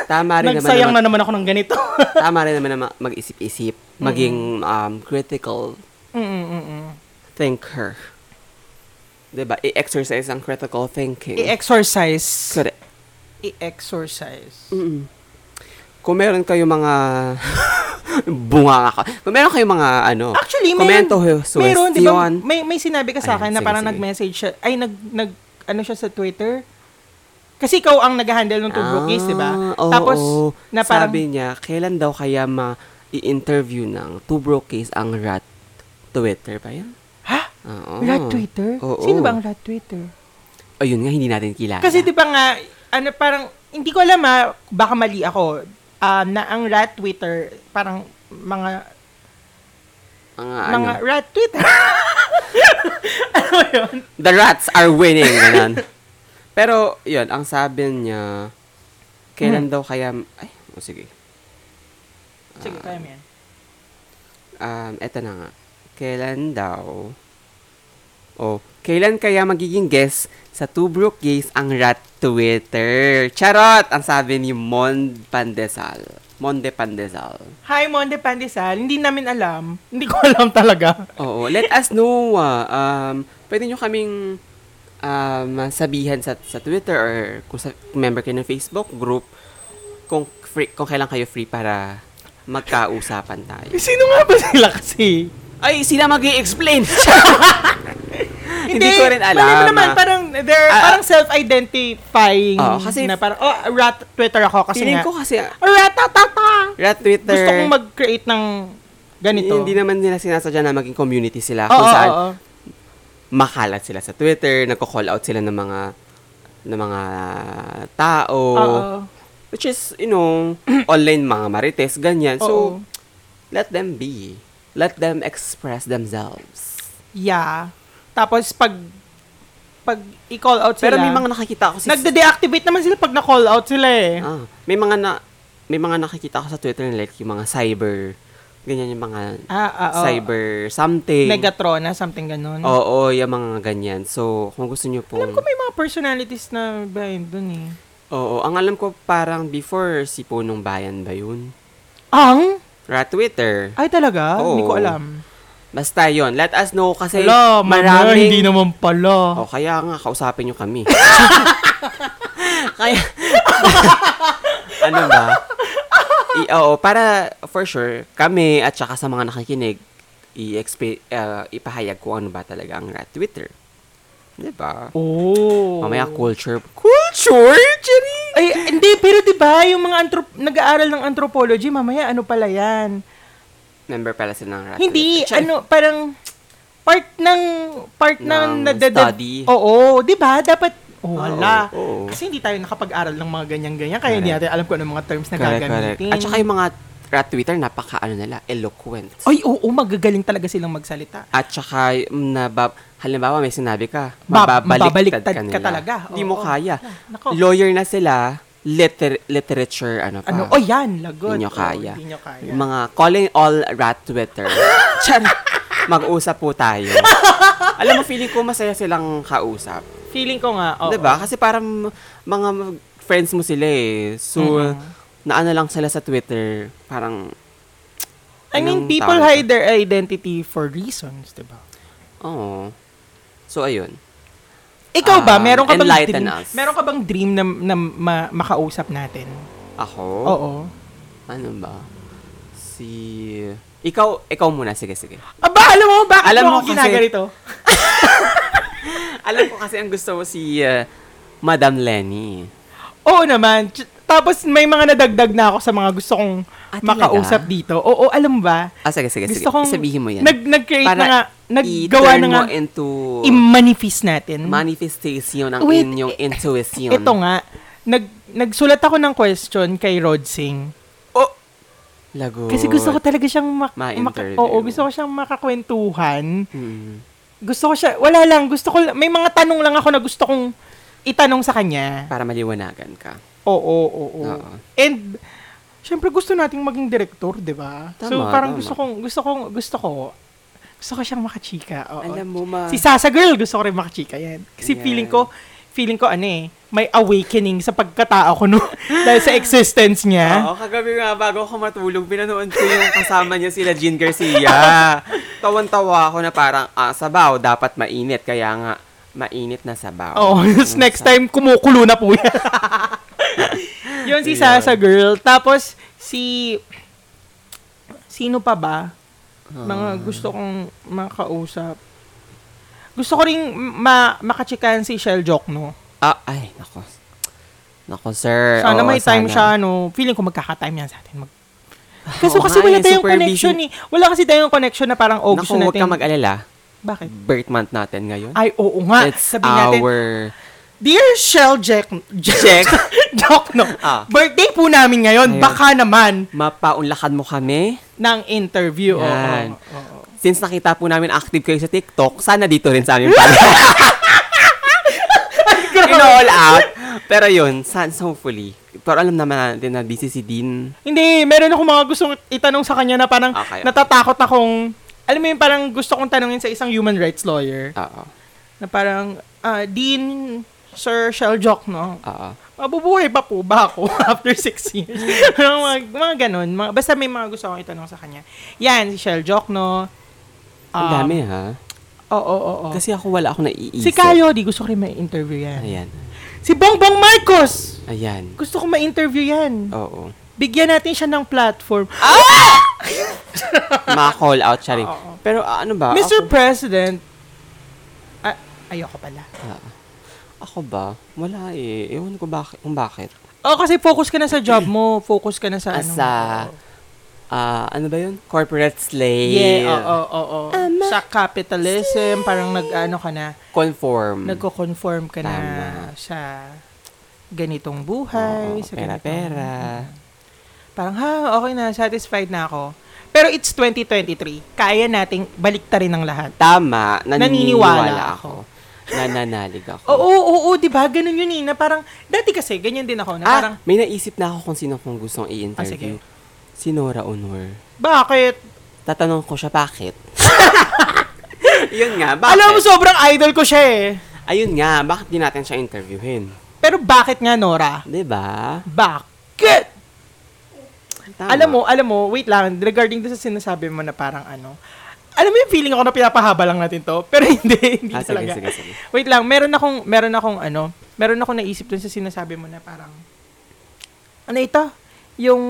[SPEAKER 1] Tama rin naman.
[SPEAKER 2] Nagsayang
[SPEAKER 1] na
[SPEAKER 2] na naman ako ng ganito.
[SPEAKER 1] mag- tama rin naman na ma- mag-isip-isip.
[SPEAKER 2] Mm-hmm.
[SPEAKER 1] Maging um, critical
[SPEAKER 2] Mm-mm-mm.
[SPEAKER 1] thinker. 'Di ba? I-exercise ang critical thinking.
[SPEAKER 2] I-exercise.
[SPEAKER 1] Correct.
[SPEAKER 2] I-exercise.
[SPEAKER 1] Mm-mm. Kung meron kayo mga bunga ako. Kung meron kayong mga ano,
[SPEAKER 2] Actually, meron,
[SPEAKER 1] komento, suggestion.
[SPEAKER 2] meron, di ba? May, may sinabi ka sa
[SPEAKER 1] Ayan,
[SPEAKER 2] akin na
[SPEAKER 1] sige,
[SPEAKER 2] parang
[SPEAKER 1] sige.
[SPEAKER 2] nag-message siya. Ay, nag, nag, ano siya sa Twitter? Kasi ikaw ang nag-handle ng two Brookies, di ba?
[SPEAKER 1] Ah, oo,
[SPEAKER 2] Tapos,
[SPEAKER 1] oo.
[SPEAKER 2] na parang-
[SPEAKER 1] sabi niya, kailan daw kaya ma i-interview ng two brokers ang rat Twitter pa yan?
[SPEAKER 2] Ha?
[SPEAKER 1] Oo.
[SPEAKER 2] Rat Twitter?
[SPEAKER 1] Oh. Oo.
[SPEAKER 2] Sino ba ang Rat Twitter?
[SPEAKER 1] Ayun nga, hindi natin kilala.
[SPEAKER 2] Kasi di ba nga, ano, parang, hindi ko alam ha, baka mali ako, um, na ang rat Twitter, parang mga,
[SPEAKER 1] mga,
[SPEAKER 2] mga
[SPEAKER 1] ano,
[SPEAKER 2] rat Twitter. ano yun?
[SPEAKER 1] the rats are winning, ganun. Pero, yun, ang sabi niya,
[SPEAKER 2] Hmm.
[SPEAKER 1] kailan daw kaya, ay, oh, sige,
[SPEAKER 2] Sige, kaya mo yan.
[SPEAKER 1] um, eto na nga, kailan daw, oh, kailan kaya magiging guest sa Two Brook Gays ang rat Twitter? Charot! Ang sabi ni Mon Pandesal. Monde Pandesal.
[SPEAKER 2] Hi, Monde Pandesal. Hindi namin alam. Hindi ko alam talaga.
[SPEAKER 1] Oo. Let us know. ah. um, pwede nyo kaming um, sabihan sa, sa Twitter or kung sa, member kayo ng Facebook group kung free, kung kailan kayo free para magkausapan tayo.
[SPEAKER 2] Eh, Sino nga ba sila kasi?
[SPEAKER 1] Ay, sila mag explain Hindi ko rin alam,
[SPEAKER 2] Malay mo naman,
[SPEAKER 1] ah.
[SPEAKER 2] parang, they're
[SPEAKER 1] Ah,
[SPEAKER 2] parang self-identifying.
[SPEAKER 1] Oo, kasi-
[SPEAKER 2] na parang, oh, rat Twitter ako kasi
[SPEAKER 1] Feeling
[SPEAKER 2] nga.
[SPEAKER 1] ko kasi,
[SPEAKER 2] Ratatata!
[SPEAKER 1] rat Twitter,
[SPEAKER 2] Gusto kong mag-create ng ganito.
[SPEAKER 1] hindi naman nila sinasadya na maging community sila
[SPEAKER 2] Oo,
[SPEAKER 1] kung
[SPEAKER 2] oo,
[SPEAKER 1] saan
[SPEAKER 2] oo.
[SPEAKER 1] makalat sila sa Twitter, nagko-call out sila ng mga ng mga tao.
[SPEAKER 2] Oo.
[SPEAKER 1] Which is, you know, online mga marites, ganyan. So,
[SPEAKER 2] Oo.
[SPEAKER 1] let them be. Let them express themselves.
[SPEAKER 2] Yeah. Tapos pag pag i-call out sila,
[SPEAKER 1] Pero may mga nakakita ako sa...
[SPEAKER 2] nagde-deactivate naman sila pag na-call out sila eh.
[SPEAKER 1] Ah, may mga na... May mga nakikita ako sa Twitter na like yung mga cyber... Ganyan yung mga
[SPEAKER 2] Ah, ah, oh.
[SPEAKER 1] cyber something.
[SPEAKER 2] Megatrona, something ganun.
[SPEAKER 1] Oo, yung mga ganyan. So, kung gusto nyo pong...
[SPEAKER 2] Alam ko may mga personalities na behind dun eh.
[SPEAKER 1] Oo, ang alam ko parang before si Punong Bayan ba yun?
[SPEAKER 2] Ang? Oh.
[SPEAKER 1] Ra Twitter.
[SPEAKER 2] Ay talaga?
[SPEAKER 1] Oo.
[SPEAKER 2] Hindi ko alam.
[SPEAKER 1] Basta yon let us know kasi
[SPEAKER 2] Wala, mamaya,
[SPEAKER 1] maraming...
[SPEAKER 2] hindi naman
[SPEAKER 1] Oh,
[SPEAKER 2] pala.
[SPEAKER 1] kaya nga, kausapin nyo kami. kaya... ano ba? I, oo, para for sure, kami at saka sa mga nakikinig, i-exp- ah, ipahayag ko ano ba talaga ang rat Twitter. Diba?
[SPEAKER 2] Oh.
[SPEAKER 1] Mamaya culture. Culture? Chiri!
[SPEAKER 2] Ay, hindi, pero di ba yung mga antrop- nag-aaral ng anthropology, mamaya ano pala yan?
[SPEAKER 1] Member pala sila ng rat
[SPEAKER 2] Hindi,
[SPEAKER 1] Twitter. Chari.
[SPEAKER 2] ano, parang part ng part ng,
[SPEAKER 1] Ng
[SPEAKER 2] nadada-
[SPEAKER 1] study.
[SPEAKER 2] Oo, 'di ba? Dapat oh, wala.
[SPEAKER 1] oo.
[SPEAKER 2] Kasi hindi tayo nakapag-aral ng mga ganyan-ganyan kaya hindi
[SPEAKER 1] Correct.
[SPEAKER 2] natin alam kung anong mga terms na
[SPEAKER 1] Correct, correct.
[SPEAKER 2] gagamitin.
[SPEAKER 1] At saka yung mga rat Twitter, napaka ano nila, eloquent.
[SPEAKER 2] Ay, oo, magagaling talaga silang magsalita.
[SPEAKER 1] At saka, mm, na, halimbawa may sinabi ka,
[SPEAKER 2] Bab-
[SPEAKER 1] mababaliktad
[SPEAKER 2] mababaliktad
[SPEAKER 1] ka,
[SPEAKER 2] ka
[SPEAKER 1] nila.
[SPEAKER 2] talaga.
[SPEAKER 1] Hindi
[SPEAKER 2] Oo,
[SPEAKER 1] mo
[SPEAKER 2] oo. Ah,
[SPEAKER 1] kaya.
[SPEAKER 2] Nako.
[SPEAKER 1] Lawyer na sila, liter- literature, ano pa.
[SPEAKER 2] Ano? Oh, yan, lagot.
[SPEAKER 1] Hindi nyo
[SPEAKER 2] Oo,
[SPEAKER 1] kaya.
[SPEAKER 2] Hindi nyo kaya.
[SPEAKER 1] Yung Mga calling all rat Twitter. Char, mag-usap po tayo. Alam mo, feeling ko masaya silang kausap.
[SPEAKER 2] Feeling ko nga, oo.
[SPEAKER 1] 'Di ba? Kasi parang mga friends mo sila eh. So,
[SPEAKER 2] Mm-hmm.
[SPEAKER 1] naano lang sila sa Twitter, parang,
[SPEAKER 2] I mean,
[SPEAKER 1] Anong
[SPEAKER 2] people
[SPEAKER 1] tawag ito?
[SPEAKER 2] hide their identity for reasons, 'di ba?
[SPEAKER 1] oo. oh. So, ayun.
[SPEAKER 2] Ikaw ba,
[SPEAKER 1] Um,
[SPEAKER 2] meron ka bang
[SPEAKER 1] enlighten
[SPEAKER 2] dream?
[SPEAKER 1] us.
[SPEAKER 2] Meron ka bang dream na, na ma- makausap natin?
[SPEAKER 1] Ako?
[SPEAKER 2] Oo.
[SPEAKER 1] Ano ba? Si... Ikaw, ikaw muna. Sige, sige.
[SPEAKER 2] Aba, alam mo bakit
[SPEAKER 1] Alam
[SPEAKER 2] mo
[SPEAKER 1] mo
[SPEAKER 2] ako
[SPEAKER 1] kasi-
[SPEAKER 2] ginaganito?
[SPEAKER 1] Alam ko kasi ang gusto mo si uh, Madam Lenny.
[SPEAKER 2] Oo naman. Ch- Tapos may mga nadagdag na ako sa mga gusto kong
[SPEAKER 1] Ah, talaga?
[SPEAKER 2] makausap dito. Oo, alam mo ba?
[SPEAKER 1] Ah, sige, sige,
[SPEAKER 2] Gusto
[SPEAKER 1] sige.
[SPEAKER 2] kong
[SPEAKER 1] Sabihin mo yan.
[SPEAKER 2] Nag, nag-create na nga, naggawa
[SPEAKER 1] i-turn
[SPEAKER 2] na nga,
[SPEAKER 1] mo into
[SPEAKER 2] i-manifest natin.
[SPEAKER 1] manifestation ng
[SPEAKER 2] Wait,
[SPEAKER 1] inyong
[SPEAKER 2] eh,
[SPEAKER 1] intuition.
[SPEAKER 2] Ito nga, nag, nagsulat ako ng question kay Rod Singh.
[SPEAKER 1] Oh! Lagot.
[SPEAKER 2] Kasi gusto ko talaga siyang mak-
[SPEAKER 1] Ma-interview.
[SPEAKER 2] maka- oo, gusto ko siyang makakwentuhan.
[SPEAKER 1] Hmm.
[SPEAKER 2] Gusto ko siya, wala lang, gusto ko, may mga tanong lang ako na gusto kong itanong sa kanya.
[SPEAKER 1] Para maliwanagan ka.
[SPEAKER 2] Oo, oo, oo.
[SPEAKER 1] Oo.
[SPEAKER 2] And syempre gusto nating maging director, 'di ba?
[SPEAKER 1] Tama,
[SPEAKER 2] So parang
[SPEAKER 1] tama.
[SPEAKER 2] gusto kong gusto kong gusto ko gusto ko siyang makachika. Oo.
[SPEAKER 1] Alam mo, ma...
[SPEAKER 2] Si Sasa Girl gusto ko rin makachika 'yan. Kasi
[SPEAKER 1] Yan.
[SPEAKER 2] feeling ko feeling ko ano eh, may awakening sa pagkatao ko no dahil sa existence niya.
[SPEAKER 1] Oo, kagabi nga bago ako matulog, pinanood ko yung kasama niya sila Jean Garcia. Tawan-tawa ako na parang, ah, sabaw, dapat mainit. Kaya nga, mainit na sabaw.
[SPEAKER 2] Oo, tapos Oh, next time kumukulo na po yan. Yun si
[SPEAKER 1] Ayan.
[SPEAKER 2] Sasa Girl. Tapos si sino pa ba?
[SPEAKER 1] Ah.
[SPEAKER 2] Mga gusto kong makausap. Gusto ko ring ma makachikan si Shell Jokno.
[SPEAKER 1] Ah, ay, nako. Nako, sir. Eh,
[SPEAKER 2] Sana
[SPEAKER 1] Oo,
[SPEAKER 2] may time
[SPEAKER 1] sana.
[SPEAKER 2] siya, ano, feeling ko magkakatime yan sa atin. Mag- Kaso
[SPEAKER 1] Oo
[SPEAKER 2] kasi
[SPEAKER 1] nga,
[SPEAKER 2] wala
[SPEAKER 1] eh,
[SPEAKER 2] tayong
[SPEAKER 1] super
[SPEAKER 2] connection eh. Wala kasi tayong connection na parang, oh,
[SPEAKER 1] Nako,
[SPEAKER 2] gusto
[SPEAKER 1] huwag
[SPEAKER 2] natin.
[SPEAKER 1] ka mag-alala.
[SPEAKER 2] Bakit?
[SPEAKER 1] Birth month natin ngayon.
[SPEAKER 2] Ay, oo nga.
[SPEAKER 1] It's
[SPEAKER 2] Ah, Sabihin natin,
[SPEAKER 1] our...
[SPEAKER 2] Dear Shell Jack, Jack, Jack no.
[SPEAKER 1] Ah.
[SPEAKER 2] Birthday po namin ngayon.
[SPEAKER 1] Ayun.
[SPEAKER 2] Baka naman
[SPEAKER 1] Mapaunlakan mo kami.
[SPEAKER 2] ng interview. Oo,
[SPEAKER 1] Yan.
[SPEAKER 2] oo, oo.
[SPEAKER 1] Since nakita po namin active kayo sa TikTok, sana dito rin sa amin pala. In all out. Pero yun, sans hopefully. Pero alam naman natin na busy si Dean.
[SPEAKER 2] Hindi, meron akong mga gustong itanong sa kanya na parang
[SPEAKER 1] Okay.
[SPEAKER 2] natatakot akong alam mo yun, parang gusto kong tanungin sa isang human rights lawyer
[SPEAKER 1] Oo.
[SPEAKER 2] na parang, ah, Dean, Sir Shell Jock, no?
[SPEAKER 1] Oo.
[SPEAKER 2] Mabubuhay pa po ba ako after six years? Parang mga, mga ganun. Mga, basta may mga gusto akong itanong sa kanya. Yan, si Shell Jock, no?
[SPEAKER 1] Ang
[SPEAKER 2] Um,
[SPEAKER 1] dami ha.
[SPEAKER 2] Oo, oo, oo.
[SPEAKER 1] Kasi ako wala akong naiisip.
[SPEAKER 2] Si Kayo, di gusto ko rin ma-interview yan.
[SPEAKER 1] Ayan.
[SPEAKER 2] Si Bongbong Marcos!
[SPEAKER 1] Ayan.
[SPEAKER 2] Gusto ko ma-interview yan.
[SPEAKER 1] Oo.
[SPEAKER 2] Bigyan natin siya ng platform.
[SPEAKER 1] Ma-call out siya rin.
[SPEAKER 2] Oo.
[SPEAKER 1] Pero ah, ano ba?
[SPEAKER 2] Mr.
[SPEAKER 1] Ako,
[SPEAKER 2] President, ah, ayoko pala.
[SPEAKER 1] ako ba? Wala eh. Ewan ko bakit. Kung bakit.
[SPEAKER 2] Oh, kasi focus ka na sa job mo. Focus ka na sa ano.
[SPEAKER 1] As a... ah, ano ba yun? Corporate slave.
[SPEAKER 2] Yeah, oo, oo, oo. Sa capitalism, parang nag-ano ka na,
[SPEAKER 1] Conform.
[SPEAKER 2] nagko-conform ka na
[SPEAKER 1] Hmm. Tama.
[SPEAKER 2] sa ganitong
[SPEAKER 1] Oo,
[SPEAKER 2] buhay, sa ganitong-
[SPEAKER 1] pera-pera.
[SPEAKER 2] Parang, ha, okay na, satisfied na ako. Pero it's 2023. Kaya nating baliktarin ng lahat.
[SPEAKER 1] Tama.
[SPEAKER 2] Naniniwala
[SPEAKER 1] Naniniwala
[SPEAKER 2] ako.
[SPEAKER 1] ako. Nananalig ako.
[SPEAKER 2] Oo, oo, oo, di ba? Ganun yun eh. Na parang, dati kasi, ganyan din ako. Na
[SPEAKER 1] Ah,
[SPEAKER 2] parang,
[SPEAKER 1] may naisip na ako kung sino kong gustong
[SPEAKER 2] Ah, sige.
[SPEAKER 1] i-interview. Si Nora Honor.
[SPEAKER 2] bakit?
[SPEAKER 1] Tatanong ko siya, bakit? Yun nga, bakit?
[SPEAKER 2] Alam mo, sobrang idol ko siya eh.
[SPEAKER 1] Ayun nga, bakit di natin siya interviewin?
[SPEAKER 2] Pero bakit nga, Nora?
[SPEAKER 1] 'Di ba?
[SPEAKER 2] Bakit?
[SPEAKER 1] Tama.
[SPEAKER 2] Alam mo, alam mo, wait lang. Regarding doon sa sinasabi mo na parang ano, alam mo yung feeling ako na pinapahaba lang natin to, pero hindi, hindi
[SPEAKER 1] Ah, sige,
[SPEAKER 2] talaga.
[SPEAKER 1] sige, sige.
[SPEAKER 2] Wait lang, meron akong, meron akong ano, meron akong naisip doon sa sinasabi mo na parang, ano ito? Yung,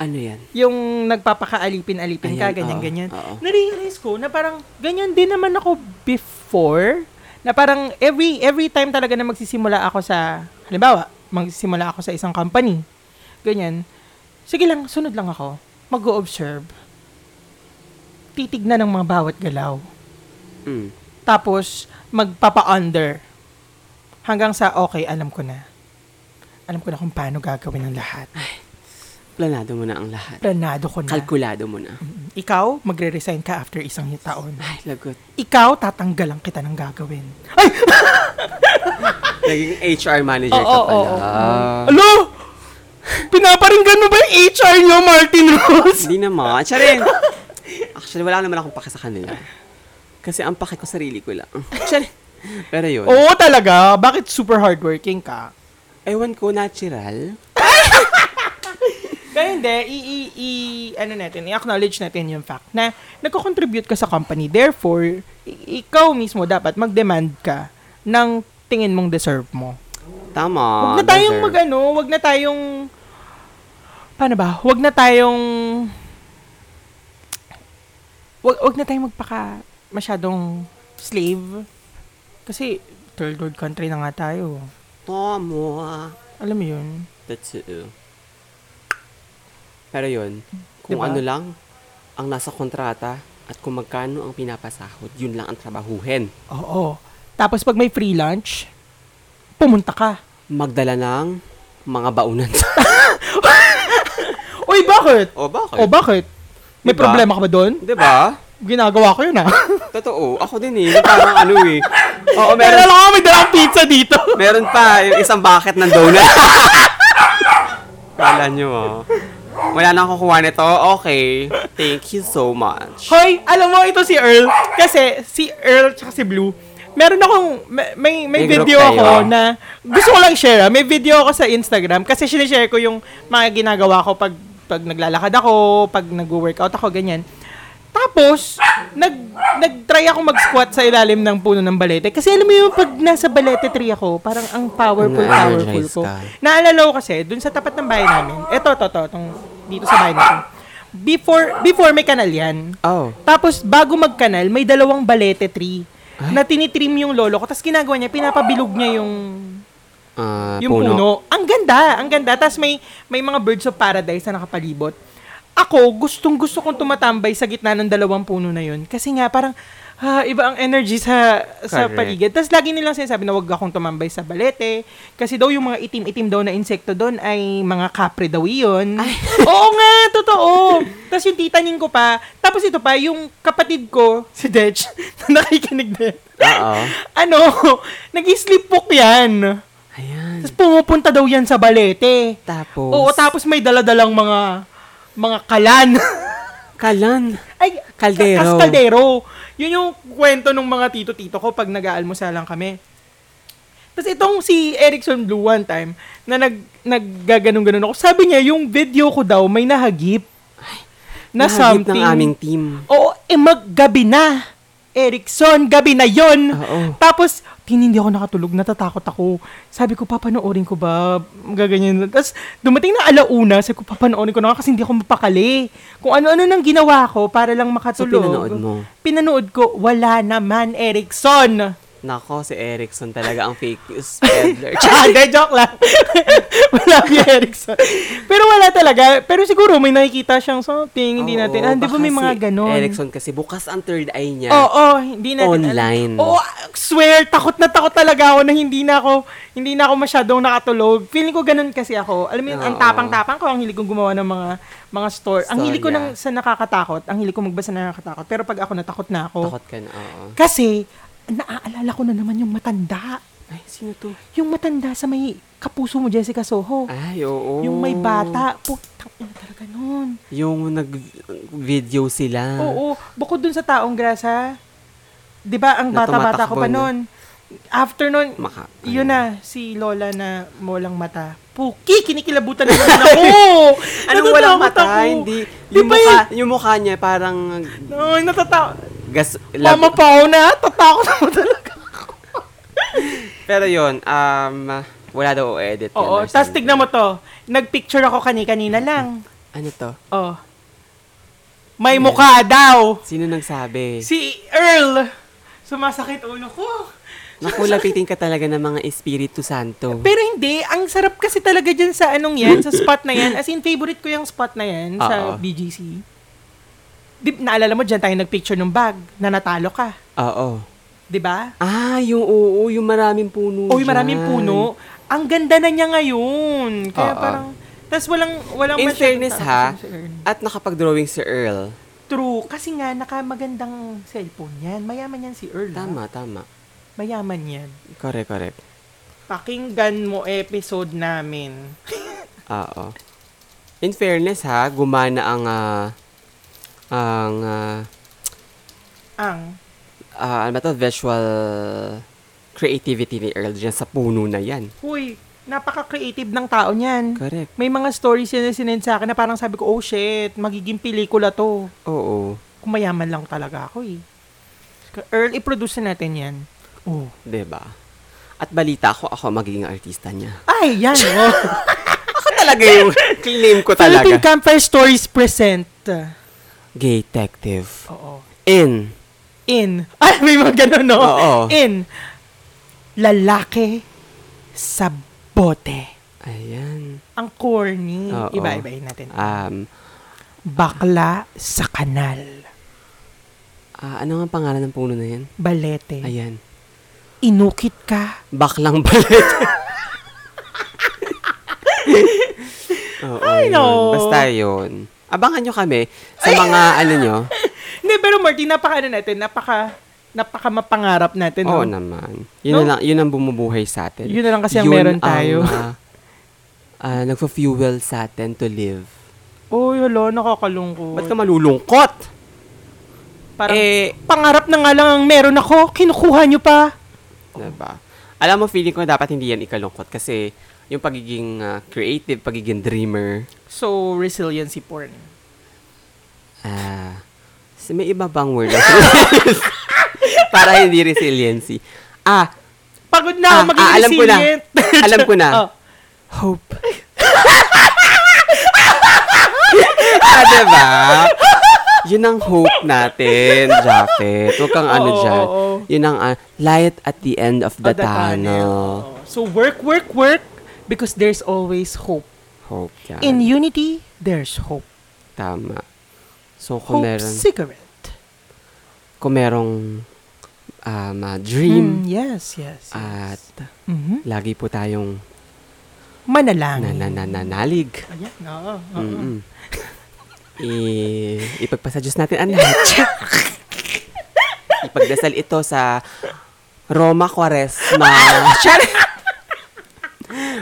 [SPEAKER 1] Ano yan?
[SPEAKER 2] yung nagpapakaalipin-alipin ka,
[SPEAKER 1] Ayan, oo,
[SPEAKER 2] ganyan-ganyan.
[SPEAKER 1] oo.
[SPEAKER 2] Narealize ko na parang, ganyan din naman ako before, na parang every every time talaga na magsisimula ako sa, halimbawa, magsisimula ako sa isang company, ganyan, sige lang, sunod lang ako, mag-observe, titignan ng mga bawat galaw,
[SPEAKER 1] Mm.
[SPEAKER 2] tapos magpapa-under, hanggang sa, okay, alam ko na. Alam ko na kung paano gagawin ang lahat.
[SPEAKER 1] Planado mo na ang lahat.
[SPEAKER 2] Planado ko na.
[SPEAKER 1] Kalkulado mo na.
[SPEAKER 2] Ikaw, magre-resign ka after isang taon.
[SPEAKER 1] Ay, lagot.
[SPEAKER 2] Ikaw, tatanggalan kita ng gagawin.
[SPEAKER 1] Naging HR manager ka pala. Ah.
[SPEAKER 2] Alo! Pinaparinggan mo ba yung HR niyo, Martin Rose?
[SPEAKER 1] Ah, Hindi naman. Siya rin. Actually, wala naman akong pake sa kanila. Kasi ang pake ko sarili ko lang. Siya rin. Pero yun.
[SPEAKER 2] Oo talaga. Bakit super hardworking ka?
[SPEAKER 1] Ewan ko, natural.
[SPEAKER 2] Kaya hindi, i, i, i- ano natin, i-acknowledge natin yung fact na nagko-contribute ka sa company. Therefore, i- ikaw mismo dapat mag-demand ka ng tingin mong deserve mo.
[SPEAKER 1] Tama.
[SPEAKER 2] Huwag na tayong
[SPEAKER 1] deserve.
[SPEAKER 2] mag-ano, huwag na tayong, paano ba, huwag na tayong, huwag, huwag na tayong magpaka masyadong slave. Kasi, third world country na nga tayo.
[SPEAKER 1] Tama.
[SPEAKER 2] Alam mo yun?
[SPEAKER 1] That's it. uh. Pero yun, kung
[SPEAKER 2] Diba?
[SPEAKER 1] ano lang ang nasa kontrata at kung magkano ang pinapasahod, yun lang ang trabahuhin.
[SPEAKER 2] Oo. Tapos pag may free lunch, pumunta ka.
[SPEAKER 1] Magdala ng mga baunan.
[SPEAKER 2] Uy, bakit?
[SPEAKER 1] o bakit?
[SPEAKER 2] O, bakit? May
[SPEAKER 1] Diba?
[SPEAKER 2] problema ka ba doon?
[SPEAKER 1] diba?
[SPEAKER 2] Ginagawa ko yun, ah.
[SPEAKER 1] Totoo. Ako din eh. Parang ano eh. Oo,
[SPEAKER 2] Pero
[SPEAKER 1] meron,
[SPEAKER 2] alam ko, may dalang pizza dito.
[SPEAKER 1] meron pa yung isang bucket ng donut. Kala nyo ah. Wala nang kukuha nito. Okay. Thank you so much.
[SPEAKER 2] Hoy, alam mo ito si Earl kasi si Earl tsaka si Blue. Meron akong may may, may
[SPEAKER 1] May group
[SPEAKER 2] video
[SPEAKER 1] kayo.
[SPEAKER 2] ako na gusto ko lang share. ah. May video ako sa Instagram kasi sinishare ko yung mga ginagawa ko pag pag naglalakad ako, pag nagwo-workout ako, ganyan. Tapos, nag, nag-try ako mag-squat sa ilalim ng puno ng balete. Kasi alam mo yung pag nasa balete tree ako, parang ang powerful,
[SPEAKER 1] Na-energize
[SPEAKER 2] powerful ko.
[SPEAKER 1] ka.
[SPEAKER 2] Naalala ko kasi, dun sa tapat ng bahay namin, eto, to, to, tong, dito sa bahay natin. Before, before may kanal yan,
[SPEAKER 1] Oh.
[SPEAKER 2] tapos, bago magkanal, may dalawang balete tree na tinitrim yung lolo ko. Tapos ginagawa niya, pinapabilog niya yung
[SPEAKER 1] ah,
[SPEAKER 2] Yung puno. Ang ganda, ang ganda. Tapos may, may mga birds of paradise na nakapalibot. Ako, gustong gusto kong tumatambay sa gitna ng dalawang puno na yun. Kasi nga, parang ah, iba ang energy sa, sa
[SPEAKER 1] Correct.
[SPEAKER 2] paligid. Tapos lagi nilang sinasabi na huwag akong tumambay sa balete. Kasi daw yung mga itim-itim daw na insekto doon ay mga kapre daw yun. Oo nga, totoo. Tapos yung titanin ko pa. Tapos ito pa, yung kapatid ko, si Dech, na nakikinig din.
[SPEAKER 1] Oo.
[SPEAKER 2] ano, nag-sleep walk yan.
[SPEAKER 1] Ayan.
[SPEAKER 2] Tapos pumupunta daw yan sa balete.
[SPEAKER 1] Tapos,
[SPEAKER 2] Oo, tapos may daladalang mga mga kalan.
[SPEAKER 1] kalan.
[SPEAKER 2] Ay,
[SPEAKER 1] Kaldero.
[SPEAKER 2] kas- kaldero. Yun yung kwento ng mga tito-tito ko pag nag-aalmusalan kami. Tapos itong si Erickson Blue one time, na nag, naggaganong-ganon ako, sabi niya, yung video ko daw may nahagip. Na
[SPEAKER 1] Nahagip
[SPEAKER 2] something.
[SPEAKER 1] ng aming team.
[SPEAKER 2] Oo, eh maggabi na. Erickson, gabi na yon.
[SPEAKER 1] Oo.
[SPEAKER 2] Tapos, tin, hindi ako nakatulog, natatakot ako. Sabi ko, papanoorin ko ba? Gaganyan. Tapos, dumating na alauna, sabi ko, papanoorin ko na nga kasi hindi ako mapakali. Kung ano-ano nang ginawa ko para
[SPEAKER 1] So,
[SPEAKER 2] lang makatulog.
[SPEAKER 1] pinanood mo.
[SPEAKER 2] Pinanood ko, wala naman Erickson.
[SPEAKER 1] Nako, si Erickson talaga ang fake news peddler.
[SPEAKER 2] Ah, Hindi, joke lang. wala si Erickson. Pero wala talaga. Pero siguro may nakikita siyang something. Hindi
[SPEAKER 1] Oo,
[SPEAKER 2] natin. Ah, di
[SPEAKER 1] baka
[SPEAKER 2] ba may mga
[SPEAKER 1] si
[SPEAKER 2] ganon?
[SPEAKER 1] Erickson kasi bukas ang third eye niya.
[SPEAKER 2] Oo, hindi na
[SPEAKER 1] Online.
[SPEAKER 2] Oo, swear, takot na takot talaga ako na hindi na ako hindi na ako masyadong nakatulog. Feeling ko ganun kasi ako. Alam mo yun, ang
[SPEAKER 1] Oo.
[SPEAKER 2] tapang-tapang ko, ang hilig kong gumawa ng mga mga store. Ang hilig ko
[SPEAKER 1] Storya.
[SPEAKER 2] ng sa nakakatakot, ang hilig ko magbasa ng nakakatakot. Pero pag ako natakot na ako,
[SPEAKER 1] Takot ka na, oo.
[SPEAKER 2] kasi naaalala ko na naman yung matanda.
[SPEAKER 1] Ay, sino to?
[SPEAKER 2] Yung matanda sa may kapuso mo, Jessica Soho.
[SPEAKER 1] Ay, Oh. oo.
[SPEAKER 2] Yung may bata. Putang ina talaga nun.
[SPEAKER 1] Yung nag-video sila.
[SPEAKER 2] Oo, bukod dun sa taong grasa, 'di ba ang
[SPEAKER 1] Na
[SPEAKER 2] bata-bata
[SPEAKER 1] tumatakbo,
[SPEAKER 2] ko pa
[SPEAKER 1] no?
[SPEAKER 2] noon. After noon,
[SPEAKER 1] Maka-
[SPEAKER 2] yun na, si Lola na molang mata. Puki, kinikilabutan na naman ako!
[SPEAKER 1] Anong
[SPEAKER 2] Natatakot
[SPEAKER 1] walang mata?
[SPEAKER 2] ako.
[SPEAKER 1] Hindi.
[SPEAKER 2] Di
[SPEAKER 1] Yung,
[SPEAKER 2] ba
[SPEAKER 1] mukha, yung mukha niya parang
[SPEAKER 2] No, natata...
[SPEAKER 1] gas... lab-
[SPEAKER 2] Mama pa ako na, tatakot ako talaga.
[SPEAKER 1] Pero yun, um, wala daw edit. yan or
[SPEAKER 2] Oo, tapos
[SPEAKER 1] something.
[SPEAKER 2] tignan mo to. Nagpicture ako kani-kanina lang.
[SPEAKER 1] Ano to?
[SPEAKER 2] Oh. May mukha daw.
[SPEAKER 1] Sino nagsabi?
[SPEAKER 2] Si Earl. Sumasakit ulo ko.
[SPEAKER 1] Nakulapitin ka talaga ng mga Espiritu Santo.
[SPEAKER 2] Pero hindi, ang sarap kasi talaga dyan sa anong yan, sa spot na yan. As in, favorite ko yung spot na yan sa
[SPEAKER 1] Oo.
[SPEAKER 2] BGC. Di, naalala mo dyan tayo nagpicture ng bag na natalo ka.
[SPEAKER 1] Oo.
[SPEAKER 2] Di ba?
[SPEAKER 1] Ah, yung oo, yung maraming puno.
[SPEAKER 2] Uy, maraming
[SPEAKER 1] dyan.
[SPEAKER 2] puno. Ang ganda na niya ngayon. Kaya
[SPEAKER 1] Oo.
[SPEAKER 2] parang, tas walang, walang
[SPEAKER 1] Ah, In
[SPEAKER 2] masyadong
[SPEAKER 1] fairness
[SPEAKER 2] tao
[SPEAKER 1] ha,
[SPEAKER 2] sa Earl.
[SPEAKER 1] at nakapag-drawing si Earl.
[SPEAKER 2] True. Kasi nga, nakamagandang cellphone yan. Mayaman yan si Earl. ha?
[SPEAKER 1] Tama, tama.
[SPEAKER 2] Mayaman yan.
[SPEAKER 1] Correct, correct.
[SPEAKER 2] Pakinggan mo episode namin.
[SPEAKER 1] Oo. In fairness ha, gumana ang ah, ang ah,
[SPEAKER 2] Ang,
[SPEAKER 1] ah, ano ba to, visual creativity ni Earl dyan sa puno na yan.
[SPEAKER 2] huy, napaka-creative ng tao niyan.
[SPEAKER 1] Correct.
[SPEAKER 2] may mga stories yun na sinend sa akin na parang sabi ko, oh shit, magiging pelikula to.
[SPEAKER 1] Oo.
[SPEAKER 2] Kung mayaman lang talaga ako eh. Ka- Earl, i-produce na natin yan. Oh.
[SPEAKER 1] 'Di ba? At balita ko, ako magiging artista niya.
[SPEAKER 2] Ay, yan. Oh.
[SPEAKER 1] Ako talaga yung claim ko talaga.
[SPEAKER 2] Philippine Campfire Stories present.
[SPEAKER 1] Gay detective.
[SPEAKER 2] Oo.
[SPEAKER 1] In.
[SPEAKER 2] In. Ay, may mga ganun, no?
[SPEAKER 1] Oo.
[SPEAKER 2] In. Lalaki sa bote.
[SPEAKER 1] Ayan.
[SPEAKER 2] Ang corny.
[SPEAKER 1] Oo.
[SPEAKER 2] Iba-ibahin natin.
[SPEAKER 1] Um,
[SPEAKER 2] Bakla sa kanal.
[SPEAKER 1] ah, ano nga ang pangalan ng puno na yan?
[SPEAKER 2] Balete.
[SPEAKER 1] Ayan.
[SPEAKER 2] Inukit ka
[SPEAKER 1] Baklang balit. Oo, yun.
[SPEAKER 2] Ay, no.
[SPEAKER 1] Basta yun. Abangan nyo kami sa mga ano nyo.
[SPEAKER 2] Hindi, pero Martin, napaka ano natin, napaka, napaka mapangarap natin.
[SPEAKER 1] Oo
[SPEAKER 2] no?
[SPEAKER 1] naman. Yun,
[SPEAKER 2] No?
[SPEAKER 1] na lang, yun ang bumubuhay sa atin.
[SPEAKER 2] Yun na lang kasi ang meron tayo.
[SPEAKER 1] ah, ah, nagpa-fuel sa atin to live.
[SPEAKER 2] Uy, hala, nakakalungkot.
[SPEAKER 1] Ba't ka malulungkot?
[SPEAKER 2] Parang,
[SPEAKER 1] eh,
[SPEAKER 2] pangarap na nga lang ang meron ako, kinukuha nyo pa.
[SPEAKER 1] diba? Alam mo, feeling ko dapat hindi yan ikalungkot kasi yung pagiging ah, creative, pagiging dreamer,
[SPEAKER 2] So, resiliency porn.
[SPEAKER 1] ah, s- may iba bang word? Para hindi resiliency. Ah,
[SPEAKER 2] Pagod na,
[SPEAKER 1] Ah,
[SPEAKER 2] maging
[SPEAKER 1] ah, alam ko na.
[SPEAKER 2] resilient.
[SPEAKER 1] Alam ko na.
[SPEAKER 2] Oh.
[SPEAKER 1] hope. ah, diba? Yun ang hope natin, Jacket. Huwag kang ano
[SPEAKER 2] Oo,
[SPEAKER 1] dyan.
[SPEAKER 2] oo, oo.
[SPEAKER 1] Yun ang ah, light at the end of the,
[SPEAKER 2] Of the tunnel,
[SPEAKER 1] tunnel.
[SPEAKER 2] oo. So work, work, work because there's always hope.
[SPEAKER 1] Hope yan.
[SPEAKER 2] In unity, there's hope.
[SPEAKER 1] Tama. So, kung
[SPEAKER 2] Hope
[SPEAKER 1] meron,
[SPEAKER 2] cigarette.
[SPEAKER 1] kung merong um, ah, dream
[SPEAKER 2] Mm, yes, yes. yes.
[SPEAKER 1] at
[SPEAKER 2] Mhm.
[SPEAKER 1] lagi po tayong
[SPEAKER 2] Manalangin.
[SPEAKER 1] nanananalig.
[SPEAKER 2] Ayan, oo. oo.
[SPEAKER 1] Mm-mm. I- ipagpasa Diyos natin ang lahat. Ipagdasal ito sa Roma Quaresma. Charot!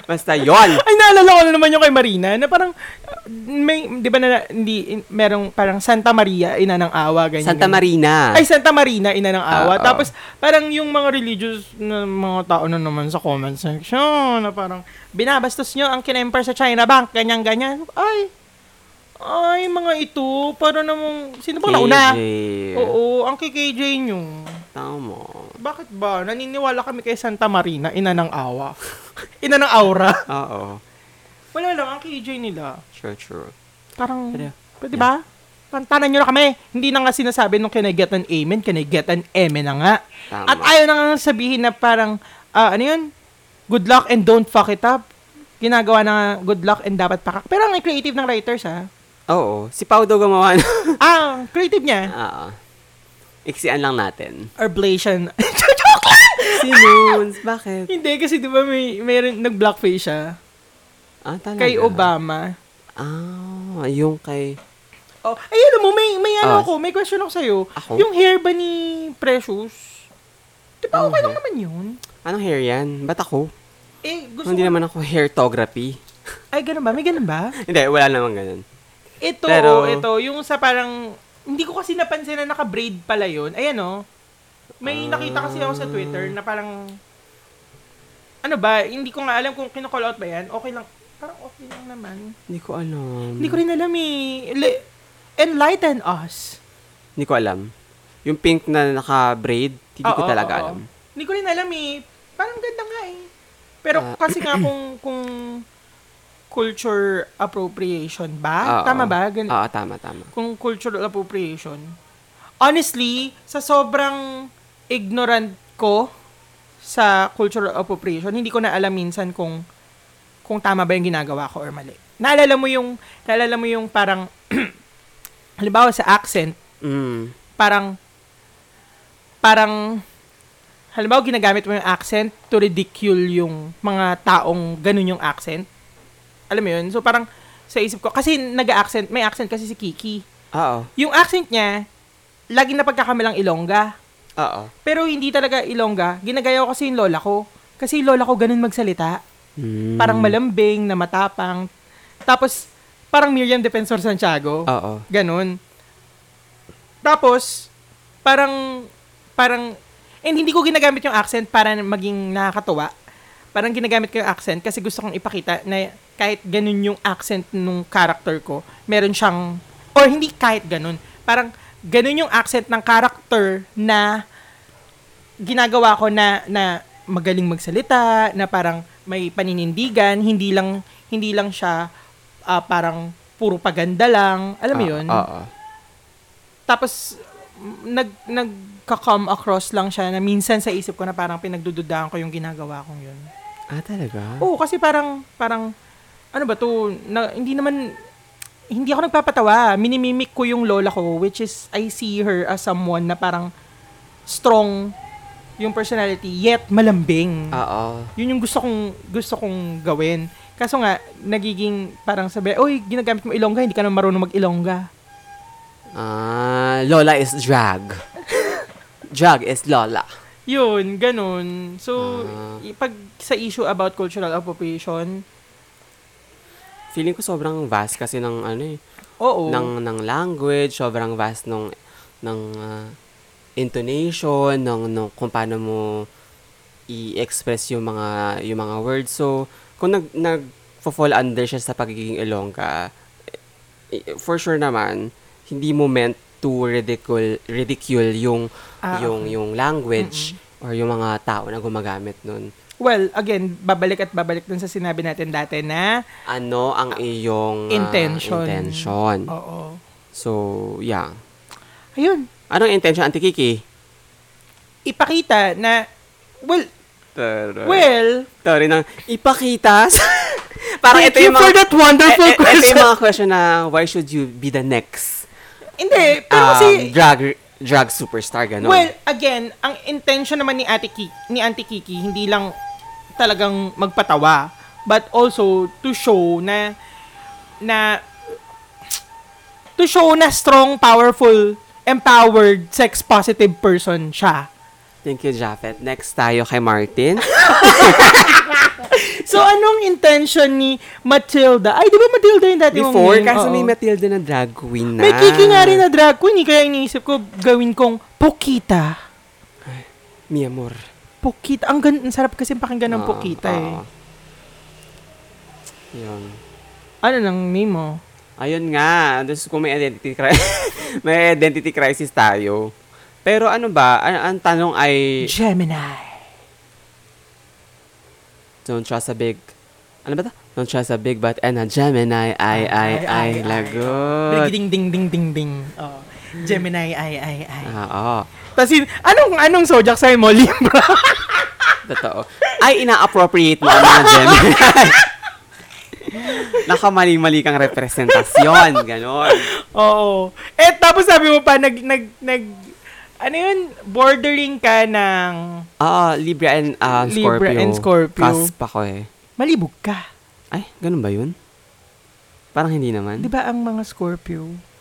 [SPEAKER 1] Basta yon.
[SPEAKER 2] Ay, naalala ko na naman yung kay Marina na parang uh, may, di ba na, hindi, in- merong parang Santa Maria, ina ng awa, ganyan.
[SPEAKER 1] Santa
[SPEAKER 2] ganyan.
[SPEAKER 1] Marina.
[SPEAKER 2] Ay, Santa Marina, ina ng
[SPEAKER 1] Oo.
[SPEAKER 2] awa. Tapos, parang yung mga religious na mga tao na naman sa comment section, na parang, binabastos nyo ang kinemper sa China Bank, ganyan-ganyan. Ay, ay, mga ito, para namang, sino ba nauna? Oo, ang KKJ nyo.
[SPEAKER 1] Tama.
[SPEAKER 2] Bakit ba? Naniniwala kami kay Santa Marina, ina ng awa. ina ng aura.
[SPEAKER 1] Oo.
[SPEAKER 2] Wala lang, ang KJ nila.
[SPEAKER 1] True, true.
[SPEAKER 2] Parang,
[SPEAKER 1] Pero-
[SPEAKER 2] pwede ba? Pantanan nyo na kami. Hindi na nga sinasabi nung can I get an amen, can I get an amen na nga.
[SPEAKER 1] Tama.
[SPEAKER 2] At ayaw na nga sabihin na parang, ah, ano yun? Good luck and don't fuck it up. Ginagawa na nga, good luck and dapat pakak. Pero ang creative ng writers, ha?
[SPEAKER 1] Oo. Si Pao daw gumawa. nun.
[SPEAKER 2] Ah, creative niya.
[SPEAKER 1] Oo. Iksian lang natin.
[SPEAKER 2] Ablation. Joke lang!
[SPEAKER 1] Si Moons, bakit?
[SPEAKER 2] Hindi, kasi di ba may, mayroon, nag-blackface siya.
[SPEAKER 1] Ah, talaga.
[SPEAKER 2] Kay Obama.
[SPEAKER 1] Ah, yung kay...
[SPEAKER 2] Oh, ay, alam mo, may, may
[SPEAKER 1] Ah.
[SPEAKER 2] ano ako, may question ako sa'yo.
[SPEAKER 1] Ako?
[SPEAKER 2] Yung hair ba ni Precious? Di ba
[SPEAKER 1] Ano
[SPEAKER 2] okay lang naman yun?
[SPEAKER 1] Anong hair yan? Ba't ako?
[SPEAKER 2] Eh, gusto
[SPEAKER 1] Hindi
[SPEAKER 2] ko-
[SPEAKER 1] naman ako hairtography.
[SPEAKER 2] Ay, ganun ba? May ganun ba?
[SPEAKER 1] Hindi, wala naman ganun.
[SPEAKER 2] Ito,
[SPEAKER 1] Pero-
[SPEAKER 2] oh, ito. Yung sa parang, hindi ko kasi napansin na naka-braid pala yun. Ayan, oh. May
[SPEAKER 1] Ah.
[SPEAKER 2] nakita kasi ako sa Twitter na parang, ano ba, hindi ko nga alam kung kinocall out ba yan. Okay lang. Parang okay lang naman.
[SPEAKER 1] Hindi ko alam.
[SPEAKER 2] Hindi ko rin alam eh. Le- enlighten us.
[SPEAKER 1] Hindi ko alam. Yung pink na naka-braid, hindi ko
[SPEAKER 2] Oo,
[SPEAKER 1] talaga
[SPEAKER 2] oo.
[SPEAKER 1] alam.
[SPEAKER 2] Hindi ko rin alam eh. Parang ganda nga eh. Pero
[SPEAKER 1] Ah.
[SPEAKER 2] kasi nga kung, kung culture appropriation ba?
[SPEAKER 1] Ah, Oo.
[SPEAKER 2] Ah, Tama ba? Gan-
[SPEAKER 1] Oo, tama, tama.
[SPEAKER 2] kung cultural appropriation. Honestly, sa sobrang ignorant ko sa cultural appropriation, hindi ko na alam minsan kung kung tama ba yung ginagawa ko or mali. Naalala mo yung naalala mo yung parang halimbawa sa accent,
[SPEAKER 1] Mm.
[SPEAKER 2] parang parang halimbawa ginagamit mo yung accent to ridicule yung mga taong ganun yung accent. Alam mo yun? So parang sa isip ko kasi nag-accent, may accent kasi si Kiki.
[SPEAKER 1] Oo.
[SPEAKER 2] Yung accent niya, lagi na pagkakamilang Ilongga.
[SPEAKER 1] Oo.
[SPEAKER 2] Pero hindi talaga Ilongga. Ginagaya ko kasi yung lola ko. Kasi yung lola ko ganun magsalita.
[SPEAKER 1] Mm.
[SPEAKER 2] Parang malambing, na matapang. Tapos, parang Miriam Defensor Santiago.
[SPEAKER 1] Oo.
[SPEAKER 2] Ganun. Tapos, parang, parang, and hindi ko ginagamit yung accent para maging nakakatuwa. Parang ginagamit ko yung accent kasi gusto kong ipakita na kahit ganun yung accent nung character ko, meron siyang, or hindi kahit ganun, parang ganun yung accent ng character na ginagawa ko na, na magaling magsalita, na parang may paninindigan, hindi lang, hindi lang siya ah, parang puro paganda lang. Alam mo
[SPEAKER 1] Ah,
[SPEAKER 2] yun?
[SPEAKER 1] Oo.
[SPEAKER 2] tapos m- nag nagka-come across lang siya na minsan sa isip ko na parang pinagdududahan ko yung ginagawa kong yun.
[SPEAKER 1] Ah, talaga?
[SPEAKER 2] Oo, kasi parang parang ano ba to, na, hindi naman hindi ako nagpapatawa. Minimimik ko yung lola ko which is I see her as someone na parang strong yung personality yet malambing.
[SPEAKER 1] Oo.
[SPEAKER 2] Yun yung gusto kong gusto kong gawin. Kaso nga nagiging parang sabi, "Oy, ginagamit mo ilongga, hindi ka naman marunong mag-ilongga."
[SPEAKER 1] Ah, Lola is drag. drag is Lola.
[SPEAKER 2] Yun, ganun. So,
[SPEAKER 1] Ah.
[SPEAKER 2] i- pag sa issue about cultural appropriation,
[SPEAKER 1] Feeling ko sobrang vast kasi ng ano eh,
[SPEAKER 2] oo.
[SPEAKER 1] ng ng language, sobrang vast nung ng ah, intonation, ng ng kung paano mo i-express yung mga yung mga words. So, kung nag nag fall under siya sa pagiging Ilongga, eh, for sure naman hindi mo meant to ridicule ridicule yung
[SPEAKER 2] Ah,
[SPEAKER 1] yung yung language or yung mga tao na gumagamit nun.
[SPEAKER 2] well, again, babalik at babalik dun sa sinabi natin dati na,
[SPEAKER 1] Ano ang iyong ah,
[SPEAKER 2] Intention. Oh.
[SPEAKER 1] intention?
[SPEAKER 2] oo.
[SPEAKER 1] So, yeah.
[SPEAKER 2] Ayun,
[SPEAKER 1] Anong intention, Auntie Kiki? Eh.
[SPEAKER 2] ipakita na, well, eh,
[SPEAKER 1] Tara.
[SPEAKER 2] Well,
[SPEAKER 1] Sorry nang ipakita. sa- Parang ito
[SPEAKER 2] thank you
[SPEAKER 1] yung mga,
[SPEAKER 2] for that wonderful
[SPEAKER 1] eh, eh, Ito
[SPEAKER 2] question.
[SPEAKER 1] yung mga question na why should you be the next
[SPEAKER 2] Hindi, pero
[SPEAKER 1] um,
[SPEAKER 2] kasi,
[SPEAKER 1] drag drag superstar ganon.
[SPEAKER 2] well, again, ang intention naman ni Ate Kiki, ni Auntie Kiki, hindi lang talagang magpatawa, but also to show na, na, to show na strong, powerful, empowered, sex-positive person siya.
[SPEAKER 1] Thank you, Japheth. Next tayo kay Martin.
[SPEAKER 2] So, anong intention ni Matilda? Ay, di ba Matilda yung dati mong
[SPEAKER 1] Before,
[SPEAKER 2] name?
[SPEAKER 1] kasi
[SPEAKER 2] Oo.
[SPEAKER 1] may Ah. Matilda na drag queen na.
[SPEAKER 2] May Kiki nga rin na drag queen, eh, kaya iniisip ko gawin kong Pokita.
[SPEAKER 1] Mi amor.
[SPEAKER 2] Pokita. Ang, gan- ang sarap kasi pakinggan ng
[SPEAKER 1] Oo,
[SPEAKER 2] Pokita eh.
[SPEAKER 1] oo. Yun.
[SPEAKER 2] Ano nang name mo?
[SPEAKER 1] Ayun nga, this kung may identity crisis, may identity crisis tayo. Pero ano ba, ang, ang tanong ay
[SPEAKER 2] Gemini.
[SPEAKER 1] don't trust a big ano ba ta? Don't trust a big but and a Gemini ay ay
[SPEAKER 2] Ay,
[SPEAKER 1] ay
[SPEAKER 2] ay, ay. oh.
[SPEAKER 1] lagot.
[SPEAKER 2] Ding ding ding ding ding. Oh. Gemini, ay, ay, ay.
[SPEAKER 1] Oo.
[SPEAKER 2] Tapos yun, anong, anong sojak sa'yo mo? Libra?
[SPEAKER 1] Totoo. Ay, ina-appropriate mo ang mga Gemini. Nakamali-mali kang representasyon. Ganon.
[SPEAKER 2] Oo. Eh, tapos sabi mo pa, nag, nag, nag, ano yun, bordering ka ng
[SPEAKER 1] Ah, Libra and ah, Scorpio.
[SPEAKER 2] Libra and Scorpio.
[SPEAKER 1] Cusp ako eh.
[SPEAKER 2] malibog ka.
[SPEAKER 1] Ay, ganun ba yun? Parang hindi naman.
[SPEAKER 2] Di ba ang mga Scorpio?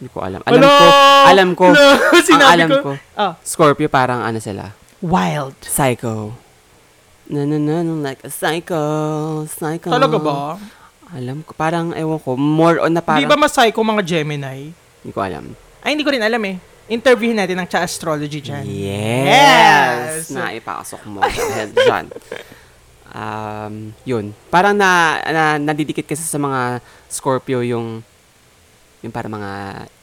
[SPEAKER 1] Hindi ko alam. Alam ko, alam ko,
[SPEAKER 2] Hello!
[SPEAKER 1] ang
[SPEAKER 2] Sinabi
[SPEAKER 1] alam ko,
[SPEAKER 2] ko. Ah,
[SPEAKER 1] Scorpio parang ano sila,
[SPEAKER 2] wild.
[SPEAKER 1] psycho. Na na na, no, like a psycho, psycho.
[SPEAKER 2] Talaga ba?
[SPEAKER 1] Alam ko, parang, ewan ko, more on na
[SPEAKER 2] Di
[SPEAKER 1] Hmm. parang,
[SPEAKER 2] ba mas psycho mga Gemini?
[SPEAKER 1] hindi ko alam.
[SPEAKER 2] Ay, hindi ko rin alam eh. Interviewin natin ang Cha Astrology dyan.
[SPEAKER 1] Yes!
[SPEAKER 2] Yes!
[SPEAKER 1] Naipasok mo dahil dyan. Um, yun. Parang na, na, nadidikit kasi sa mga Scorpio yung yung para mga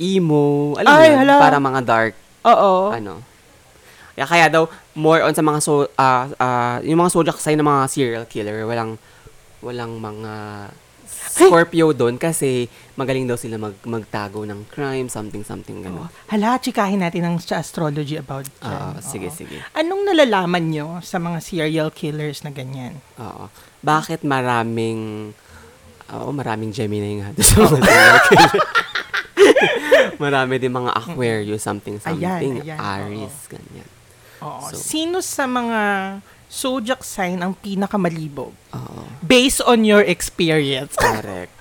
[SPEAKER 1] emo, alam mo
[SPEAKER 2] Ay,
[SPEAKER 1] yun,
[SPEAKER 2] hala.
[SPEAKER 1] para mga dark,
[SPEAKER 2] Oo.
[SPEAKER 1] ano. Kaya, kaya daw, more on sa mga, so, ah, ah, yung mga zodiac sign ng mga serial killer, walang, walang mga Scorpio doon kasi magaling daw sila mag, magtago ng crime, something, something, gano'n.
[SPEAKER 2] Hala, chikahin natin ang Cha Astrology about dyan.
[SPEAKER 1] Ah, sige,
[SPEAKER 2] Oh, Oo.
[SPEAKER 1] sige.
[SPEAKER 2] Anong nalalaman nyo sa mga serial killers na ganyan?
[SPEAKER 1] Oo. Bakit maraming ah, Oo, maraming Gemini nga. doon sa mga serial killer. Marami din mga Aquarius, something, something.
[SPEAKER 2] ayan,
[SPEAKER 1] Aries, ganyan.
[SPEAKER 2] Oo.
[SPEAKER 1] So-
[SPEAKER 2] Sino sa mga zodiac sign ang pinakamalibog?
[SPEAKER 1] Oo,
[SPEAKER 2] Based on your experience.
[SPEAKER 1] correct.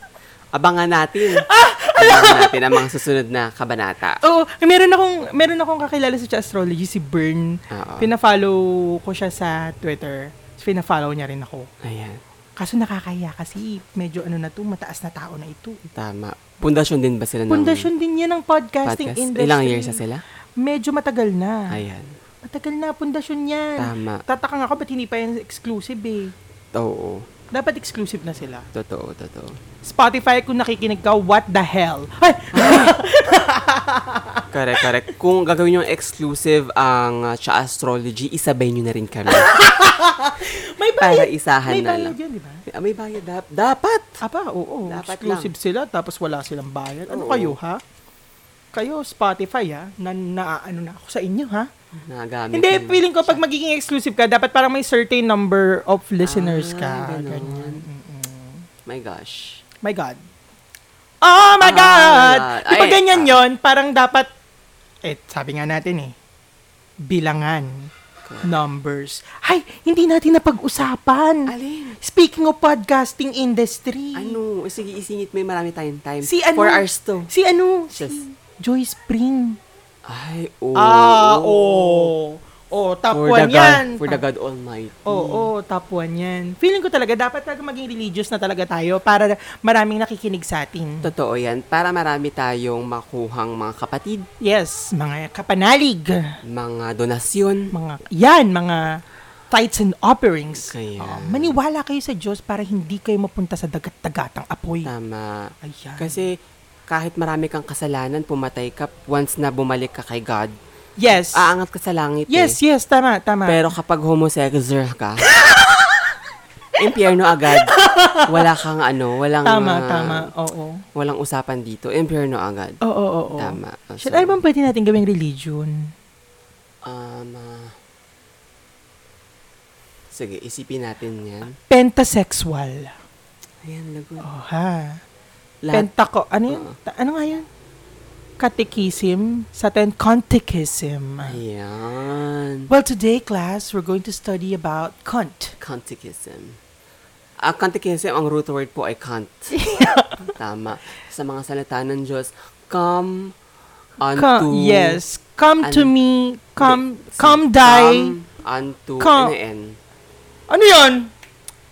[SPEAKER 1] Abangan natin.
[SPEAKER 2] Ah,
[SPEAKER 1] Abangan natin ang mga susunod na kabanata.
[SPEAKER 2] Oo, meron akong meron akong kakilala sa Cha Astrology si Bern.
[SPEAKER 1] Oo.
[SPEAKER 2] Pina-follow ko siya sa Twitter. Pina-follow niya rin ako.
[SPEAKER 1] Ayan,
[SPEAKER 2] Kaso nakakaya kasi medyo ano na to, mataas na tao na ito.
[SPEAKER 1] tama. Pundasyon din ba sila ng
[SPEAKER 2] Pundasyon din yan ng podcasting
[SPEAKER 1] podcast?
[SPEAKER 2] industry. Ah.
[SPEAKER 1] Ilang years na sila?
[SPEAKER 2] Medyo matagal na.
[SPEAKER 1] Ayan.
[SPEAKER 2] Matagal na, pundasyon yan.
[SPEAKER 1] Tama.
[SPEAKER 2] Tatakang ako, ba't hindi pa yan exclusive eh.
[SPEAKER 1] Oo,
[SPEAKER 2] Dapat exclusive na sila.
[SPEAKER 1] totoo, totoo.
[SPEAKER 2] Spotify, kung nakikinig ka, what the hell? Ay!
[SPEAKER 1] Correct, correct. Kung gagawin yung exclusive ang uh, Cha Astrology, isabay nyo na rin kami.
[SPEAKER 2] May
[SPEAKER 1] Para
[SPEAKER 2] bayad.
[SPEAKER 1] isahan
[SPEAKER 2] May
[SPEAKER 1] na
[SPEAKER 2] bayad
[SPEAKER 1] lang.
[SPEAKER 2] yan, di ba?
[SPEAKER 1] Ah, May bayad. dap- dapat.
[SPEAKER 2] Aba, oo.
[SPEAKER 1] Dapat
[SPEAKER 2] exclusive sila, tapos wala silang bayad.
[SPEAKER 1] Oo.
[SPEAKER 2] Ano kayo, ha? Kayo, Spotify, ha? Na, na, ano na ako sa inyo, ha?
[SPEAKER 1] Ano Nagamit.
[SPEAKER 2] Hindi,
[SPEAKER 1] ng-
[SPEAKER 2] feeling ko pag magiging exclusive ka, dapat parang may certain number of listeners
[SPEAKER 1] Ah,
[SPEAKER 2] ka.
[SPEAKER 1] ganun.
[SPEAKER 2] Ganyan. Mm-mm.
[SPEAKER 1] My gosh.
[SPEAKER 2] My God. Oh my
[SPEAKER 1] Ah,
[SPEAKER 2] God!
[SPEAKER 1] ay,
[SPEAKER 2] Di ba ganyan
[SPEAKER 1] ah.
[SPEAKER 2] yon Parang dapat, eh, sabi nga natin eh, bilangan, numbers. Ay, hindi natin napag-usapan.
[SPEAKER 1] Alin?
[SPEAKER 2] Speaking of podcasting industry.
[SPEAKER 1] Ano? Sige, isingit. May marami tayong time.
[SPEAKER 2] Si ano?
[SPEAKER 1] Four hours to.
[SPEAKER 2] Si ano? Si
[SPEAKER 1] Just-
[SPEAKER 2] Joy Spring.
[SPEAKER 1] Ay, oh.
[SPEAKER 2] Ah, oo. Oh, top
[SPEAKER 1] For the,
[SPEAKER 2] one
[SPEAKER 1] God,
[SPEAKER 2] yan.
[SPEAKER 1] for the God Almighty.
[SPEAKER 2] Oo, oh, top one yan. Feeling ko talaga, dapat talaga maging religious na talaga tayo para maraming nakikinig sa atin.
[SPEAKER 1] Totoo yan. Para marami tayong makuhang mga kapatid,
[SPEAKER 2] Yes, mga kapanalig.
[SPEAKER 1] mga donasyon.
[SPEAKER 2] Mga, yan, mga tithes and offerings.
[SPEAKER 1] Kaya-
[SPEAKER 2] Oo, maniwala kayo sa Diyos para hindi kayo mapunta sa dagat-dagatang apoy.
[SPEAKER 1] Tama.
[SPEAKER 2] Ayan.
[SPEAKER 1] Ah, Kasi kahit marami kang kasalanan, pumatay ka, once na bumalik ka kay God,
[SPEAKER 2] yes.
[SPEAKER 1] aangat ka sa langit
[SPEAKER 2] yes,
[SPEAKER 1] eh.
[SPEAKER 2] yes, tama, tama.
[SPEAKER 1] ah, Pero kapag homosexual ka, impyerno agad. Wala kang ano, walang...
[SPEAKER 2] tama,
[SPEAKER 1] ah,
[SPEAKER 2] tama, oo.
[SPEAKER 1] Walang usapan dito. Impyerno agad.
[SPEAKER 2] Oo, oo, oo.
[SPEAKER 1] Tama. Ah,
[SPEAKER 2] Shit,
[SPEAKER 1] so,
[SPEAKER 2] ano bang pwede natin gawing religion?
[SPEAKER 1] Um, ah, Sige, isipin natin yan.
[SPEAKER 2] Pentasexual.
[SPEAKER 1] Ayan, lagot.
[SPEAKER 2] Oh, ha.
[SPEAKER 1] Lahat.
[SPEAKER 2] Pentaco. Ano yun?
[SPEAKER 1] Oo.
[SPEAKER 2] Ta- Ano nga yun? Catechism. Sa atin, conticism.
[SPEAKER 1] Ayan.
[SPEAKER 2] Well, today, class, we're going to study about cunt.
[SPEAKER 1] Kantikism. Ah, kantikism, ang root word po ay kant. Tama. Sa mga salita ng Diyos, come unto...
[SPEAKER 2] Come, yes. Come to
[SPEAKER 1] an-
[SPEAKER 2] me. Come,
[SPEAKER 1] Hindi.
[SPEAKER 2] come die.
[SPEAKER 1] Come unto...
[SPEAKER 2] Come.
[SPEAKER 1] Come. N.
[SPEAKER 2] Ano yun?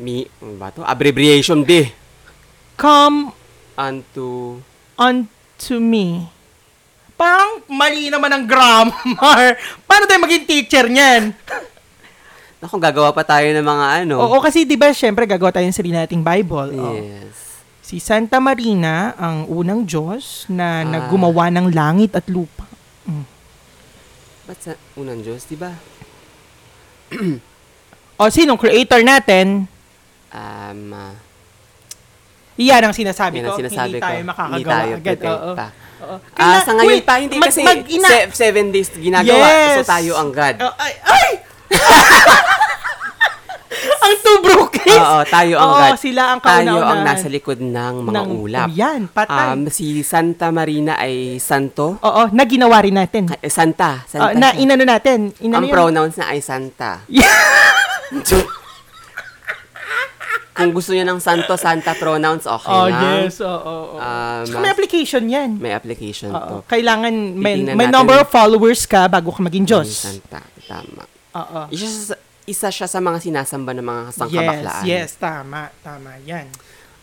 [SPEAKER 1] Me, ano ba to? Abbreviation B.
[SPEAKER 2] Come
[SPEAKER 1] Unto...
[SPEAKER 2] unto me. Parang mali naman ang grammar. Paano tayo maging teacher niyan?
[SPEAKER 1] Naku, gagawa pa tayo ng mga ano.
[SPEAKER 2] Oo, kasi di ba syempre gagawa tayo ng sarili nating Bible. Oh.
[SPEAKER 1] Yes.
[SPEAKER 2] Si Santa Marina ang unang Diyos
[SPEAKER 1] Ah.
[SPEAKER 2] na naggumawa ng langit at lupa.
[SPEAKER 1] Ba't sa unang Diyos, di ba?
[SPEAKER 2] O sinong creator natin?
[SPEAKER 1] Um, ah,
[SPEAKER 2] Iyan ang sinasabi
[SPEAKER 1] yun
[SPEAKER 2] ko.
[SPEAKER 1] ang sinasabi
[SPEAKER 2] hindi
[SPEAKER 1] ko.
[SPEAKER 2] tayo makakagawa
[SPEAKER 1] Hindi tayo
[SPEAKER 2] agad.
[SPEAKER 1] prepare
[SPEAKER 2] Oo.
[SPEAKER 1] pa.
[SPEAKER 2] Oo.
[SPEAKER 1] Ah,
[SPEAKER 2] Kaila-
[SPEAKER 1] sa ngayon
[SPEAKER 2] wait,
[SPEAKER 1] pa, hindi
[SPEAKER 2] mag-
[SPEAKER 1] kasi
[SPEAKER 2] mag-ina-
[SPEAKER 1] se- seven days ginagawa. So tayo ang God.
[SPEAKER 2] Oh, ay! ay! ang two brookies!
[SPEAKER 1] Oo, tayo ang
[SPEAKER 2] Oo,
[SPEAKER 1] God.
[SPEAKER 2] sila ang
[SPEAKER 1] Tayo
[SPEAKER 2] kauna-unahan
[SPEAKER 1] ang nasa likod ng mga
[SPEAKER 2] ng
[SPEAKER 1] ulap.
[SPEAKER 2] Yan, patay.
[SPEAKER 1] Um, si Santa Marina ay santo.
[SPEAKER 2] Oo, na ginawa rin natin.
[SPEAKER 1] Eh, Santa. Santa
[SPEAKER 2] Oo, Oh, na
[SPEAKER 1] siya.
[SPEAKER 2] inano natin. Inano
[SPEAKER 1] ang
[SPEAKER 2] yun?
[SPEAKER 1] pronouns na ay Santa. Kung gusto niyo ng santo, Santa pronouns, okay
[SPEAKER 2] Oh,
[SPEAKER 1] lang.
[SPEAKER 2] yes. Oo, oo, oo.
[SPEAKER 1] Um,
[SPEAKER 2] Tsaka may application yan.
[SPEAKER 1] may application to.
[SPEAKER 2] Oo, kailangan may,
[SPEAKER 1] Titingnan
[SPEAKER 2] may
[SPEAKER 1] natin.
[SPEAKER 2] number of followers ka bago ka maging
[SPEAKER 1] Ay,
[SPEAKER 2] Diyos.
[SPEAKER 1] Santa. Tama.
[SPEAKER 2] Oo.
[SPEAKER 1] Isa, sa- isa siya sa mga sinasamba ng mga
[SPEAKER 2] Yes,
[SPEAKER 1] sangkabaklaan.
[SPEAKER 2] yes, tama, tama, yan.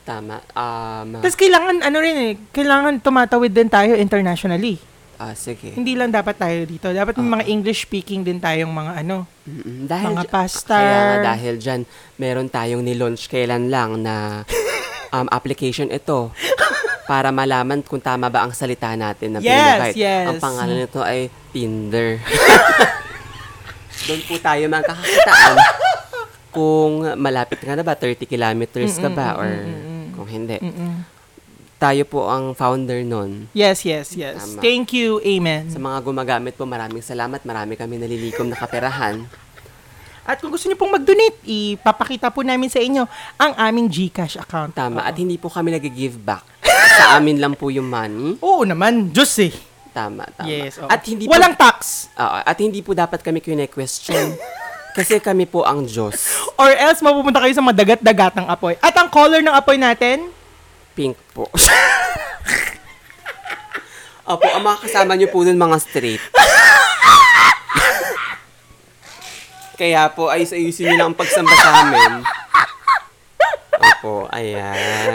[SPEAKER 1] Tama. Um,
[SPEAKER 2] Tapos kailangan, ano rin eh, kailangan tumatawid din tayo internationally.
[SPEAKER 1] ah, sige.
[SPEAKER 2] Hindi lang dapat tayo dito. Dapat may
[SPEAKER 1] Ah.
[SPEAKER 2] mga English-speaking din tayong mga ano,
[SPEAKER 1] Mm-mm. Dahil
[SPEAKER 2] mga
[SPEAKER 1] dyan-
[SPEAKER 2] pastor.
[SPEAKER 1] Kaya nga, dahil dyan, meron tayong nilaunch kailan lang na um, application ito para malaman kung tama ba ang salita natin na
[SPEAKER 2] Yes,
[SPEAKER 1] pinakahit.
[SPEAKER 2] yes.
[SPEAKER 1] Ang pangalan nito ay Tinder. Doon po tayo magkakakitaan kung malapit ka na ba, 30 kilometers ka ba, or kung hindi. Tayo po ang founder nun.
[SPEAKER 2] Yes, yes, yes.
[SPEAKER 1] Tama.
[SPEAKER 2] Thank you, amen.
[SPEAKER 1] Sa mga gumagamit po, maraming salamat. Marami kami nalilikom na kaperahan.
[SPEAKER 2] At kung gusto niyo pong mag-donate, ipapakita po namin sa inyo ang aming GCash account.
[SPEAKER 1] Tama. At hindi po kami nag-give back. sa amin lang po yung money.
[SPEAKER 2] Oo naman, Diyos eh.
[SPEAKER 1] Tama, tama.
[SPEAKER 2] Yes, oo.
[SPEAKER 1] At hindi
[SPEAKER 2] Walang
[SPEAKER 1] po,
[SPEAKER 2] tax.
[SPEAKER 1] Oo, at hindi po dapat kami kine-question. kasi kami po ang Diyos.
[SPEAKER 2] Or else, mapupunta kayo sa madagat-dagat ng apoy. At ang color ng apoy natin?
[SPEAKER 1] Pink po. Opo, ang mga kasama niyo po dun mga straight. Kaya po, ayos-ayusin niyo lang ang pagsamba sa amin. Opo, ayan.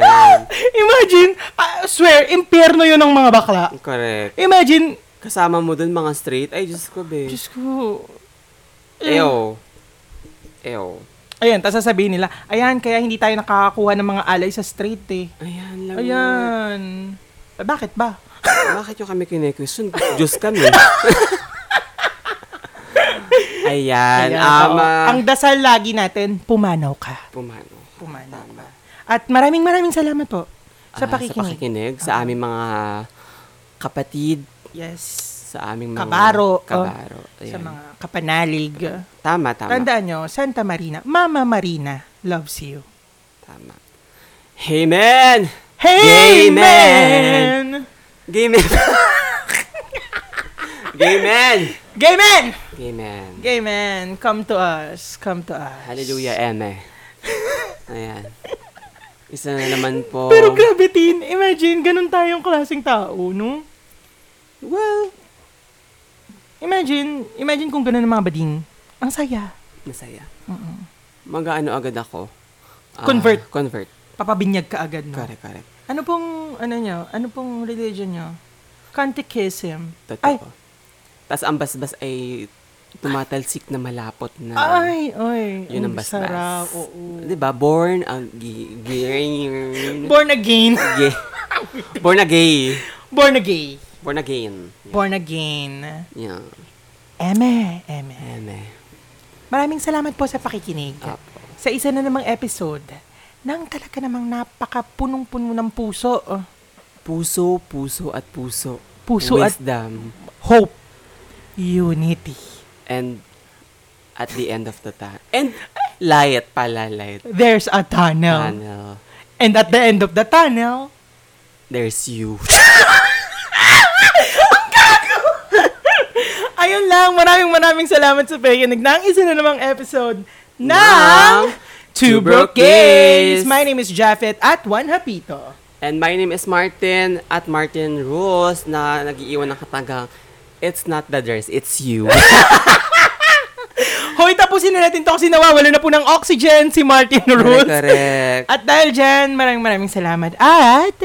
[SPEAKER 2] Imagine, ah, swear, impyerno yun ng mga bakla.
[SPEAKER 1] Correct.
[SPEAKER 2] Imagine,
[SPEAKER 1] Kasama mo dun mga straight. Ay, Diyos ko, be.
[SPEAKER 2] Diyos ko.
[SPEAKER 1] Ew. Ew.
[SPEAKER 2] Ayan, tapos sasabihin nila, ayan, kaya hindi tayo nakakakuha ng mga alay sa straight eh.
[SPEAKER 1] Ayan lang.
[SPEAKER 2] Ayan. Eh, Bakit ba?
[SPEAKER 1] Bakit yung kami kine-question? Diyos kami. Ayan. ah,
[SPEAKER 2] Ayan, oo.
[SPEAKER 1] ama.
[SPEAKER 2] Ang dasal lagi natin, pumanaw ka.
[SPEAKER 1] Pumano.
[SPEAKER 2] Pumanaw ka. At maraming maraming salamat po sa
[SPEAKER 1] Ah,
[SPEAKER 2] pakikinig.
[SPEAKER 1] Sa pakikinig. Sa aming mga kapatid.
[SPEAKER 2] Yes.
[SPEAKER 1] Sa aming mga...
[SPEAKER 2] Kabaro. oh.
[SPEAKER 1] Kabaro. Ayan.
[SPEAKER 2] Sa mga kapanalig.
[SPEAKER 1] Tama, tama.
[SPEAKER 2] Tandaan nyo, Santa Marina, Mama Marina loves you.
[SPEAKER 1] Tama. Amen!
[SPEAKER 2] Hey,
[SPEAKER 1] Gay man!
[SPEAKER 2] man!
[SPEAKER 1] Gay men! Gay men!
[SPEAKER 2] Gay man!
[SPEAKER 1] Gay men.
[SPEAKER 2] Gay man, come to us. Come to us.
[SPEAKER 1] Hallelujah, Eme. Ayan. Isa na naman po.
[SPEAKER 2] Pero grabe, Tin. Imagine, ganun tayong klaseng tao, no?
[SPEAKER 1] well,
[SPEAKER 2] Imagine, imagine kung ganun ang mga bading. Ang saya.
[SPEAKER 1] Masaya. Mag-ano agad ako. Ah,
[SPEAKER 2] Convert.
[SPEAKER 1] Convert.
[SPEAKER 2] Papabinyag ka agad, no?
[SPEAKER 1] Correct, correct.
[SPEAKER 2] Ano pong, ano nyo, ano pong religion nyo? Kantikism.
[SPEAKER 1] Totoo.
[SPEAKER 2] Ay,
[SPEAKER 1] Tapos ang basbas ay tumatalsik na malapot na.
[SPEAKER 2] ay, ay.
[SPEAKER 1] Yun ang basbas.
[SPEAKER 2] Sarap, oo.
[SPEAKER 1] Di ba? Born ang gi- gi-
[SPEAKER 2] Born again.
[SPEAKER 1] gi- Born a gay.
[SPEAKER 2] Born again.
[SPEAKER 1] Born again.
[SPEAKER 2] Born again.
[SPEAKER 1] Yeah.
[SPEAKER 2] Eme, eme.
[SPEAKER 1] Eme.
[SPEAKER 2] E. Maraming salamat po sa pakikinig.
[SPEAKER 1] Apo.
[SPEAKER 2] Sa isa na namang episode ng talaga namang napakapunong-puno ng puso. oh.
[SPEAKER 1] Puso, puso at puso.
[SPEAKER 2] Puso at
[SPEAKER 1] Wisdom.
[SPEAKER 2] hope, unity.
[SPEAKER 1] And at the end of the time. And Light pala, light.
[SPEAKER 2] There's a tunnel.
[SPEAKER 1] Ano,
[SPEAKER 2] And at the end of the tunnel,
[SPEAKER 1] there's you.
[SPEAKER 2] ayun lang, maraming maraming salamat sa pakikinig ng isa na namang episode ng
[SPEAKER 1] Ng Two
[SPEAKER 2] Two
[SPEAKER 1] Broke
[SPEAKER 2] Broke
[SPEAKER 1] Gays.
[SPEAKER 2] Gays. My name is Japheth at Juan Hapito.
[SPEAKER 1] And my name is Martin at Martin Rules na nagiiwan ng katagang It's not the dress, it's you.
[SPEAKER 2] Hoy, tapusin na natin to kasi nawawala na po ng oxygen si Martin Rules.
[SPEAKER 1] correct, correct.
[SPEAKER 2] At dahil dyan, maraming maraming salamat at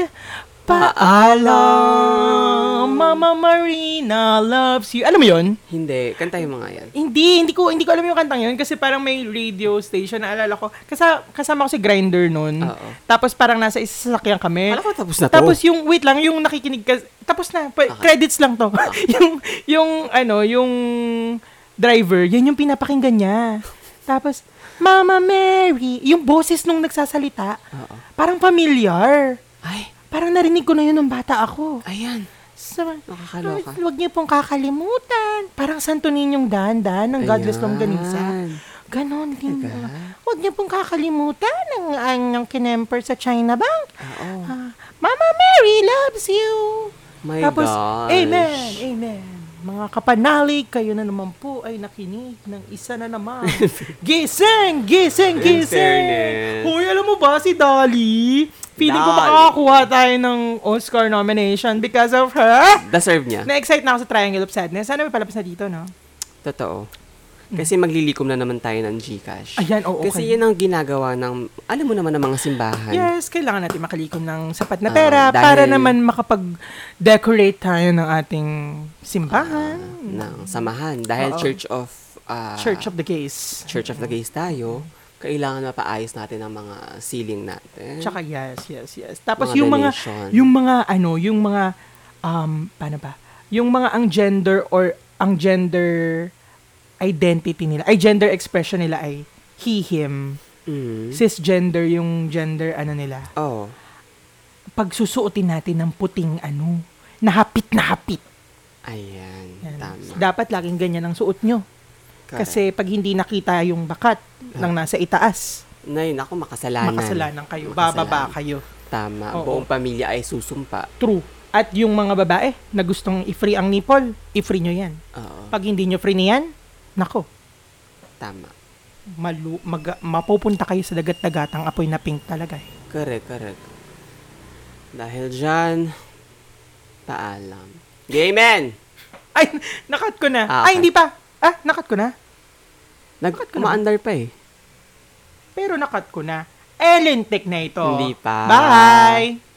[SPEAKER 2] paalam. Mama Marina loves you. Alam mo yon?
[SPEAKER 1] Hindi, kantahin mo nga yan.
[SPEAKER 2] Hindi, hindi ko hindi ko alam yung kantang yun kasi parang may radio station na alala ko. Kasama, kasama ko si Grinder noon.
[SPEAKER 1] Oo.
[SPEAKER 2] Tapos parang nasa isa sasakyan kami.
[SPEAKER 1] Alam ko tapos na to.
[SPEAKER 2] Tapos Ah. yung wait lang, yung nakikinig ka tapos na pa- credits lang to. yung yung ano, yung driver, yun yung pinapakinggan niya. Tapos Mama Mary, yung boses nung nagsasalita,
[SPEAKER 1] Oo.
[SPEAKER 2] parang familiar.
[SPEAKER 1] Ay,
[SPEAKER 2] Parang narinig ko na yun nung bata ako.
[SPEAKER 1] ayan.
[SPEAKER 2] Sa,
[SPEAKER 1] Nakakaloka.
[SPEAKER 2] Lord, Huwag niyo pong kakalimutan. Parang Santo Ninyong dahan-dahan ng Godless
[SPEAKER 1] Ayan. Diba?
[SPEAKER 2] Longganisa. Ganon din. Huwag niyo pong kakalimutan ang, ang, ang kinemper sa China Bank.
[SPEAKER 1] Oo.
[SPEAKER 2] Ah, Mama Mary loves you.
[SPEAKER 1] My
[SPEAKER 2] Tapos,
[SPEAKER 1] gosh.
[SPEAKER 2] Amen, Amen. Mga kapanalig, kayo na naman po ay nakinig ng isa na naman. gising, gising, gising.
[SPEAKER 1] fairness.
[SPEAKER 2] Hoy, alam mo ba si Dolly? Feeling ko
[SPEAKER 1] Dolly.
[SPEAKER 2] makakakuha tayo ng Oscar nomination because of her.
[SPEAKER 1] Deserve niya.
[SPEAKER 2] Na-excite na ako sa Triangle of Sadness. Sana may palabas na dito, no?
[SPEAKER 1] Totoo. Kasi maglilikom na naman tayo ng Gcash.
[SPEAKER 2] Mm. Ayan, oo.
[SPEAKER 1] Kasi yan ang ginagawa ng, alam mo naman ng mga simbahan.
[SPEAKER 2] Yes, kailangan natin makalikom ng sapat na
[SPEAKER 1] Ah,
[SPEAKER 2] pera
[SPEAKER 1] dahil-
[SPEAKER 2] para naman makapag-decorate tayo ng ating simbahan.
[SPEAKER 1] ng samahan. Dahil
[SPEAKER 2] Oo.
[SPEAKER 1] Church of, ah,
[SPEAKER 2] Church of the Gays.
[SPEAKER 1] Church of the Gays tayo, kailangan mapaayos natin ang mga ceiling natin.
[SPEAKER 2] Tsaka yes, yes, yes.
[SPEAKER 1] Mm.
[SPEAKER 2] Tapos
[SPEAKER 1] Mga
[SPEAKER 2] yung mga,
[SPEAKER 1] donation.
[SPEAKER 2] yung mga ano, yung mga, um, paano ba? Yung mga ang gender or ang gender identity nila, ay gender expression nila ay he, him.
[SPEAKER 1] Mm.
[SPEAKER 2] Cisgender yung gender ano nila.
[SPEAKER 1] Oh.
[SPEAKER 2] pagsusuotin natin ng puting ano, nahapit na hapit.
[SPEAKER 1] Ayan.
[SPEAKER 2] Yan.
[SPEAKER 1] Tama.
[SPEAKER 2] Dapat laging ganyan ang suot nyo.
[SPEAKER 1] Correct. Ah.
[SPEAKER 2] Kasi pag hindi nakita yung bakat ng nasa itaas,
[SPEAKER 1] Nay, naku, makasalanan.
[SPEAKER 2] makasalanan kayo,
[SPEAKER 1] Makasalanan.
[SPEAKER 2] bababa kayo.
[SPEAKER 1] Tama.
[SPEAKER 2] Oo.
[SPEAKER 1] Buong pamilya ay susumpa.
[SPEAKER 2] True. At yung mga babae na gustong i-free ang nipple, i-free nyo yan.
[SPEAKER 1] Oo.
[SPEAKER 2] Pag hindi nyo free niyan, nako,
[SPEAKER 1] Tama.
[SPEAKER 2] malu- mag- mapupunta kayo sa dagat-dagatang apoy na pink talaga eh.
[SPEAKER 1] Correct, correct. Dahil dyan, paalam. Gay men!
[SPEAKER 2] Ay, nakat ko na.
[SPEAKER 1] Ah, okay.
[SPEAKER 2] Ay, hindi pa. Ah, nakat ko na.
[SPEAKER 1] Nag-
[SPEAKER 2] Bakit ka naman?
[SPEAKER 1] Umaandar pa eh.
[SPEAKER 2] Pero nakat ko na. Ellen Tech na ito.
[SPEAKER 1] Hindi pa.
[SPEAKER 2] Bye!